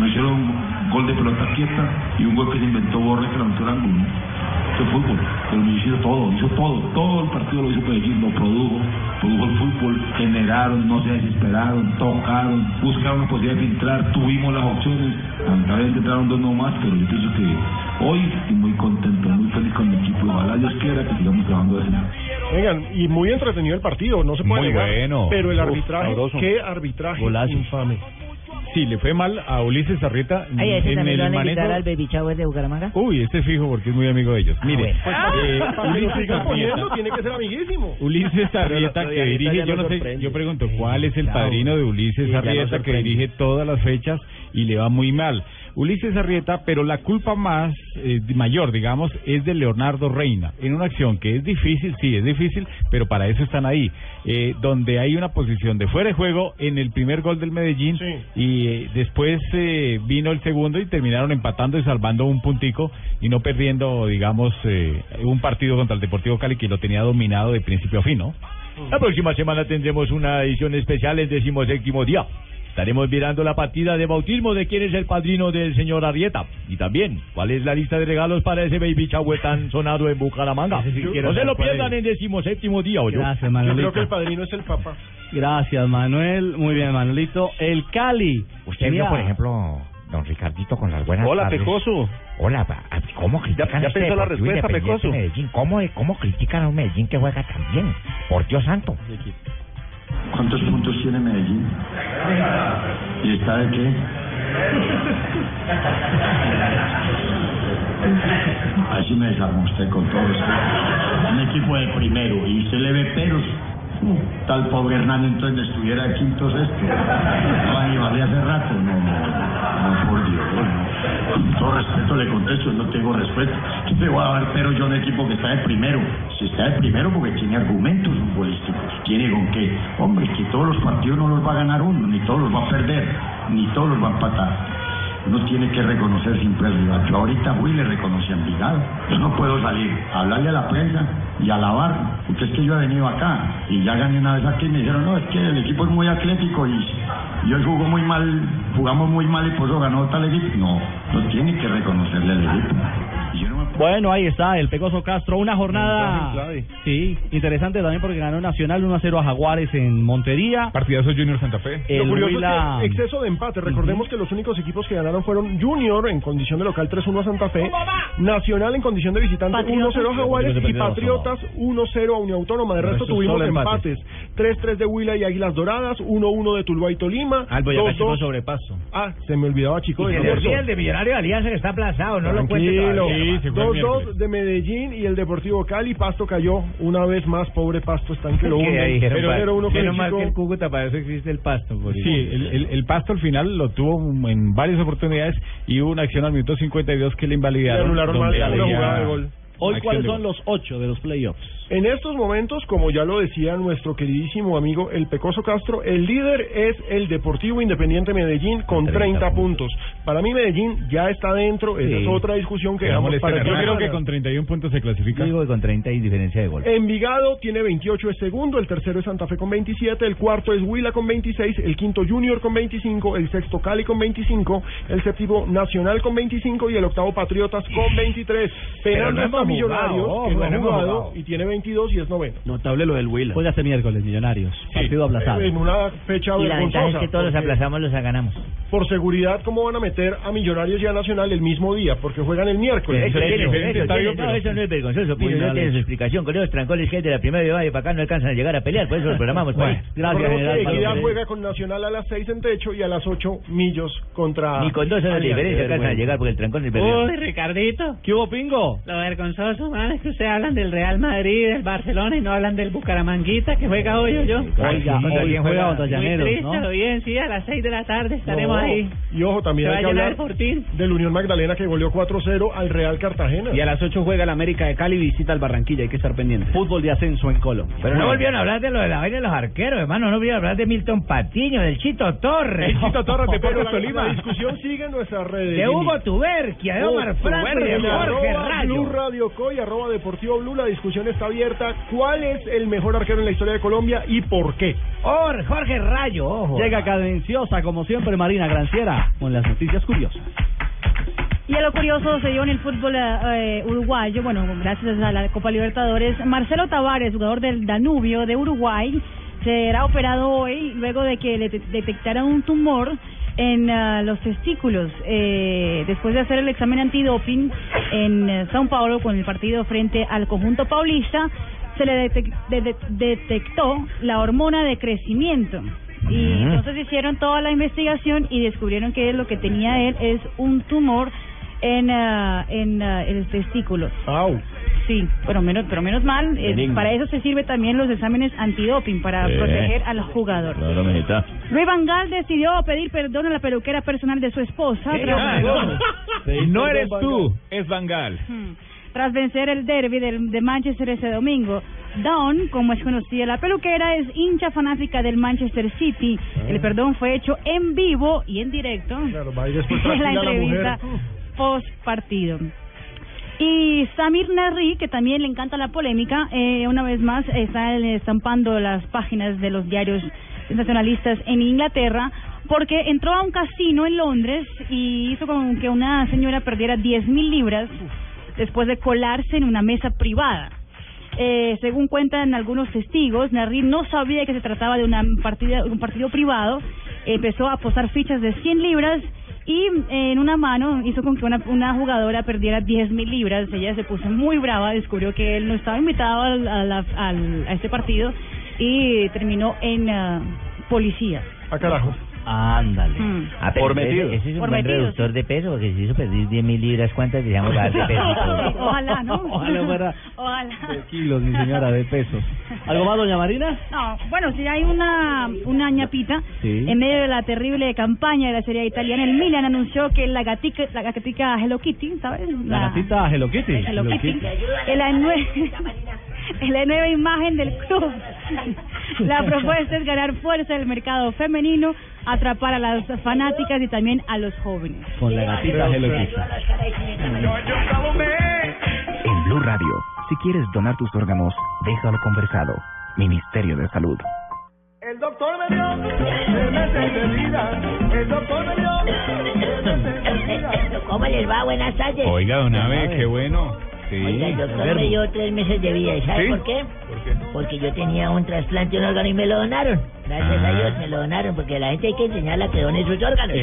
[SPEAKER 2] Me hicieron un gol de pelota quieta y un gol que se inventó Borre que lanzó el ángulo. ¿no? Eso es fútbol. Pero me hizo todo, hizo todo. Todo el partido lo hizo Medellín, lo produjo. Produjo el fútbol, generaron, no se desesperaron, tocaron, buscaron la posibilidad de filtrar, tuvimos las opciones. Lamentablemente entraron dos nomás, pero yo pienso que hoy estoy muy contento, muy feliz con el equipo. Ojalá Dios quiera que sigamos trabajando de ese lado.
[SPEAKER 8] Oigan, y muy entretenido el partido, no se puede
[SPEAKER 2] Muy
[SPEAKER 8] negar.
[SPEAKER 2] bueno.
[SPEAKER 8] Pero el
[SPEAKER 2] Uf,
[SPEAKER 8] arbitraje,
[SPEAKER 12] sabroso.
[SPEAKER 8] qué arbitraje
[SPEAKER 12] Golazo.
[SPEAKER 8] infame.
[SPEAKER 12] Sí, le fue mal a Ulises Arrieta
[SPEAKER 16] Ay, a ese
[SPEAKER 12] en
[SPEAKER 16] también lo
[SPEAKER 12] el
[SPEAKER 16] van a
[SPEAKER 12] manejo.
[SPEAKER 16] invitar al Baby Shower de Bucaramanga.
[SPEAKER 12] Uy, este es fijo porque es muy amigo de ellos. Mire,
[SPEAKER 8] Pues,
[SPEAKER 12] eh,
[SPEAKER 8] para que lo
[SPEAKER 12] Ulises
[SPEAKER 8] siga poniendo,
[SPEAKER 12] Arrieta-
[SPEAKER 8] tiene que ser amiguísimo.
[SPEAKER 12] Ulises
[SPEAKER 8] Pero
[SPEAKER 12] Arrieta
[SPEAKER 8] lo
[SPEAKER 12] que
[SPEAKER 8] de Arrieta
[SPEAKER 12] dirige,
[SPEAKER 8] ya
[SPEAKER 12] yo
[SPEAKER 8] no
[SPEAKER 12] no sé,
[SPEAKER 8] sorprende.
[SPEAKER 12] yo pregunto cuál es el
[SPEAKER 8] claro.
[SPEAKER 12] padrino de Ulises
[SPEAKER 8] Sí, ya no
[SPEAKER 12] Arrieta que
[SPEAKER 8] sorprende.
[SPEAKER 12] dirige todas las fechas y le va muy mal. Ulises Arrieta, pero la culpa más eh, mayor, digamos, es de Leonardo Reina, en una acción que es difícil, sí, es difícil, pero para eso están ahí, eh, donde hay una posición de fuera de juego en el primer gol del Medellín y eh, después eh, vino el segundo y terminaron empatando y salvando un puntico y no perdiendo, digamos, eh, un partido contra el Deportivo Cali que lo tenía dominado de principio a fin, ¿no?
[SPEAKER 11] La próxima semana tendremos una edición especial el decimoséptimo día. Estaremos mirando la partida de bautismo de quién es el padrino del señor Arrieta. Y también, cuál es la lista de regalos para ese baby shower tan sonado en Bucaramanga. No se lo pierdan en decimoséptimo día, ¿oyó?
[SPEAKER 4] Gracias,
[SPEAKER 8] Yo
[SPEAKER 4] Manolito.
[SPEAKER 8] creo que el padrino es el papá.
[SPEAKER 4] Gracias, Manuel. Muy bien, Manolito. El Cali.
[SPEAKER 71] Usted vio, por ejemplo, don Ricardito con las buenas
[SPEAKER 4] Hola,
[SPEAKER 71] tardes.
[SPEAKER 4] Pecoso.
[SPEAKER 71] Hola, pa- a- ¿cómo critican
[SPEAKER 4] ya
[SPEAKER 71] este
[SPEAKER 4] pensó la
[SPEAKER 71] Deportivo
[SPEAKER 4] respuesta,
[SPEAKER 71] Independiente
[SPEAKER 4] Pecoso?
[SPEAKER 71] Medellín? ¿Cómo, ¿Cómo critican a un Medellín que juega tan bien? Por Dios santo.
[SPEAKER 2] ¿Cuántos puntos tiene Medellín? ¿Y está de qué? Así me desarmó usted con todo esto. Un equipo de primero y usted le ve peros. Tal pobre Hernán entonces estuviera de quinto sexto. No, ahí valía hace rato. No, no, no, por Dios. no. Con todo respeto le contesto, no tengo respeto. ¿Qué te voy a dar pero yo a un equipo que está de primero? Si está de primero porque tiene argumentos futbolísticos. ¿Tiene con qué? Hombre, que todos los partidos no los va a ganar uno, ni todos los va a perder, ni todos los va a empatar. Uno tiene que reconocer siempre al rival. Yo ahorita voy y le reconocí a Envigado. Yo no puedo salir a hablarle a la prensa y alabar, porque es que yo he venido acá y ya gané una vez aquí y me dijeron, no, es que el equipo es muy atlético y, y hoy jugó muy mal, jugamos muy mal y por eso ganó tal equipo. No, no tiene que reconocerle al equipo.
[SPEAKER 4] Bueno, ahí está el Pecoso Castro. Una jornada
[SPEAKER 2] Mensaje
[SPEAKER 4] sí, interesante también porque ganó Nacional 1 a 0 a Jaguares en Montería. Partidazo Junior Santa Fe.
[SPEAKER 8] Lo
[SPEAKER 4] El
[SPEAKER 8] curioso
[SPEAKER 4] Huila-
[SPEAKER 8] es que exceso de empate. Recordemos que los únicos equipos que ganaron fueron Junior en condición de local 3-1 a Santa Fe, Nacional en condición de visitante
[SPEAKER 2] Patriotas.
[SPEAKER 8] 1-0 a Jaguares y
[SPEAKER 2] Patriotas.
[SPEAKER 8] Patriotas 1-0 a Unión Autónoma. De
[SPEAKER 2] El
[SPEAKER 8] resto
[SPEAKER 2] resto
[SPEAKER 8] tuvimos
[SPEAKER 2] solo
[SPEAKER 8] empates.
[SPEAKER 2] empates.
[SPEAKER 8] 3-3 de Huila y Águilas Doradas, 1-1 de Tuluá y Tolima.
[SPEAKER 2] Albo y acá llegó
[SPEAKER 8] sobrepaso. Ah, se me olvidaba, chico.
[SPEAKER 5] Y
[SPEAKER 8] de no
[SPEAKER 5] se le olvida
[SPEAKER 8] por-
[SPEAKER 5] el de Millonario de Alianza que está aplazado, no lo cuente
[SPEAKER 8] Tranquilo.
[SPEAKER 5] todavía.
[SPEAKER 8] Sí, se 2-2 de Medellín y el Deportivo Cali. Pasto cayó una vez más. Pobre Pasto está en 0-1.
[SPEAKER 12] Que ahí dijeron,
[SPEAKER 8] 0-0-1 con el
[SPEAKER 12] menos mal
[SPEAKER 8] chico.
[SPEAKER 12] que el Cúcuta, para eso existe el pasto. Sí, el, el- el pasto al final lo tuvo en varias oportunidades y hubo una acción al minuto 52 que le invalidaron.
[SPEAKER 8] Le anularon
[SPEAKER 12] donde
[SPEAKER 8] mal, una
[SPEAKER 12] había
[SPEAKER 8] jugada de gol.
[SPEAKER 12] Hoy, ¿cuáles son
[SPEAKER 8] los ocho de los playoffs? En estos momentos, como ya lo decía nuestro queridísimo amigo El Pecoso Castro, el líder es el Deportivo Independiente Medellín con 30,
[SPEAKER 12] 30
[SPEAKER 8] puntos. Para mí Medellín ya está dentro, esa
[SPEAKER 12] Sí.
[SPEAKER 8] es otra discusión que
[SPEAKER 12] Pero
[SPEAKER 8] damos
[SPEAKER 12] molesta
[SPEAKER 8] para
[SPEAKER 12] en
[SPEAKER 8] el
[SPEAKER 12] la
[SPEAKER 8] fin de
[SPEAKER 12] Yo creo que
[SPEAKER 8] semana.
[SPEAKER 12] con 31 puntos se clasifica. Digo que con 30 y diferencia de gol.
[SPEAKER 8] Envigado tiene 28 es segundo, el tercero es Santa Fe con 27, el cuarto es Huila con 26, el quinto Junior con 25, el sexto Cali con 25, el séptimo Nacional con 25 y el octavo Patriotas con 23.
[SPEAKER 6] Pero
[SPEAKER 8] Penando
[SPEAKER 6] no hemos
[SPEAKER 8] está Millonarios,
[SPEAKER 6] jugado,
[SPEAKER 8] que no
[SPEAKER 6] ojo,
[SPEAKER 8] ha
[SPEAKER 6] no hemos
[SPEAKER 8] jugado,
[SPEAKER 6] jugado.
[SPEAKER 8] y tiene 22 y es noveno.
[SPEAKER 6] Notable lo del Huila. Juega este miércoles, Millonarios. Partido aplazado.
[SPEAKER 8] Eh, En una fecha
[SPEAKER 6] Y la ventaja
[SPEAKER 8] vergonzosa,
[SPEAKER 6] es que todos los
[SPEAKER 8] porque
[SPEAKER 6] aplazamos,
[SPEAKER 16] los ganamos.
[SPEAKER 8] Por seguridad, ¿cómo van a meter a Millonarios y a Nacional el mismo día? Porque juegan el miércoles.
[SPEAKER 16] Eso,
[SPEAKER 8] Es
[SPEAKER 16] tiene-
[SPEAKER 8] diferente
[SPEAKER 16] eso
[SPEAKER 8] estadio,
[SPEAKER 16] tiene-
[SPEAKER 8] pero-
[SPEAKER 16] no, eso no es vergonzoso, Pino,
[SPEAKER 8] Muy
[SPEAKER 16] ya
[SPEAKER 8] mal
[SPEAKER 16] tiene
[SPEAKER 8] hecho.
[SPEAKER 16] su explicación. Con esos trancones que hay de la primera de Valle para acá no alcanzan a llegar a pelear, por eso los programamos.
[SPEAKER 8] Bueno, recordemos que
[SPEAKER 16] Pablo
[SPEAKER 8] Equidad
[SPEAKER 16] Pérez.
[SPEAKER 8] juega con Nacional a las 6 en techo y a las 8 millos contra.
[SPEAKER 16] Ni con dos horas de
[SPEAKER 8] Alianza.
[SPEAKER 16] diferencia alcanzan a llegar porque el trancón es perdido.
[SPEAKER 10] Uy, Ricardito. ¿Qué hubo, Pingo? Lo vergonzoso, man, es que ustedes hablan del Real Madrid, del Barcelona y no hablan del Bucaramanguita que juega hoy o yo.
[SPEAKER 8] Oiga,
[SPEAKER 10] Muy
[SPEAKER 8] hoy juega
[SPEAKER 10] muy
[SPEAKER 8] Llaneros,
[SPEAKER 10] triste,
[SPEAKER 8] ¿no?
[SPEAKER 10] lo vi en sí, a las 6 de la tarde estaremos
[SPEAKER 8] No,
[SPEAKER 10] ahí.
[SPEAKER 8] Y ojo, también
[SPEAKER 10] Se va
[SPEAKER 8] hay que
[SPEAKER 10] a llenar
[SPEAKER 8] hablar
[SPEAKER 10] el fortín.
[SPEAKER 8] del Unión Magdalena que goleó 4-0 al Real Cartagena.
[SPEAKER 6] Y a las 8 juega el América de Cali y visita al Barranquilla. Hay que estar pendiente. Fútbol de ascenso en Colombia.
[SPEAKER 16] Pero no volvieron a hablar de lo de la vaina de los arqueros, hermano. No volvieron a hablar de Milton Patiño, del Chito Torres.
[SPEAKER 8] El Chito Torres de Pedro
[SPEAKER 16] Pero la-
[SPEAKER 8] Tolima.
[SPEAKER 16] la
[SPEAKER 8] La
[SPEAKER 16] discusión
[SPEAKER 8] discusión sigue en nuestras redes.
[SPEAKER 16] De Hugo Tuberquia, de Omar Franco y de Jorge
[SPEAKER 8] arroba
[SPEAKER 16] Rayo.
[SPEAKER 8] Blue Radio Co y arroba Deportivo Blue. La discusión está abierta. ¿Cuál es el mejor arquero en la historia de Colombia y por qué?
[SPEAKER 4] Jorge Rayo, ojo. Llega cadenciosa, como siempre, Marina Granciera, con las noticias curiosas.
[SPEAKER 7] Y a lo curioso se dio en el fútbol eh, eh, uruguayo, bueno, gracias a la Copa Libertadores, Marcelo Tavares, jugador del Danubio de Uruguay, será operado hoy luego de que le de- detectaran un tumor en ah, los testículos eh, después de hacer el examen antidoping en eh, Sao Paulo con el partido frente al conjunto paulista se le detec- de- de- detectó la hormona de crecimiento y
[SPEAKER 72] Ujú.
[SPEAKER 7] entonces hicieron toda la investigación y descubrieron que lo que tenía él es un tumor en ah, en ah, el testículo. Sí, pero menos pero menos mal, eh,
[SPEAKER 10] Benigno.
[SPEAKER 7] para eso se sirve también los exámenes antidoping para
[SPEAKER 10] Sí.
[SPEAKER 7] proteger al jugador.
[SPEAKER 10] Claro, mijita.
[SPEAKER 7] Luis Van Gaal decidió pedir perdón a la peluquera personal de su esposa
[SPEAKER 10] ¿Qué?
[SPEAKER 7] tras,
[SPEAKER 10] Ah,
[SPEAKER 11] No eres tú, es Bangal.
[SPEAKER 7] Hmm. tras vencer el derby de Manchester ese domingo. Dawn, como es conocida la peluquera, es hincha fanática del Manchester City.
[SPEAKER 8] Ah.
[SPEAKER 7] El perdón fue hecho en vivo y en directo
[SPEAKER 8] Va y después
[SPEAKER 7] en la
[SPEAKER 8] tranquila la mujer.
[SPEAKER 7] entrevista post partido. Y Samir Narri, que también le encanta la polémica, eh, una vez más está eh, estampando las páginas de los diarios nacionalistas en Inglaterra porque entró a un casino en Londres y hizo con que una señora perdiera 10 mil libras después de colarse en una mesa privada. Eh, según cuentan algunos testigos, Narri no sabía que se trataba de una partida, un partido privado. Empezó a apostar fichas de 100 libras y eh, en una mano hizo con que una, una jugadora perdiera 10 mil libras. Ella se puso muy brava, descubrió que él no estaba invitado al- a, la- al- a este partido y terminó en ah, policía.
[SPEAKER 4] Ah,
[SPEAKER 8] A carajo.
[SPEAKER 16] Ándale.
[SPEAKER 7] Mm.
[SPEAKER 16] Ah, pero
[SPEAKER 7] Por
[SPEAKER 16] ese-
[SPEAKER 7] metido.
[SPEAKER 16] Ese, es un
[SPEAKER 7] Por
[SPEAKER 16] buen
[SPEAKER 7] metido,
[SPEAKER 16] reductor de peso, porque si hizo perder 10 mil libras, ¿cuántas dejamos dar de peso?
[SPEAKER 7] Ojalá, ¿no?
[SPEAKER 4] Ojalá fuera
[SPEAKER 7] Ojalá.
[SPEAKER 4] de kilos, mi señora, de pesos. ¿Algo más, doña Marina?
[SPEAKER 7] No, bueno, si hay una, una ñapita,
[SPEAKER 4] Sí.
[SPEAKER 7] en medio de la terrible campaña de la serie italiana, el Milan anunció que la gatica, la gatica Hello Kitty, ¿sabes?
[SPEAKER 4] La gatita Hello Kitty.
[SPEAKER 7] Hello Kitty, Este, es la, nue- es la nueva imagen del club. La propuesta es ganar fuerza del mercado femenino, atrapar a las fanáticas y también a los jóvenes.
[SPEAKER 4] Con la gatita Hello Kitty.
[SPEAKER 73] En Blue Radio, si quieres donar tus órganos, déjalo conversado. Ministerio de Salud.
[SPEAKER 2] El doctor me dio tres meses de vida. El doctor me dio tres meses de vida.
[SPEAKER 42] ¿Cómo les va? Buenas tardes.
[SPEAKER 11] Oiga, don Abe, qué bueno. Sí.
[SPEAKER 42] Oiga, el doctor me dio tres meses de vida. ¿Y sabe
[SPEAKER 11] ¿Sí?
[SPEAKER 42] por qué? Porque yo tenía un trasplante de un órgano y me lo donaron. Gracias
[SPEAKER 11] Ah.
[SPEAKER 42] a Dios me lo donaron, porque la gente hay que enseñarla que done sus órganos.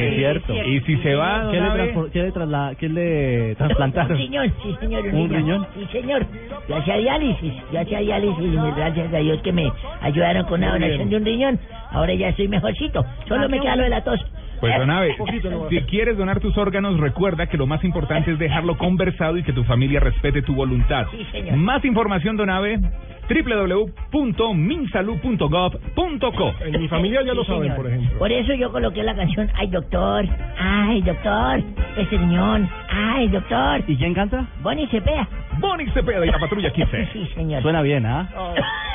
[SPEAKER 4] Y si se va, ¿qué le, transfor- qué le, trasla- qué le
[SPEAKER 42] Un
[SPEAKER 4] trasplantaron?
[SPEAKER 42] riñón, sí, señor.
[SPEAKER 4] ¿Un riñón?
[SPEAKER 42] Sí, señor. Yo hacía diálisis, yo hacía diálisis y gracias a Dios que me ayudaron con una
[SPEAKER 4] Muy bien.
[SPEAKER 42] donación de un riñón. Ahora ya estoy mejorcito. Solo
[SPEAKER 4] Ah,
[SPEAKER 42] me
[SPEAKER 4] qué
[SPEAKER 42] queda lo de
[SPEAKER 4] bueno.
[SPEAKER 42] la tos.
[SPEAKER 19] Pues Donave,
[SPEAKER 74] Poquito nomás.
[SPEAKER 19] si quieres donar tus órganos, recuerda que lo más importante es dejarlo conversado y que tu familia respete tu voluntad.
[SPEAKER 42] señor.
[SPEAKER 19] Más información, Donave, www.minsalud.gov.co.
[SPEAKER 74] En mi familia ya lo
[SPEAKER 42] Sí,
[SPEAKER 74] saben,
[SPEAKER 42] señor.
[SPEAKER 74] por ejemplo.
[SPEAKER 42] Por eso yo coloqué la canción Ay doctor, ay doctor, ese riñón, ay doctor.
[SPEAKER 4] ¿Y quién canta?
[SPEAKER 42] Bonnie Cepeda.
[SPEAKER 19] Bonnie Cepeda y la patrulla 15.
[SPEAKER 42] Sí, señor.
[SPEAKER 4] Suena bien, ¿ah?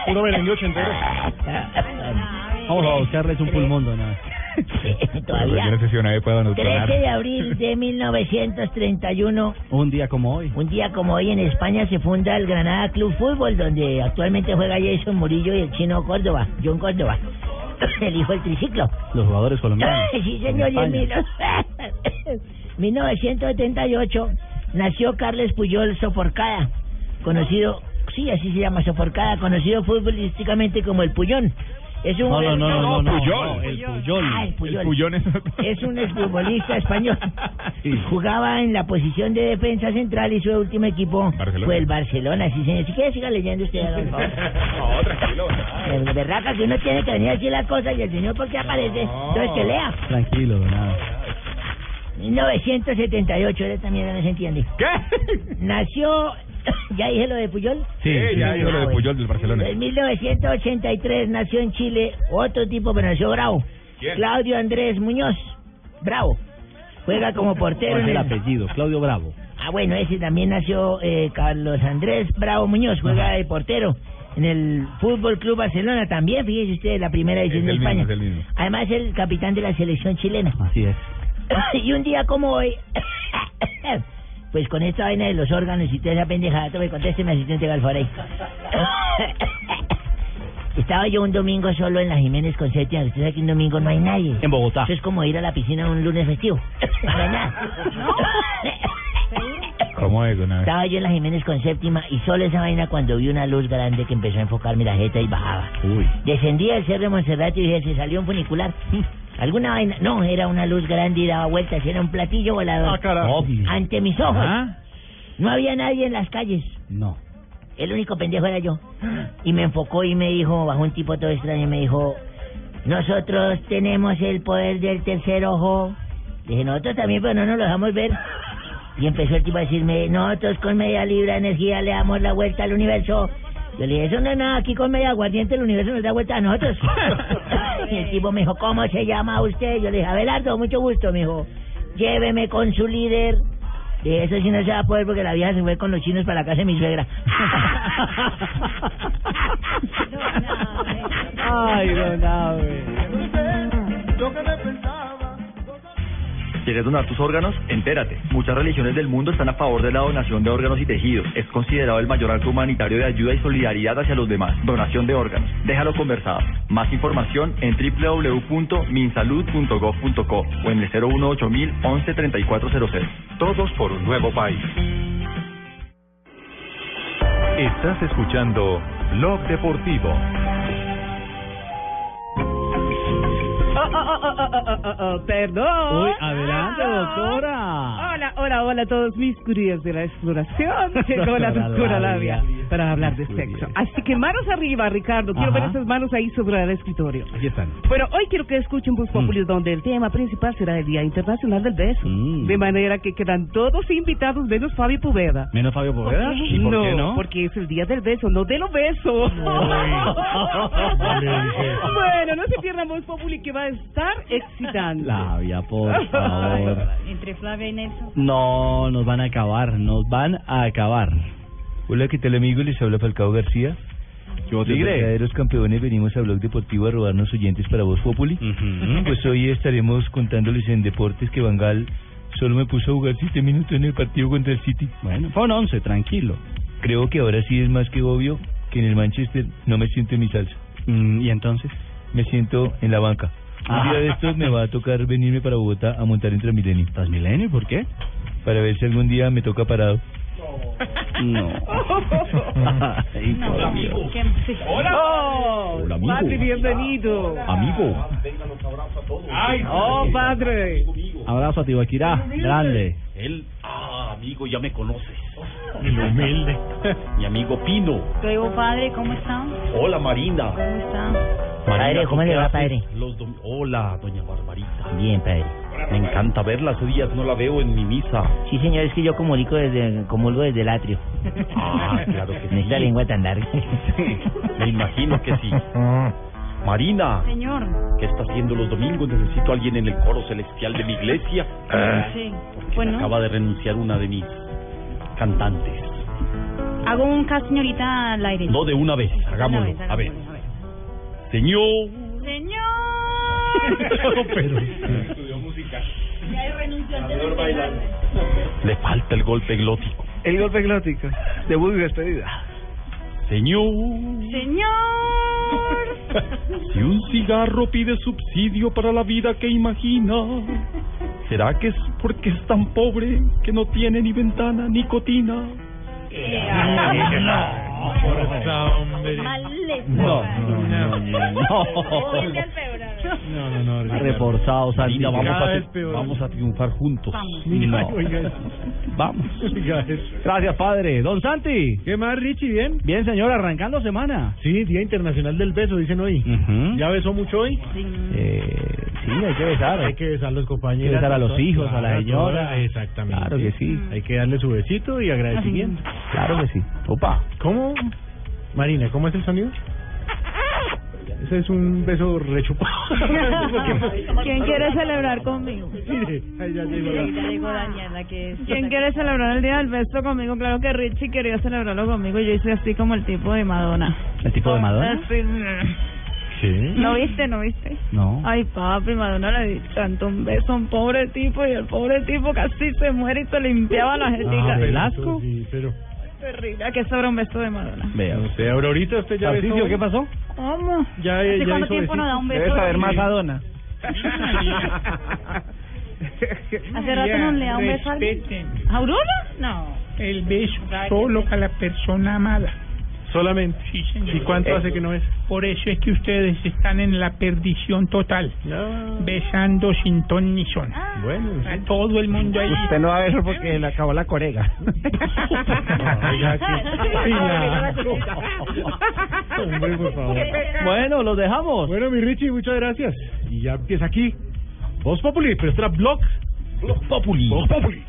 [SPEAKER 74] Puro merengue ochentero.
[SPEAKER 4] Vamos a buscarles un pulmón, don Abel.
[SPEAKER 42] Todavía.
[SPEAKER 19] Yo no sé si Donave puede donar.
[SPEAKER 42] 13 de abril de 1931,
[SPEAKER 4] Un día como hoy.
[SPEAKER 42] un día como hoy en España se funda el Granada Club Fútbol, donde actualmente juega Jason Murillo y el chino Córdoba, John Córdoba, el hijo del triciclo.
[SPEAKER 4] Los jugadores colombianos.
[SPEAKER 42] sí, señor, y en
[SPEAKER 4] España.
[SPEAKER 42] mil- 1978 nació Carles Puyol Soforcada, conocido, sí, así se llama Soforcada, conocido futbolísticamente como el Puyón. Es un
[SPEAKER 4] No, no, no, no, no, no,
[SPEAKER 19] Puyol.
[SPEAKER 4] no, el Puyol.
[SPEAKER 42] Ah, el Puyol.
[SPEAKER 19] El pullón es...
[SPEAKER 42] Es un exfutbolista español. Jugaba en la posición de defensa central y su último equipo
[SPEAKER 19] Barcelona.
[SPEAKER 42] fue el Barcelona. Sí, señor. Si quiere, siga leyendo usted, por favor.
[SPEAKER 19] No, tranquilo.
[SPEAKER 42] El berraca que uno tiene que venir a decir las cosas y el señor porque aparece. Entonces que lea.
[SPEAKER 4] Tranquilo, don Abel.
[SPEAKER 42] 1978, él también no se entiende.
[SPEAKER 19] ¿Qué?
[SPEAKER 42] Nació, ya dije lo de Puyol.
[SPEAKER 19] Sí, ya dijo lo de
[SPEAKER 42] bueno.
[SPEAKER 19] Puyol del Barcelona.
[SPEAKER 42] En 1983 nació en Chile otro tipo, pero nació bravo.
[SPEAKER 19] ¿Quién?
[SPEAKER 42] Claudio Andrés Muñoz. Bravo. Juega como portero.
[SPEAKER 4] ¿Cuál es
[SPEAKER 42] en
[SPEAKER 4] el
[SPEAKER 42] el-
[SPEAKER 4] apellido? Claudio Bravo.
[SPEAKER 42] Ah, bueno, ese también nació eh, Carlos Andrés Bravo Muñoz. Juega de portero en el Fútbol Club Barcelona también. Fíjese usted, la primera
[SPEAKER 19] Es
[SPEAKER 42] edición de
[SPEAKER 19] el mismo,
[SPEAKER 42] España.
[SPEAKER 19] es el mismo.
[SPEAKER 42] Además, el capitán de la selección chilena.
[SPEAKER 4] Así es. Ah,
[SPEAKER 42] y un día como hoy, pues con esta vaina de los órganos y toda esa pendejada, tome, contésteme, asistente Galfarey. Estaba yo un domingo solo en la Jiménez con Setia. Usted sabe que un domingo no hay nadie.
[SPEAKER 4] En Bogotá.
[SPEAKER 42] Eso es como ir a la piscina un lunes festivo. No hay nada.
[SPEAKER 19] ¿Cómo es, Donave?
[SPEAKER 42] Estaba yo en la Jiménez con séptima y solo esa vaina cuando vi una luz grande que empezó a enfocarme la jeta y bajaba.
[SPEAKER 19] Uy.
[SPEAKER 42] Descendí al cerro de Montserrat y dije, se salió un funicular. ¿Alguna vaina? No, era una luz grande y daba vueltas, era un platillo volador.
[SPEAKER 74] Ah, carajo.
[SPEAKER 42] Ante mis ojos.
[SPEAKER 4] Ah,
[SPEAKER 42] No había nadie en las calles.
[SPEAKER 4] No.
[SPEAKER 42] El único pendejo era yo. Y me enfocó y me dijo, bajo un tipo todo extraño, y me dijo, nosotros tenemos el poder del tercer ojo. Dije, nosotros también,
[SPEAKER 16] pues,
[SPEAKER 42] pero no nos lo dejamos ver. Y empezó el tipo a decirme, nosotros con media libra de energía le damos la vuelta al universo. Yo le dije, eso no es nada, aquí con media aguardiente el universo nos da vuelta a nosotros. y el tipo me dijo, ¿cómo se llama usted? Yo le dije, Abelardo, mucho gusto, me dijo, lléveme con su líder. De eso sí no se va a poder porque la vieja se fue con los chinos para la casa de mi suegra.
[SPEAKER 4] Ay, don Abel.
[SPEAKER 75] ¿Quieres donar tus órganos? Entérate. Muchas religiones del mundo están a favor de la donación de órganos y tejidos. Es considerado el mayor acto humanitario de ayuda y solidaridad hacia los demás. Donación de órganos. Déjalo conversado. Más información en www.minsalud.gov.co o en el 018000 113400.
[SPEAKER 76] Todos por un nuevo país. Estás escuchando Blog Deportivo.
[SPEAKER 3] Oh, oh, oh, oh, oh, oh, oh, oh, perdón.
[SPEAKER 4] Uy, adelante,
[SPEAKER 3] Ah,
[SPEAKER 4] doctora.
[SPEAKER 3] Hola, hola, hola a todos mis curiosos de la exploración. Llegó la
[SPEAKER 4] Doctora
[SPEAKER 3] doctora
[SPEAKER 4] Labia.
[SPEAKER 3] Labia para hablar de sexo. Así que manos arriba, Ricardo. Quiero
[SPEAKER 4] Ajá.
[SPEAKER 3] ver esas manos ahí sobre el escritorio.
[SPEAKER 4] Aquí están.
[SPEAKER 3] Bueno, hoy quiero que escuchen Bus Populi, donde el tema principal será el Día Internacional del Beso. De manera que quedan todos invitados, menos Fabi Poveda.
[SPEAKER 4] Menos Fabio Poveda. ¿Y por
[SPEAKER 3] no,
[SPEAKER 4] qué no?
[SPEAKER 3] porque es el día del beso, no de los besos. bueno, no se pierdan Voz Populi que va a estar excitante.
[SPEAKER 4] Labia, por favor.
[SPEAKER 7] Entre Flavia y Nelson.
[SPEAKER 4] No, nos van a acabar, nos van a acabar.
[SPEAKER 2] Hola, ¿qué tal amigos? Les habla Falcao García. Los verdaderos campeones venimos a Blog Deportivo a robarnos oyentes para Voz Populi. Pues hoy estaremos contándoles en deportes que Bangal solo me puso a jugar 7 minutos en el partido contra el City.
[SPEAKER 4] Bueno, fue un once, tranquilo.
[SPEAKER 2] Creo que ahora sí es más que obvio que en el Manchester no me siento en mi salsa.
[SPEAKER 4] Mm, ¿Y entonces? Ah.
[SPEAKER 2] Me siento en la banca. Un día de estos me va a tocar venirme para Bogotá a montar en Transmilenio.
[SPEAKER 4] ¿Transmilenio? ¿Por qué?
[SPEAKER 2] Para ver si algún día me toca parado.
[SPEAKER 4] No. Ay,
[SPEAKER 7] No,
[SPEAKER 4] por
[SPEAKER 7] que-
[SPEAKER 4] Dios.
[SPEAKER 7] sí.
[SPEAKER 3] Oh,
[SPEAKER 2] Hola, amigo.
[SPEAKER 3] Padre, bienvenido.
[SPEAKER 2] Amigo.
[SPEAKER 3] Ay, oh, padre.
[SPEAKER 4] Abrazo a Tibaquirá, grande.
[SPEAKER 77] Él, ah, amigo, ya me conoces. El humilde. Mi amigo Pino.
[SPEAKER 7] Luego, padre, ¿cómo está?
[SPEAKER 77] Hola, Marina.
[SPEAKER 7] ¿Cómo está?
[SPEAKER 16] Padre, ¿cómo le va, padre?
[SPEAKER 2] Los dom- Hola, doña Barbarita.
[SPEAKER 16] Bien, padre.
[SPEAKER 2] Me encanta verla, hace días no la veo en mi misa.
[SPEAKER 16] Sí, señor, es que yo comunico desde, comulgo desde el atrio.
[SPEAKER 2] Ah, claro que sí.
[SPEAKER 16] En esta lengua tan larga.
[SPEAKER 2] Me imagino que sí. Marina,
[SPEAKER 19] Señor.
[SPEAKER 2] ¿qué está haciendo los domingos? Necesito a alguien en el coro celestial de mi iglesia.
[SPEAKER 16] Ah.
[SPEAKER 19] Sí.
[SPEAKER 2] Porque
[SPEAKER 19] Bueno,
[SPEAKER 2] acaba de renunciar una de mis cantantes.
[SPEAKER 19] hago un cast, señorita, al aire.
[SPEAKER 2] No de una vez, hagámoslo.
[SPEAKER 19] vez,
[SPEAKER 2] a ver. Señor.
[SPEAKER 19] Señor.
[SPEAKER 2] Estudió música.
[SPEAKER 19] Ya hay renuncio antes
[SPEAKER 2] Salvador
[SPEAKER 19] de
[SPEAKER 2] bailando. Le falta el golpe glótico.
[SPEAKER 12] El golpe glótico. Debut y despedida.
[SPEAKER 2] Señor.
[SPEAKER 19] Señor.
[SPEAKER 2] Si un cigarro pide subsidio para la vida que imagina, ¿será que es porque es tan pobre que no tiene ni ventana ni cotina?
[SPEAKER 3] Eh,
[SPEAKER 2] no,
[SPEAKER 3] No, No, no, no. Ricardo.
[SPEAKER 2] Reforzados, Marina, vamos,
[SPEAKER 3] Cada
[SPEAKER 2] a,
[SPEAKER 3] vez
[SPEAKER 2] tri- vamos a triunfar juntos.
[SPEAKER 3] No.
[SPEAKER 2] No.
[SPEAKER 3] Vamos. Gracias, padre. Don Santi. ¿Qué más, Richie? ¿Bien? Bien, señor, arrancando semana.
[SPEAKER 12] Sí, Día Internacional del Beso, dicen hoy. ¿Ya besó mucho hoy?
[SPEAKER 3] Eh, sí, hay que besar.
[SPEAKER 12] Hay que besar a los compañeros.
[SPEAKER 3] Hay que besar a los hijos, a la
[SPEAKER 12] Claro,
[SPEAKER 3] señora.
[SPEAKER 12] todas, Exactamente.
[SPEAKER 3] Claro que sí.
[SPEAKER 12] Hay que darle su besito y agradecimiento.
[SPEAKER 3] Claro que sí. Opa.
[SPEAKER 12] ¿Cómo? Marina, ¿cómo es el sonido? Ese es un beso rechupado.
[SPEAKER 7] ¿Quién quiere celebrar conmigo?
[SPEAKER 12] Mire, ahí ya llegó la-
[SPEAKER 7] ¿Quién quiere celebrar el día del beso conmigo? Claro que Richie quería celebrarlo conmigo. Yo hice así como el tipo de Madonna.
[SPEAKER 3] ¿El tipo de Madonna?
[SPEAKER 7] Así, mm.
[SPEAKER 3] Sí.
[SPEAKER 7] ¿No viste? ¿No viste?
[SPEAKER 3] No.
[SPEAKER 7] Ay, papi, Madonna le di tanto un beso a un pobre tipo y el pobre tipo casi se muere y se limpiaba las
[SPEAKER 12] Ah,
[SPEAKER 7] jeticas.
[SPEAKER 12] Velasco. Sí, pero...
[SPEAKER 7] Terrible, que sobra un beso de Madonna.
[SPEAKER 12] Vea usted, Aurorita, usted ya
[SPEAKER 3] Tarcisio,
[SPEAKER 12] besó.
[SPEAKER 3] ¿qué pasó?
[SPEAKER 7] ¿Cómo?
[SPEAKER 12] Ya,
[SPEAKER 7] ¿Hace
[SPEAKER 12] ya
[SPEAKER 7] cuánto
[SPEAKER 12] hizo
[SPEAKER 7] tiempo no
[SPEAKER 12] besito.
[SPEAKER 7] da un beso? Debe saber más a
[SPEAKER 3] Dona.
[SPEAKER 19] Hace rato no le da un beso a alguien. ¿Aurora? No.
[SPEAKER 11] El beso solo a la persona amada.
[SPEAKER 12] Solamente.
[SPEAKER 11] Sí, señor.
[SPEAKER 12] ¿Y cuánto hace que no es?
[SPEAKER 11] Por eso es que ustedes están en la perdición total.
[SPEAKER 12] Ah.
[SPEAKER 11] Besando sin ton ni son.
[SPEAKER 12] Bueno.
[SPEAKER 11] A todo el mundo ahí.
[SPEAKER 12] Usted no va a besar porque le acabó la corega. Oiga, qué- Oiga. Hombre, por favor.
[SPEAKER 3] Bueno, los dejamos.
[SPEAKER 12] Bueno, mi Richie, muchas gracias. Y ya empieza aquí. Voz Populi, pero esto era Blog. Blog Populi. Voz Populi.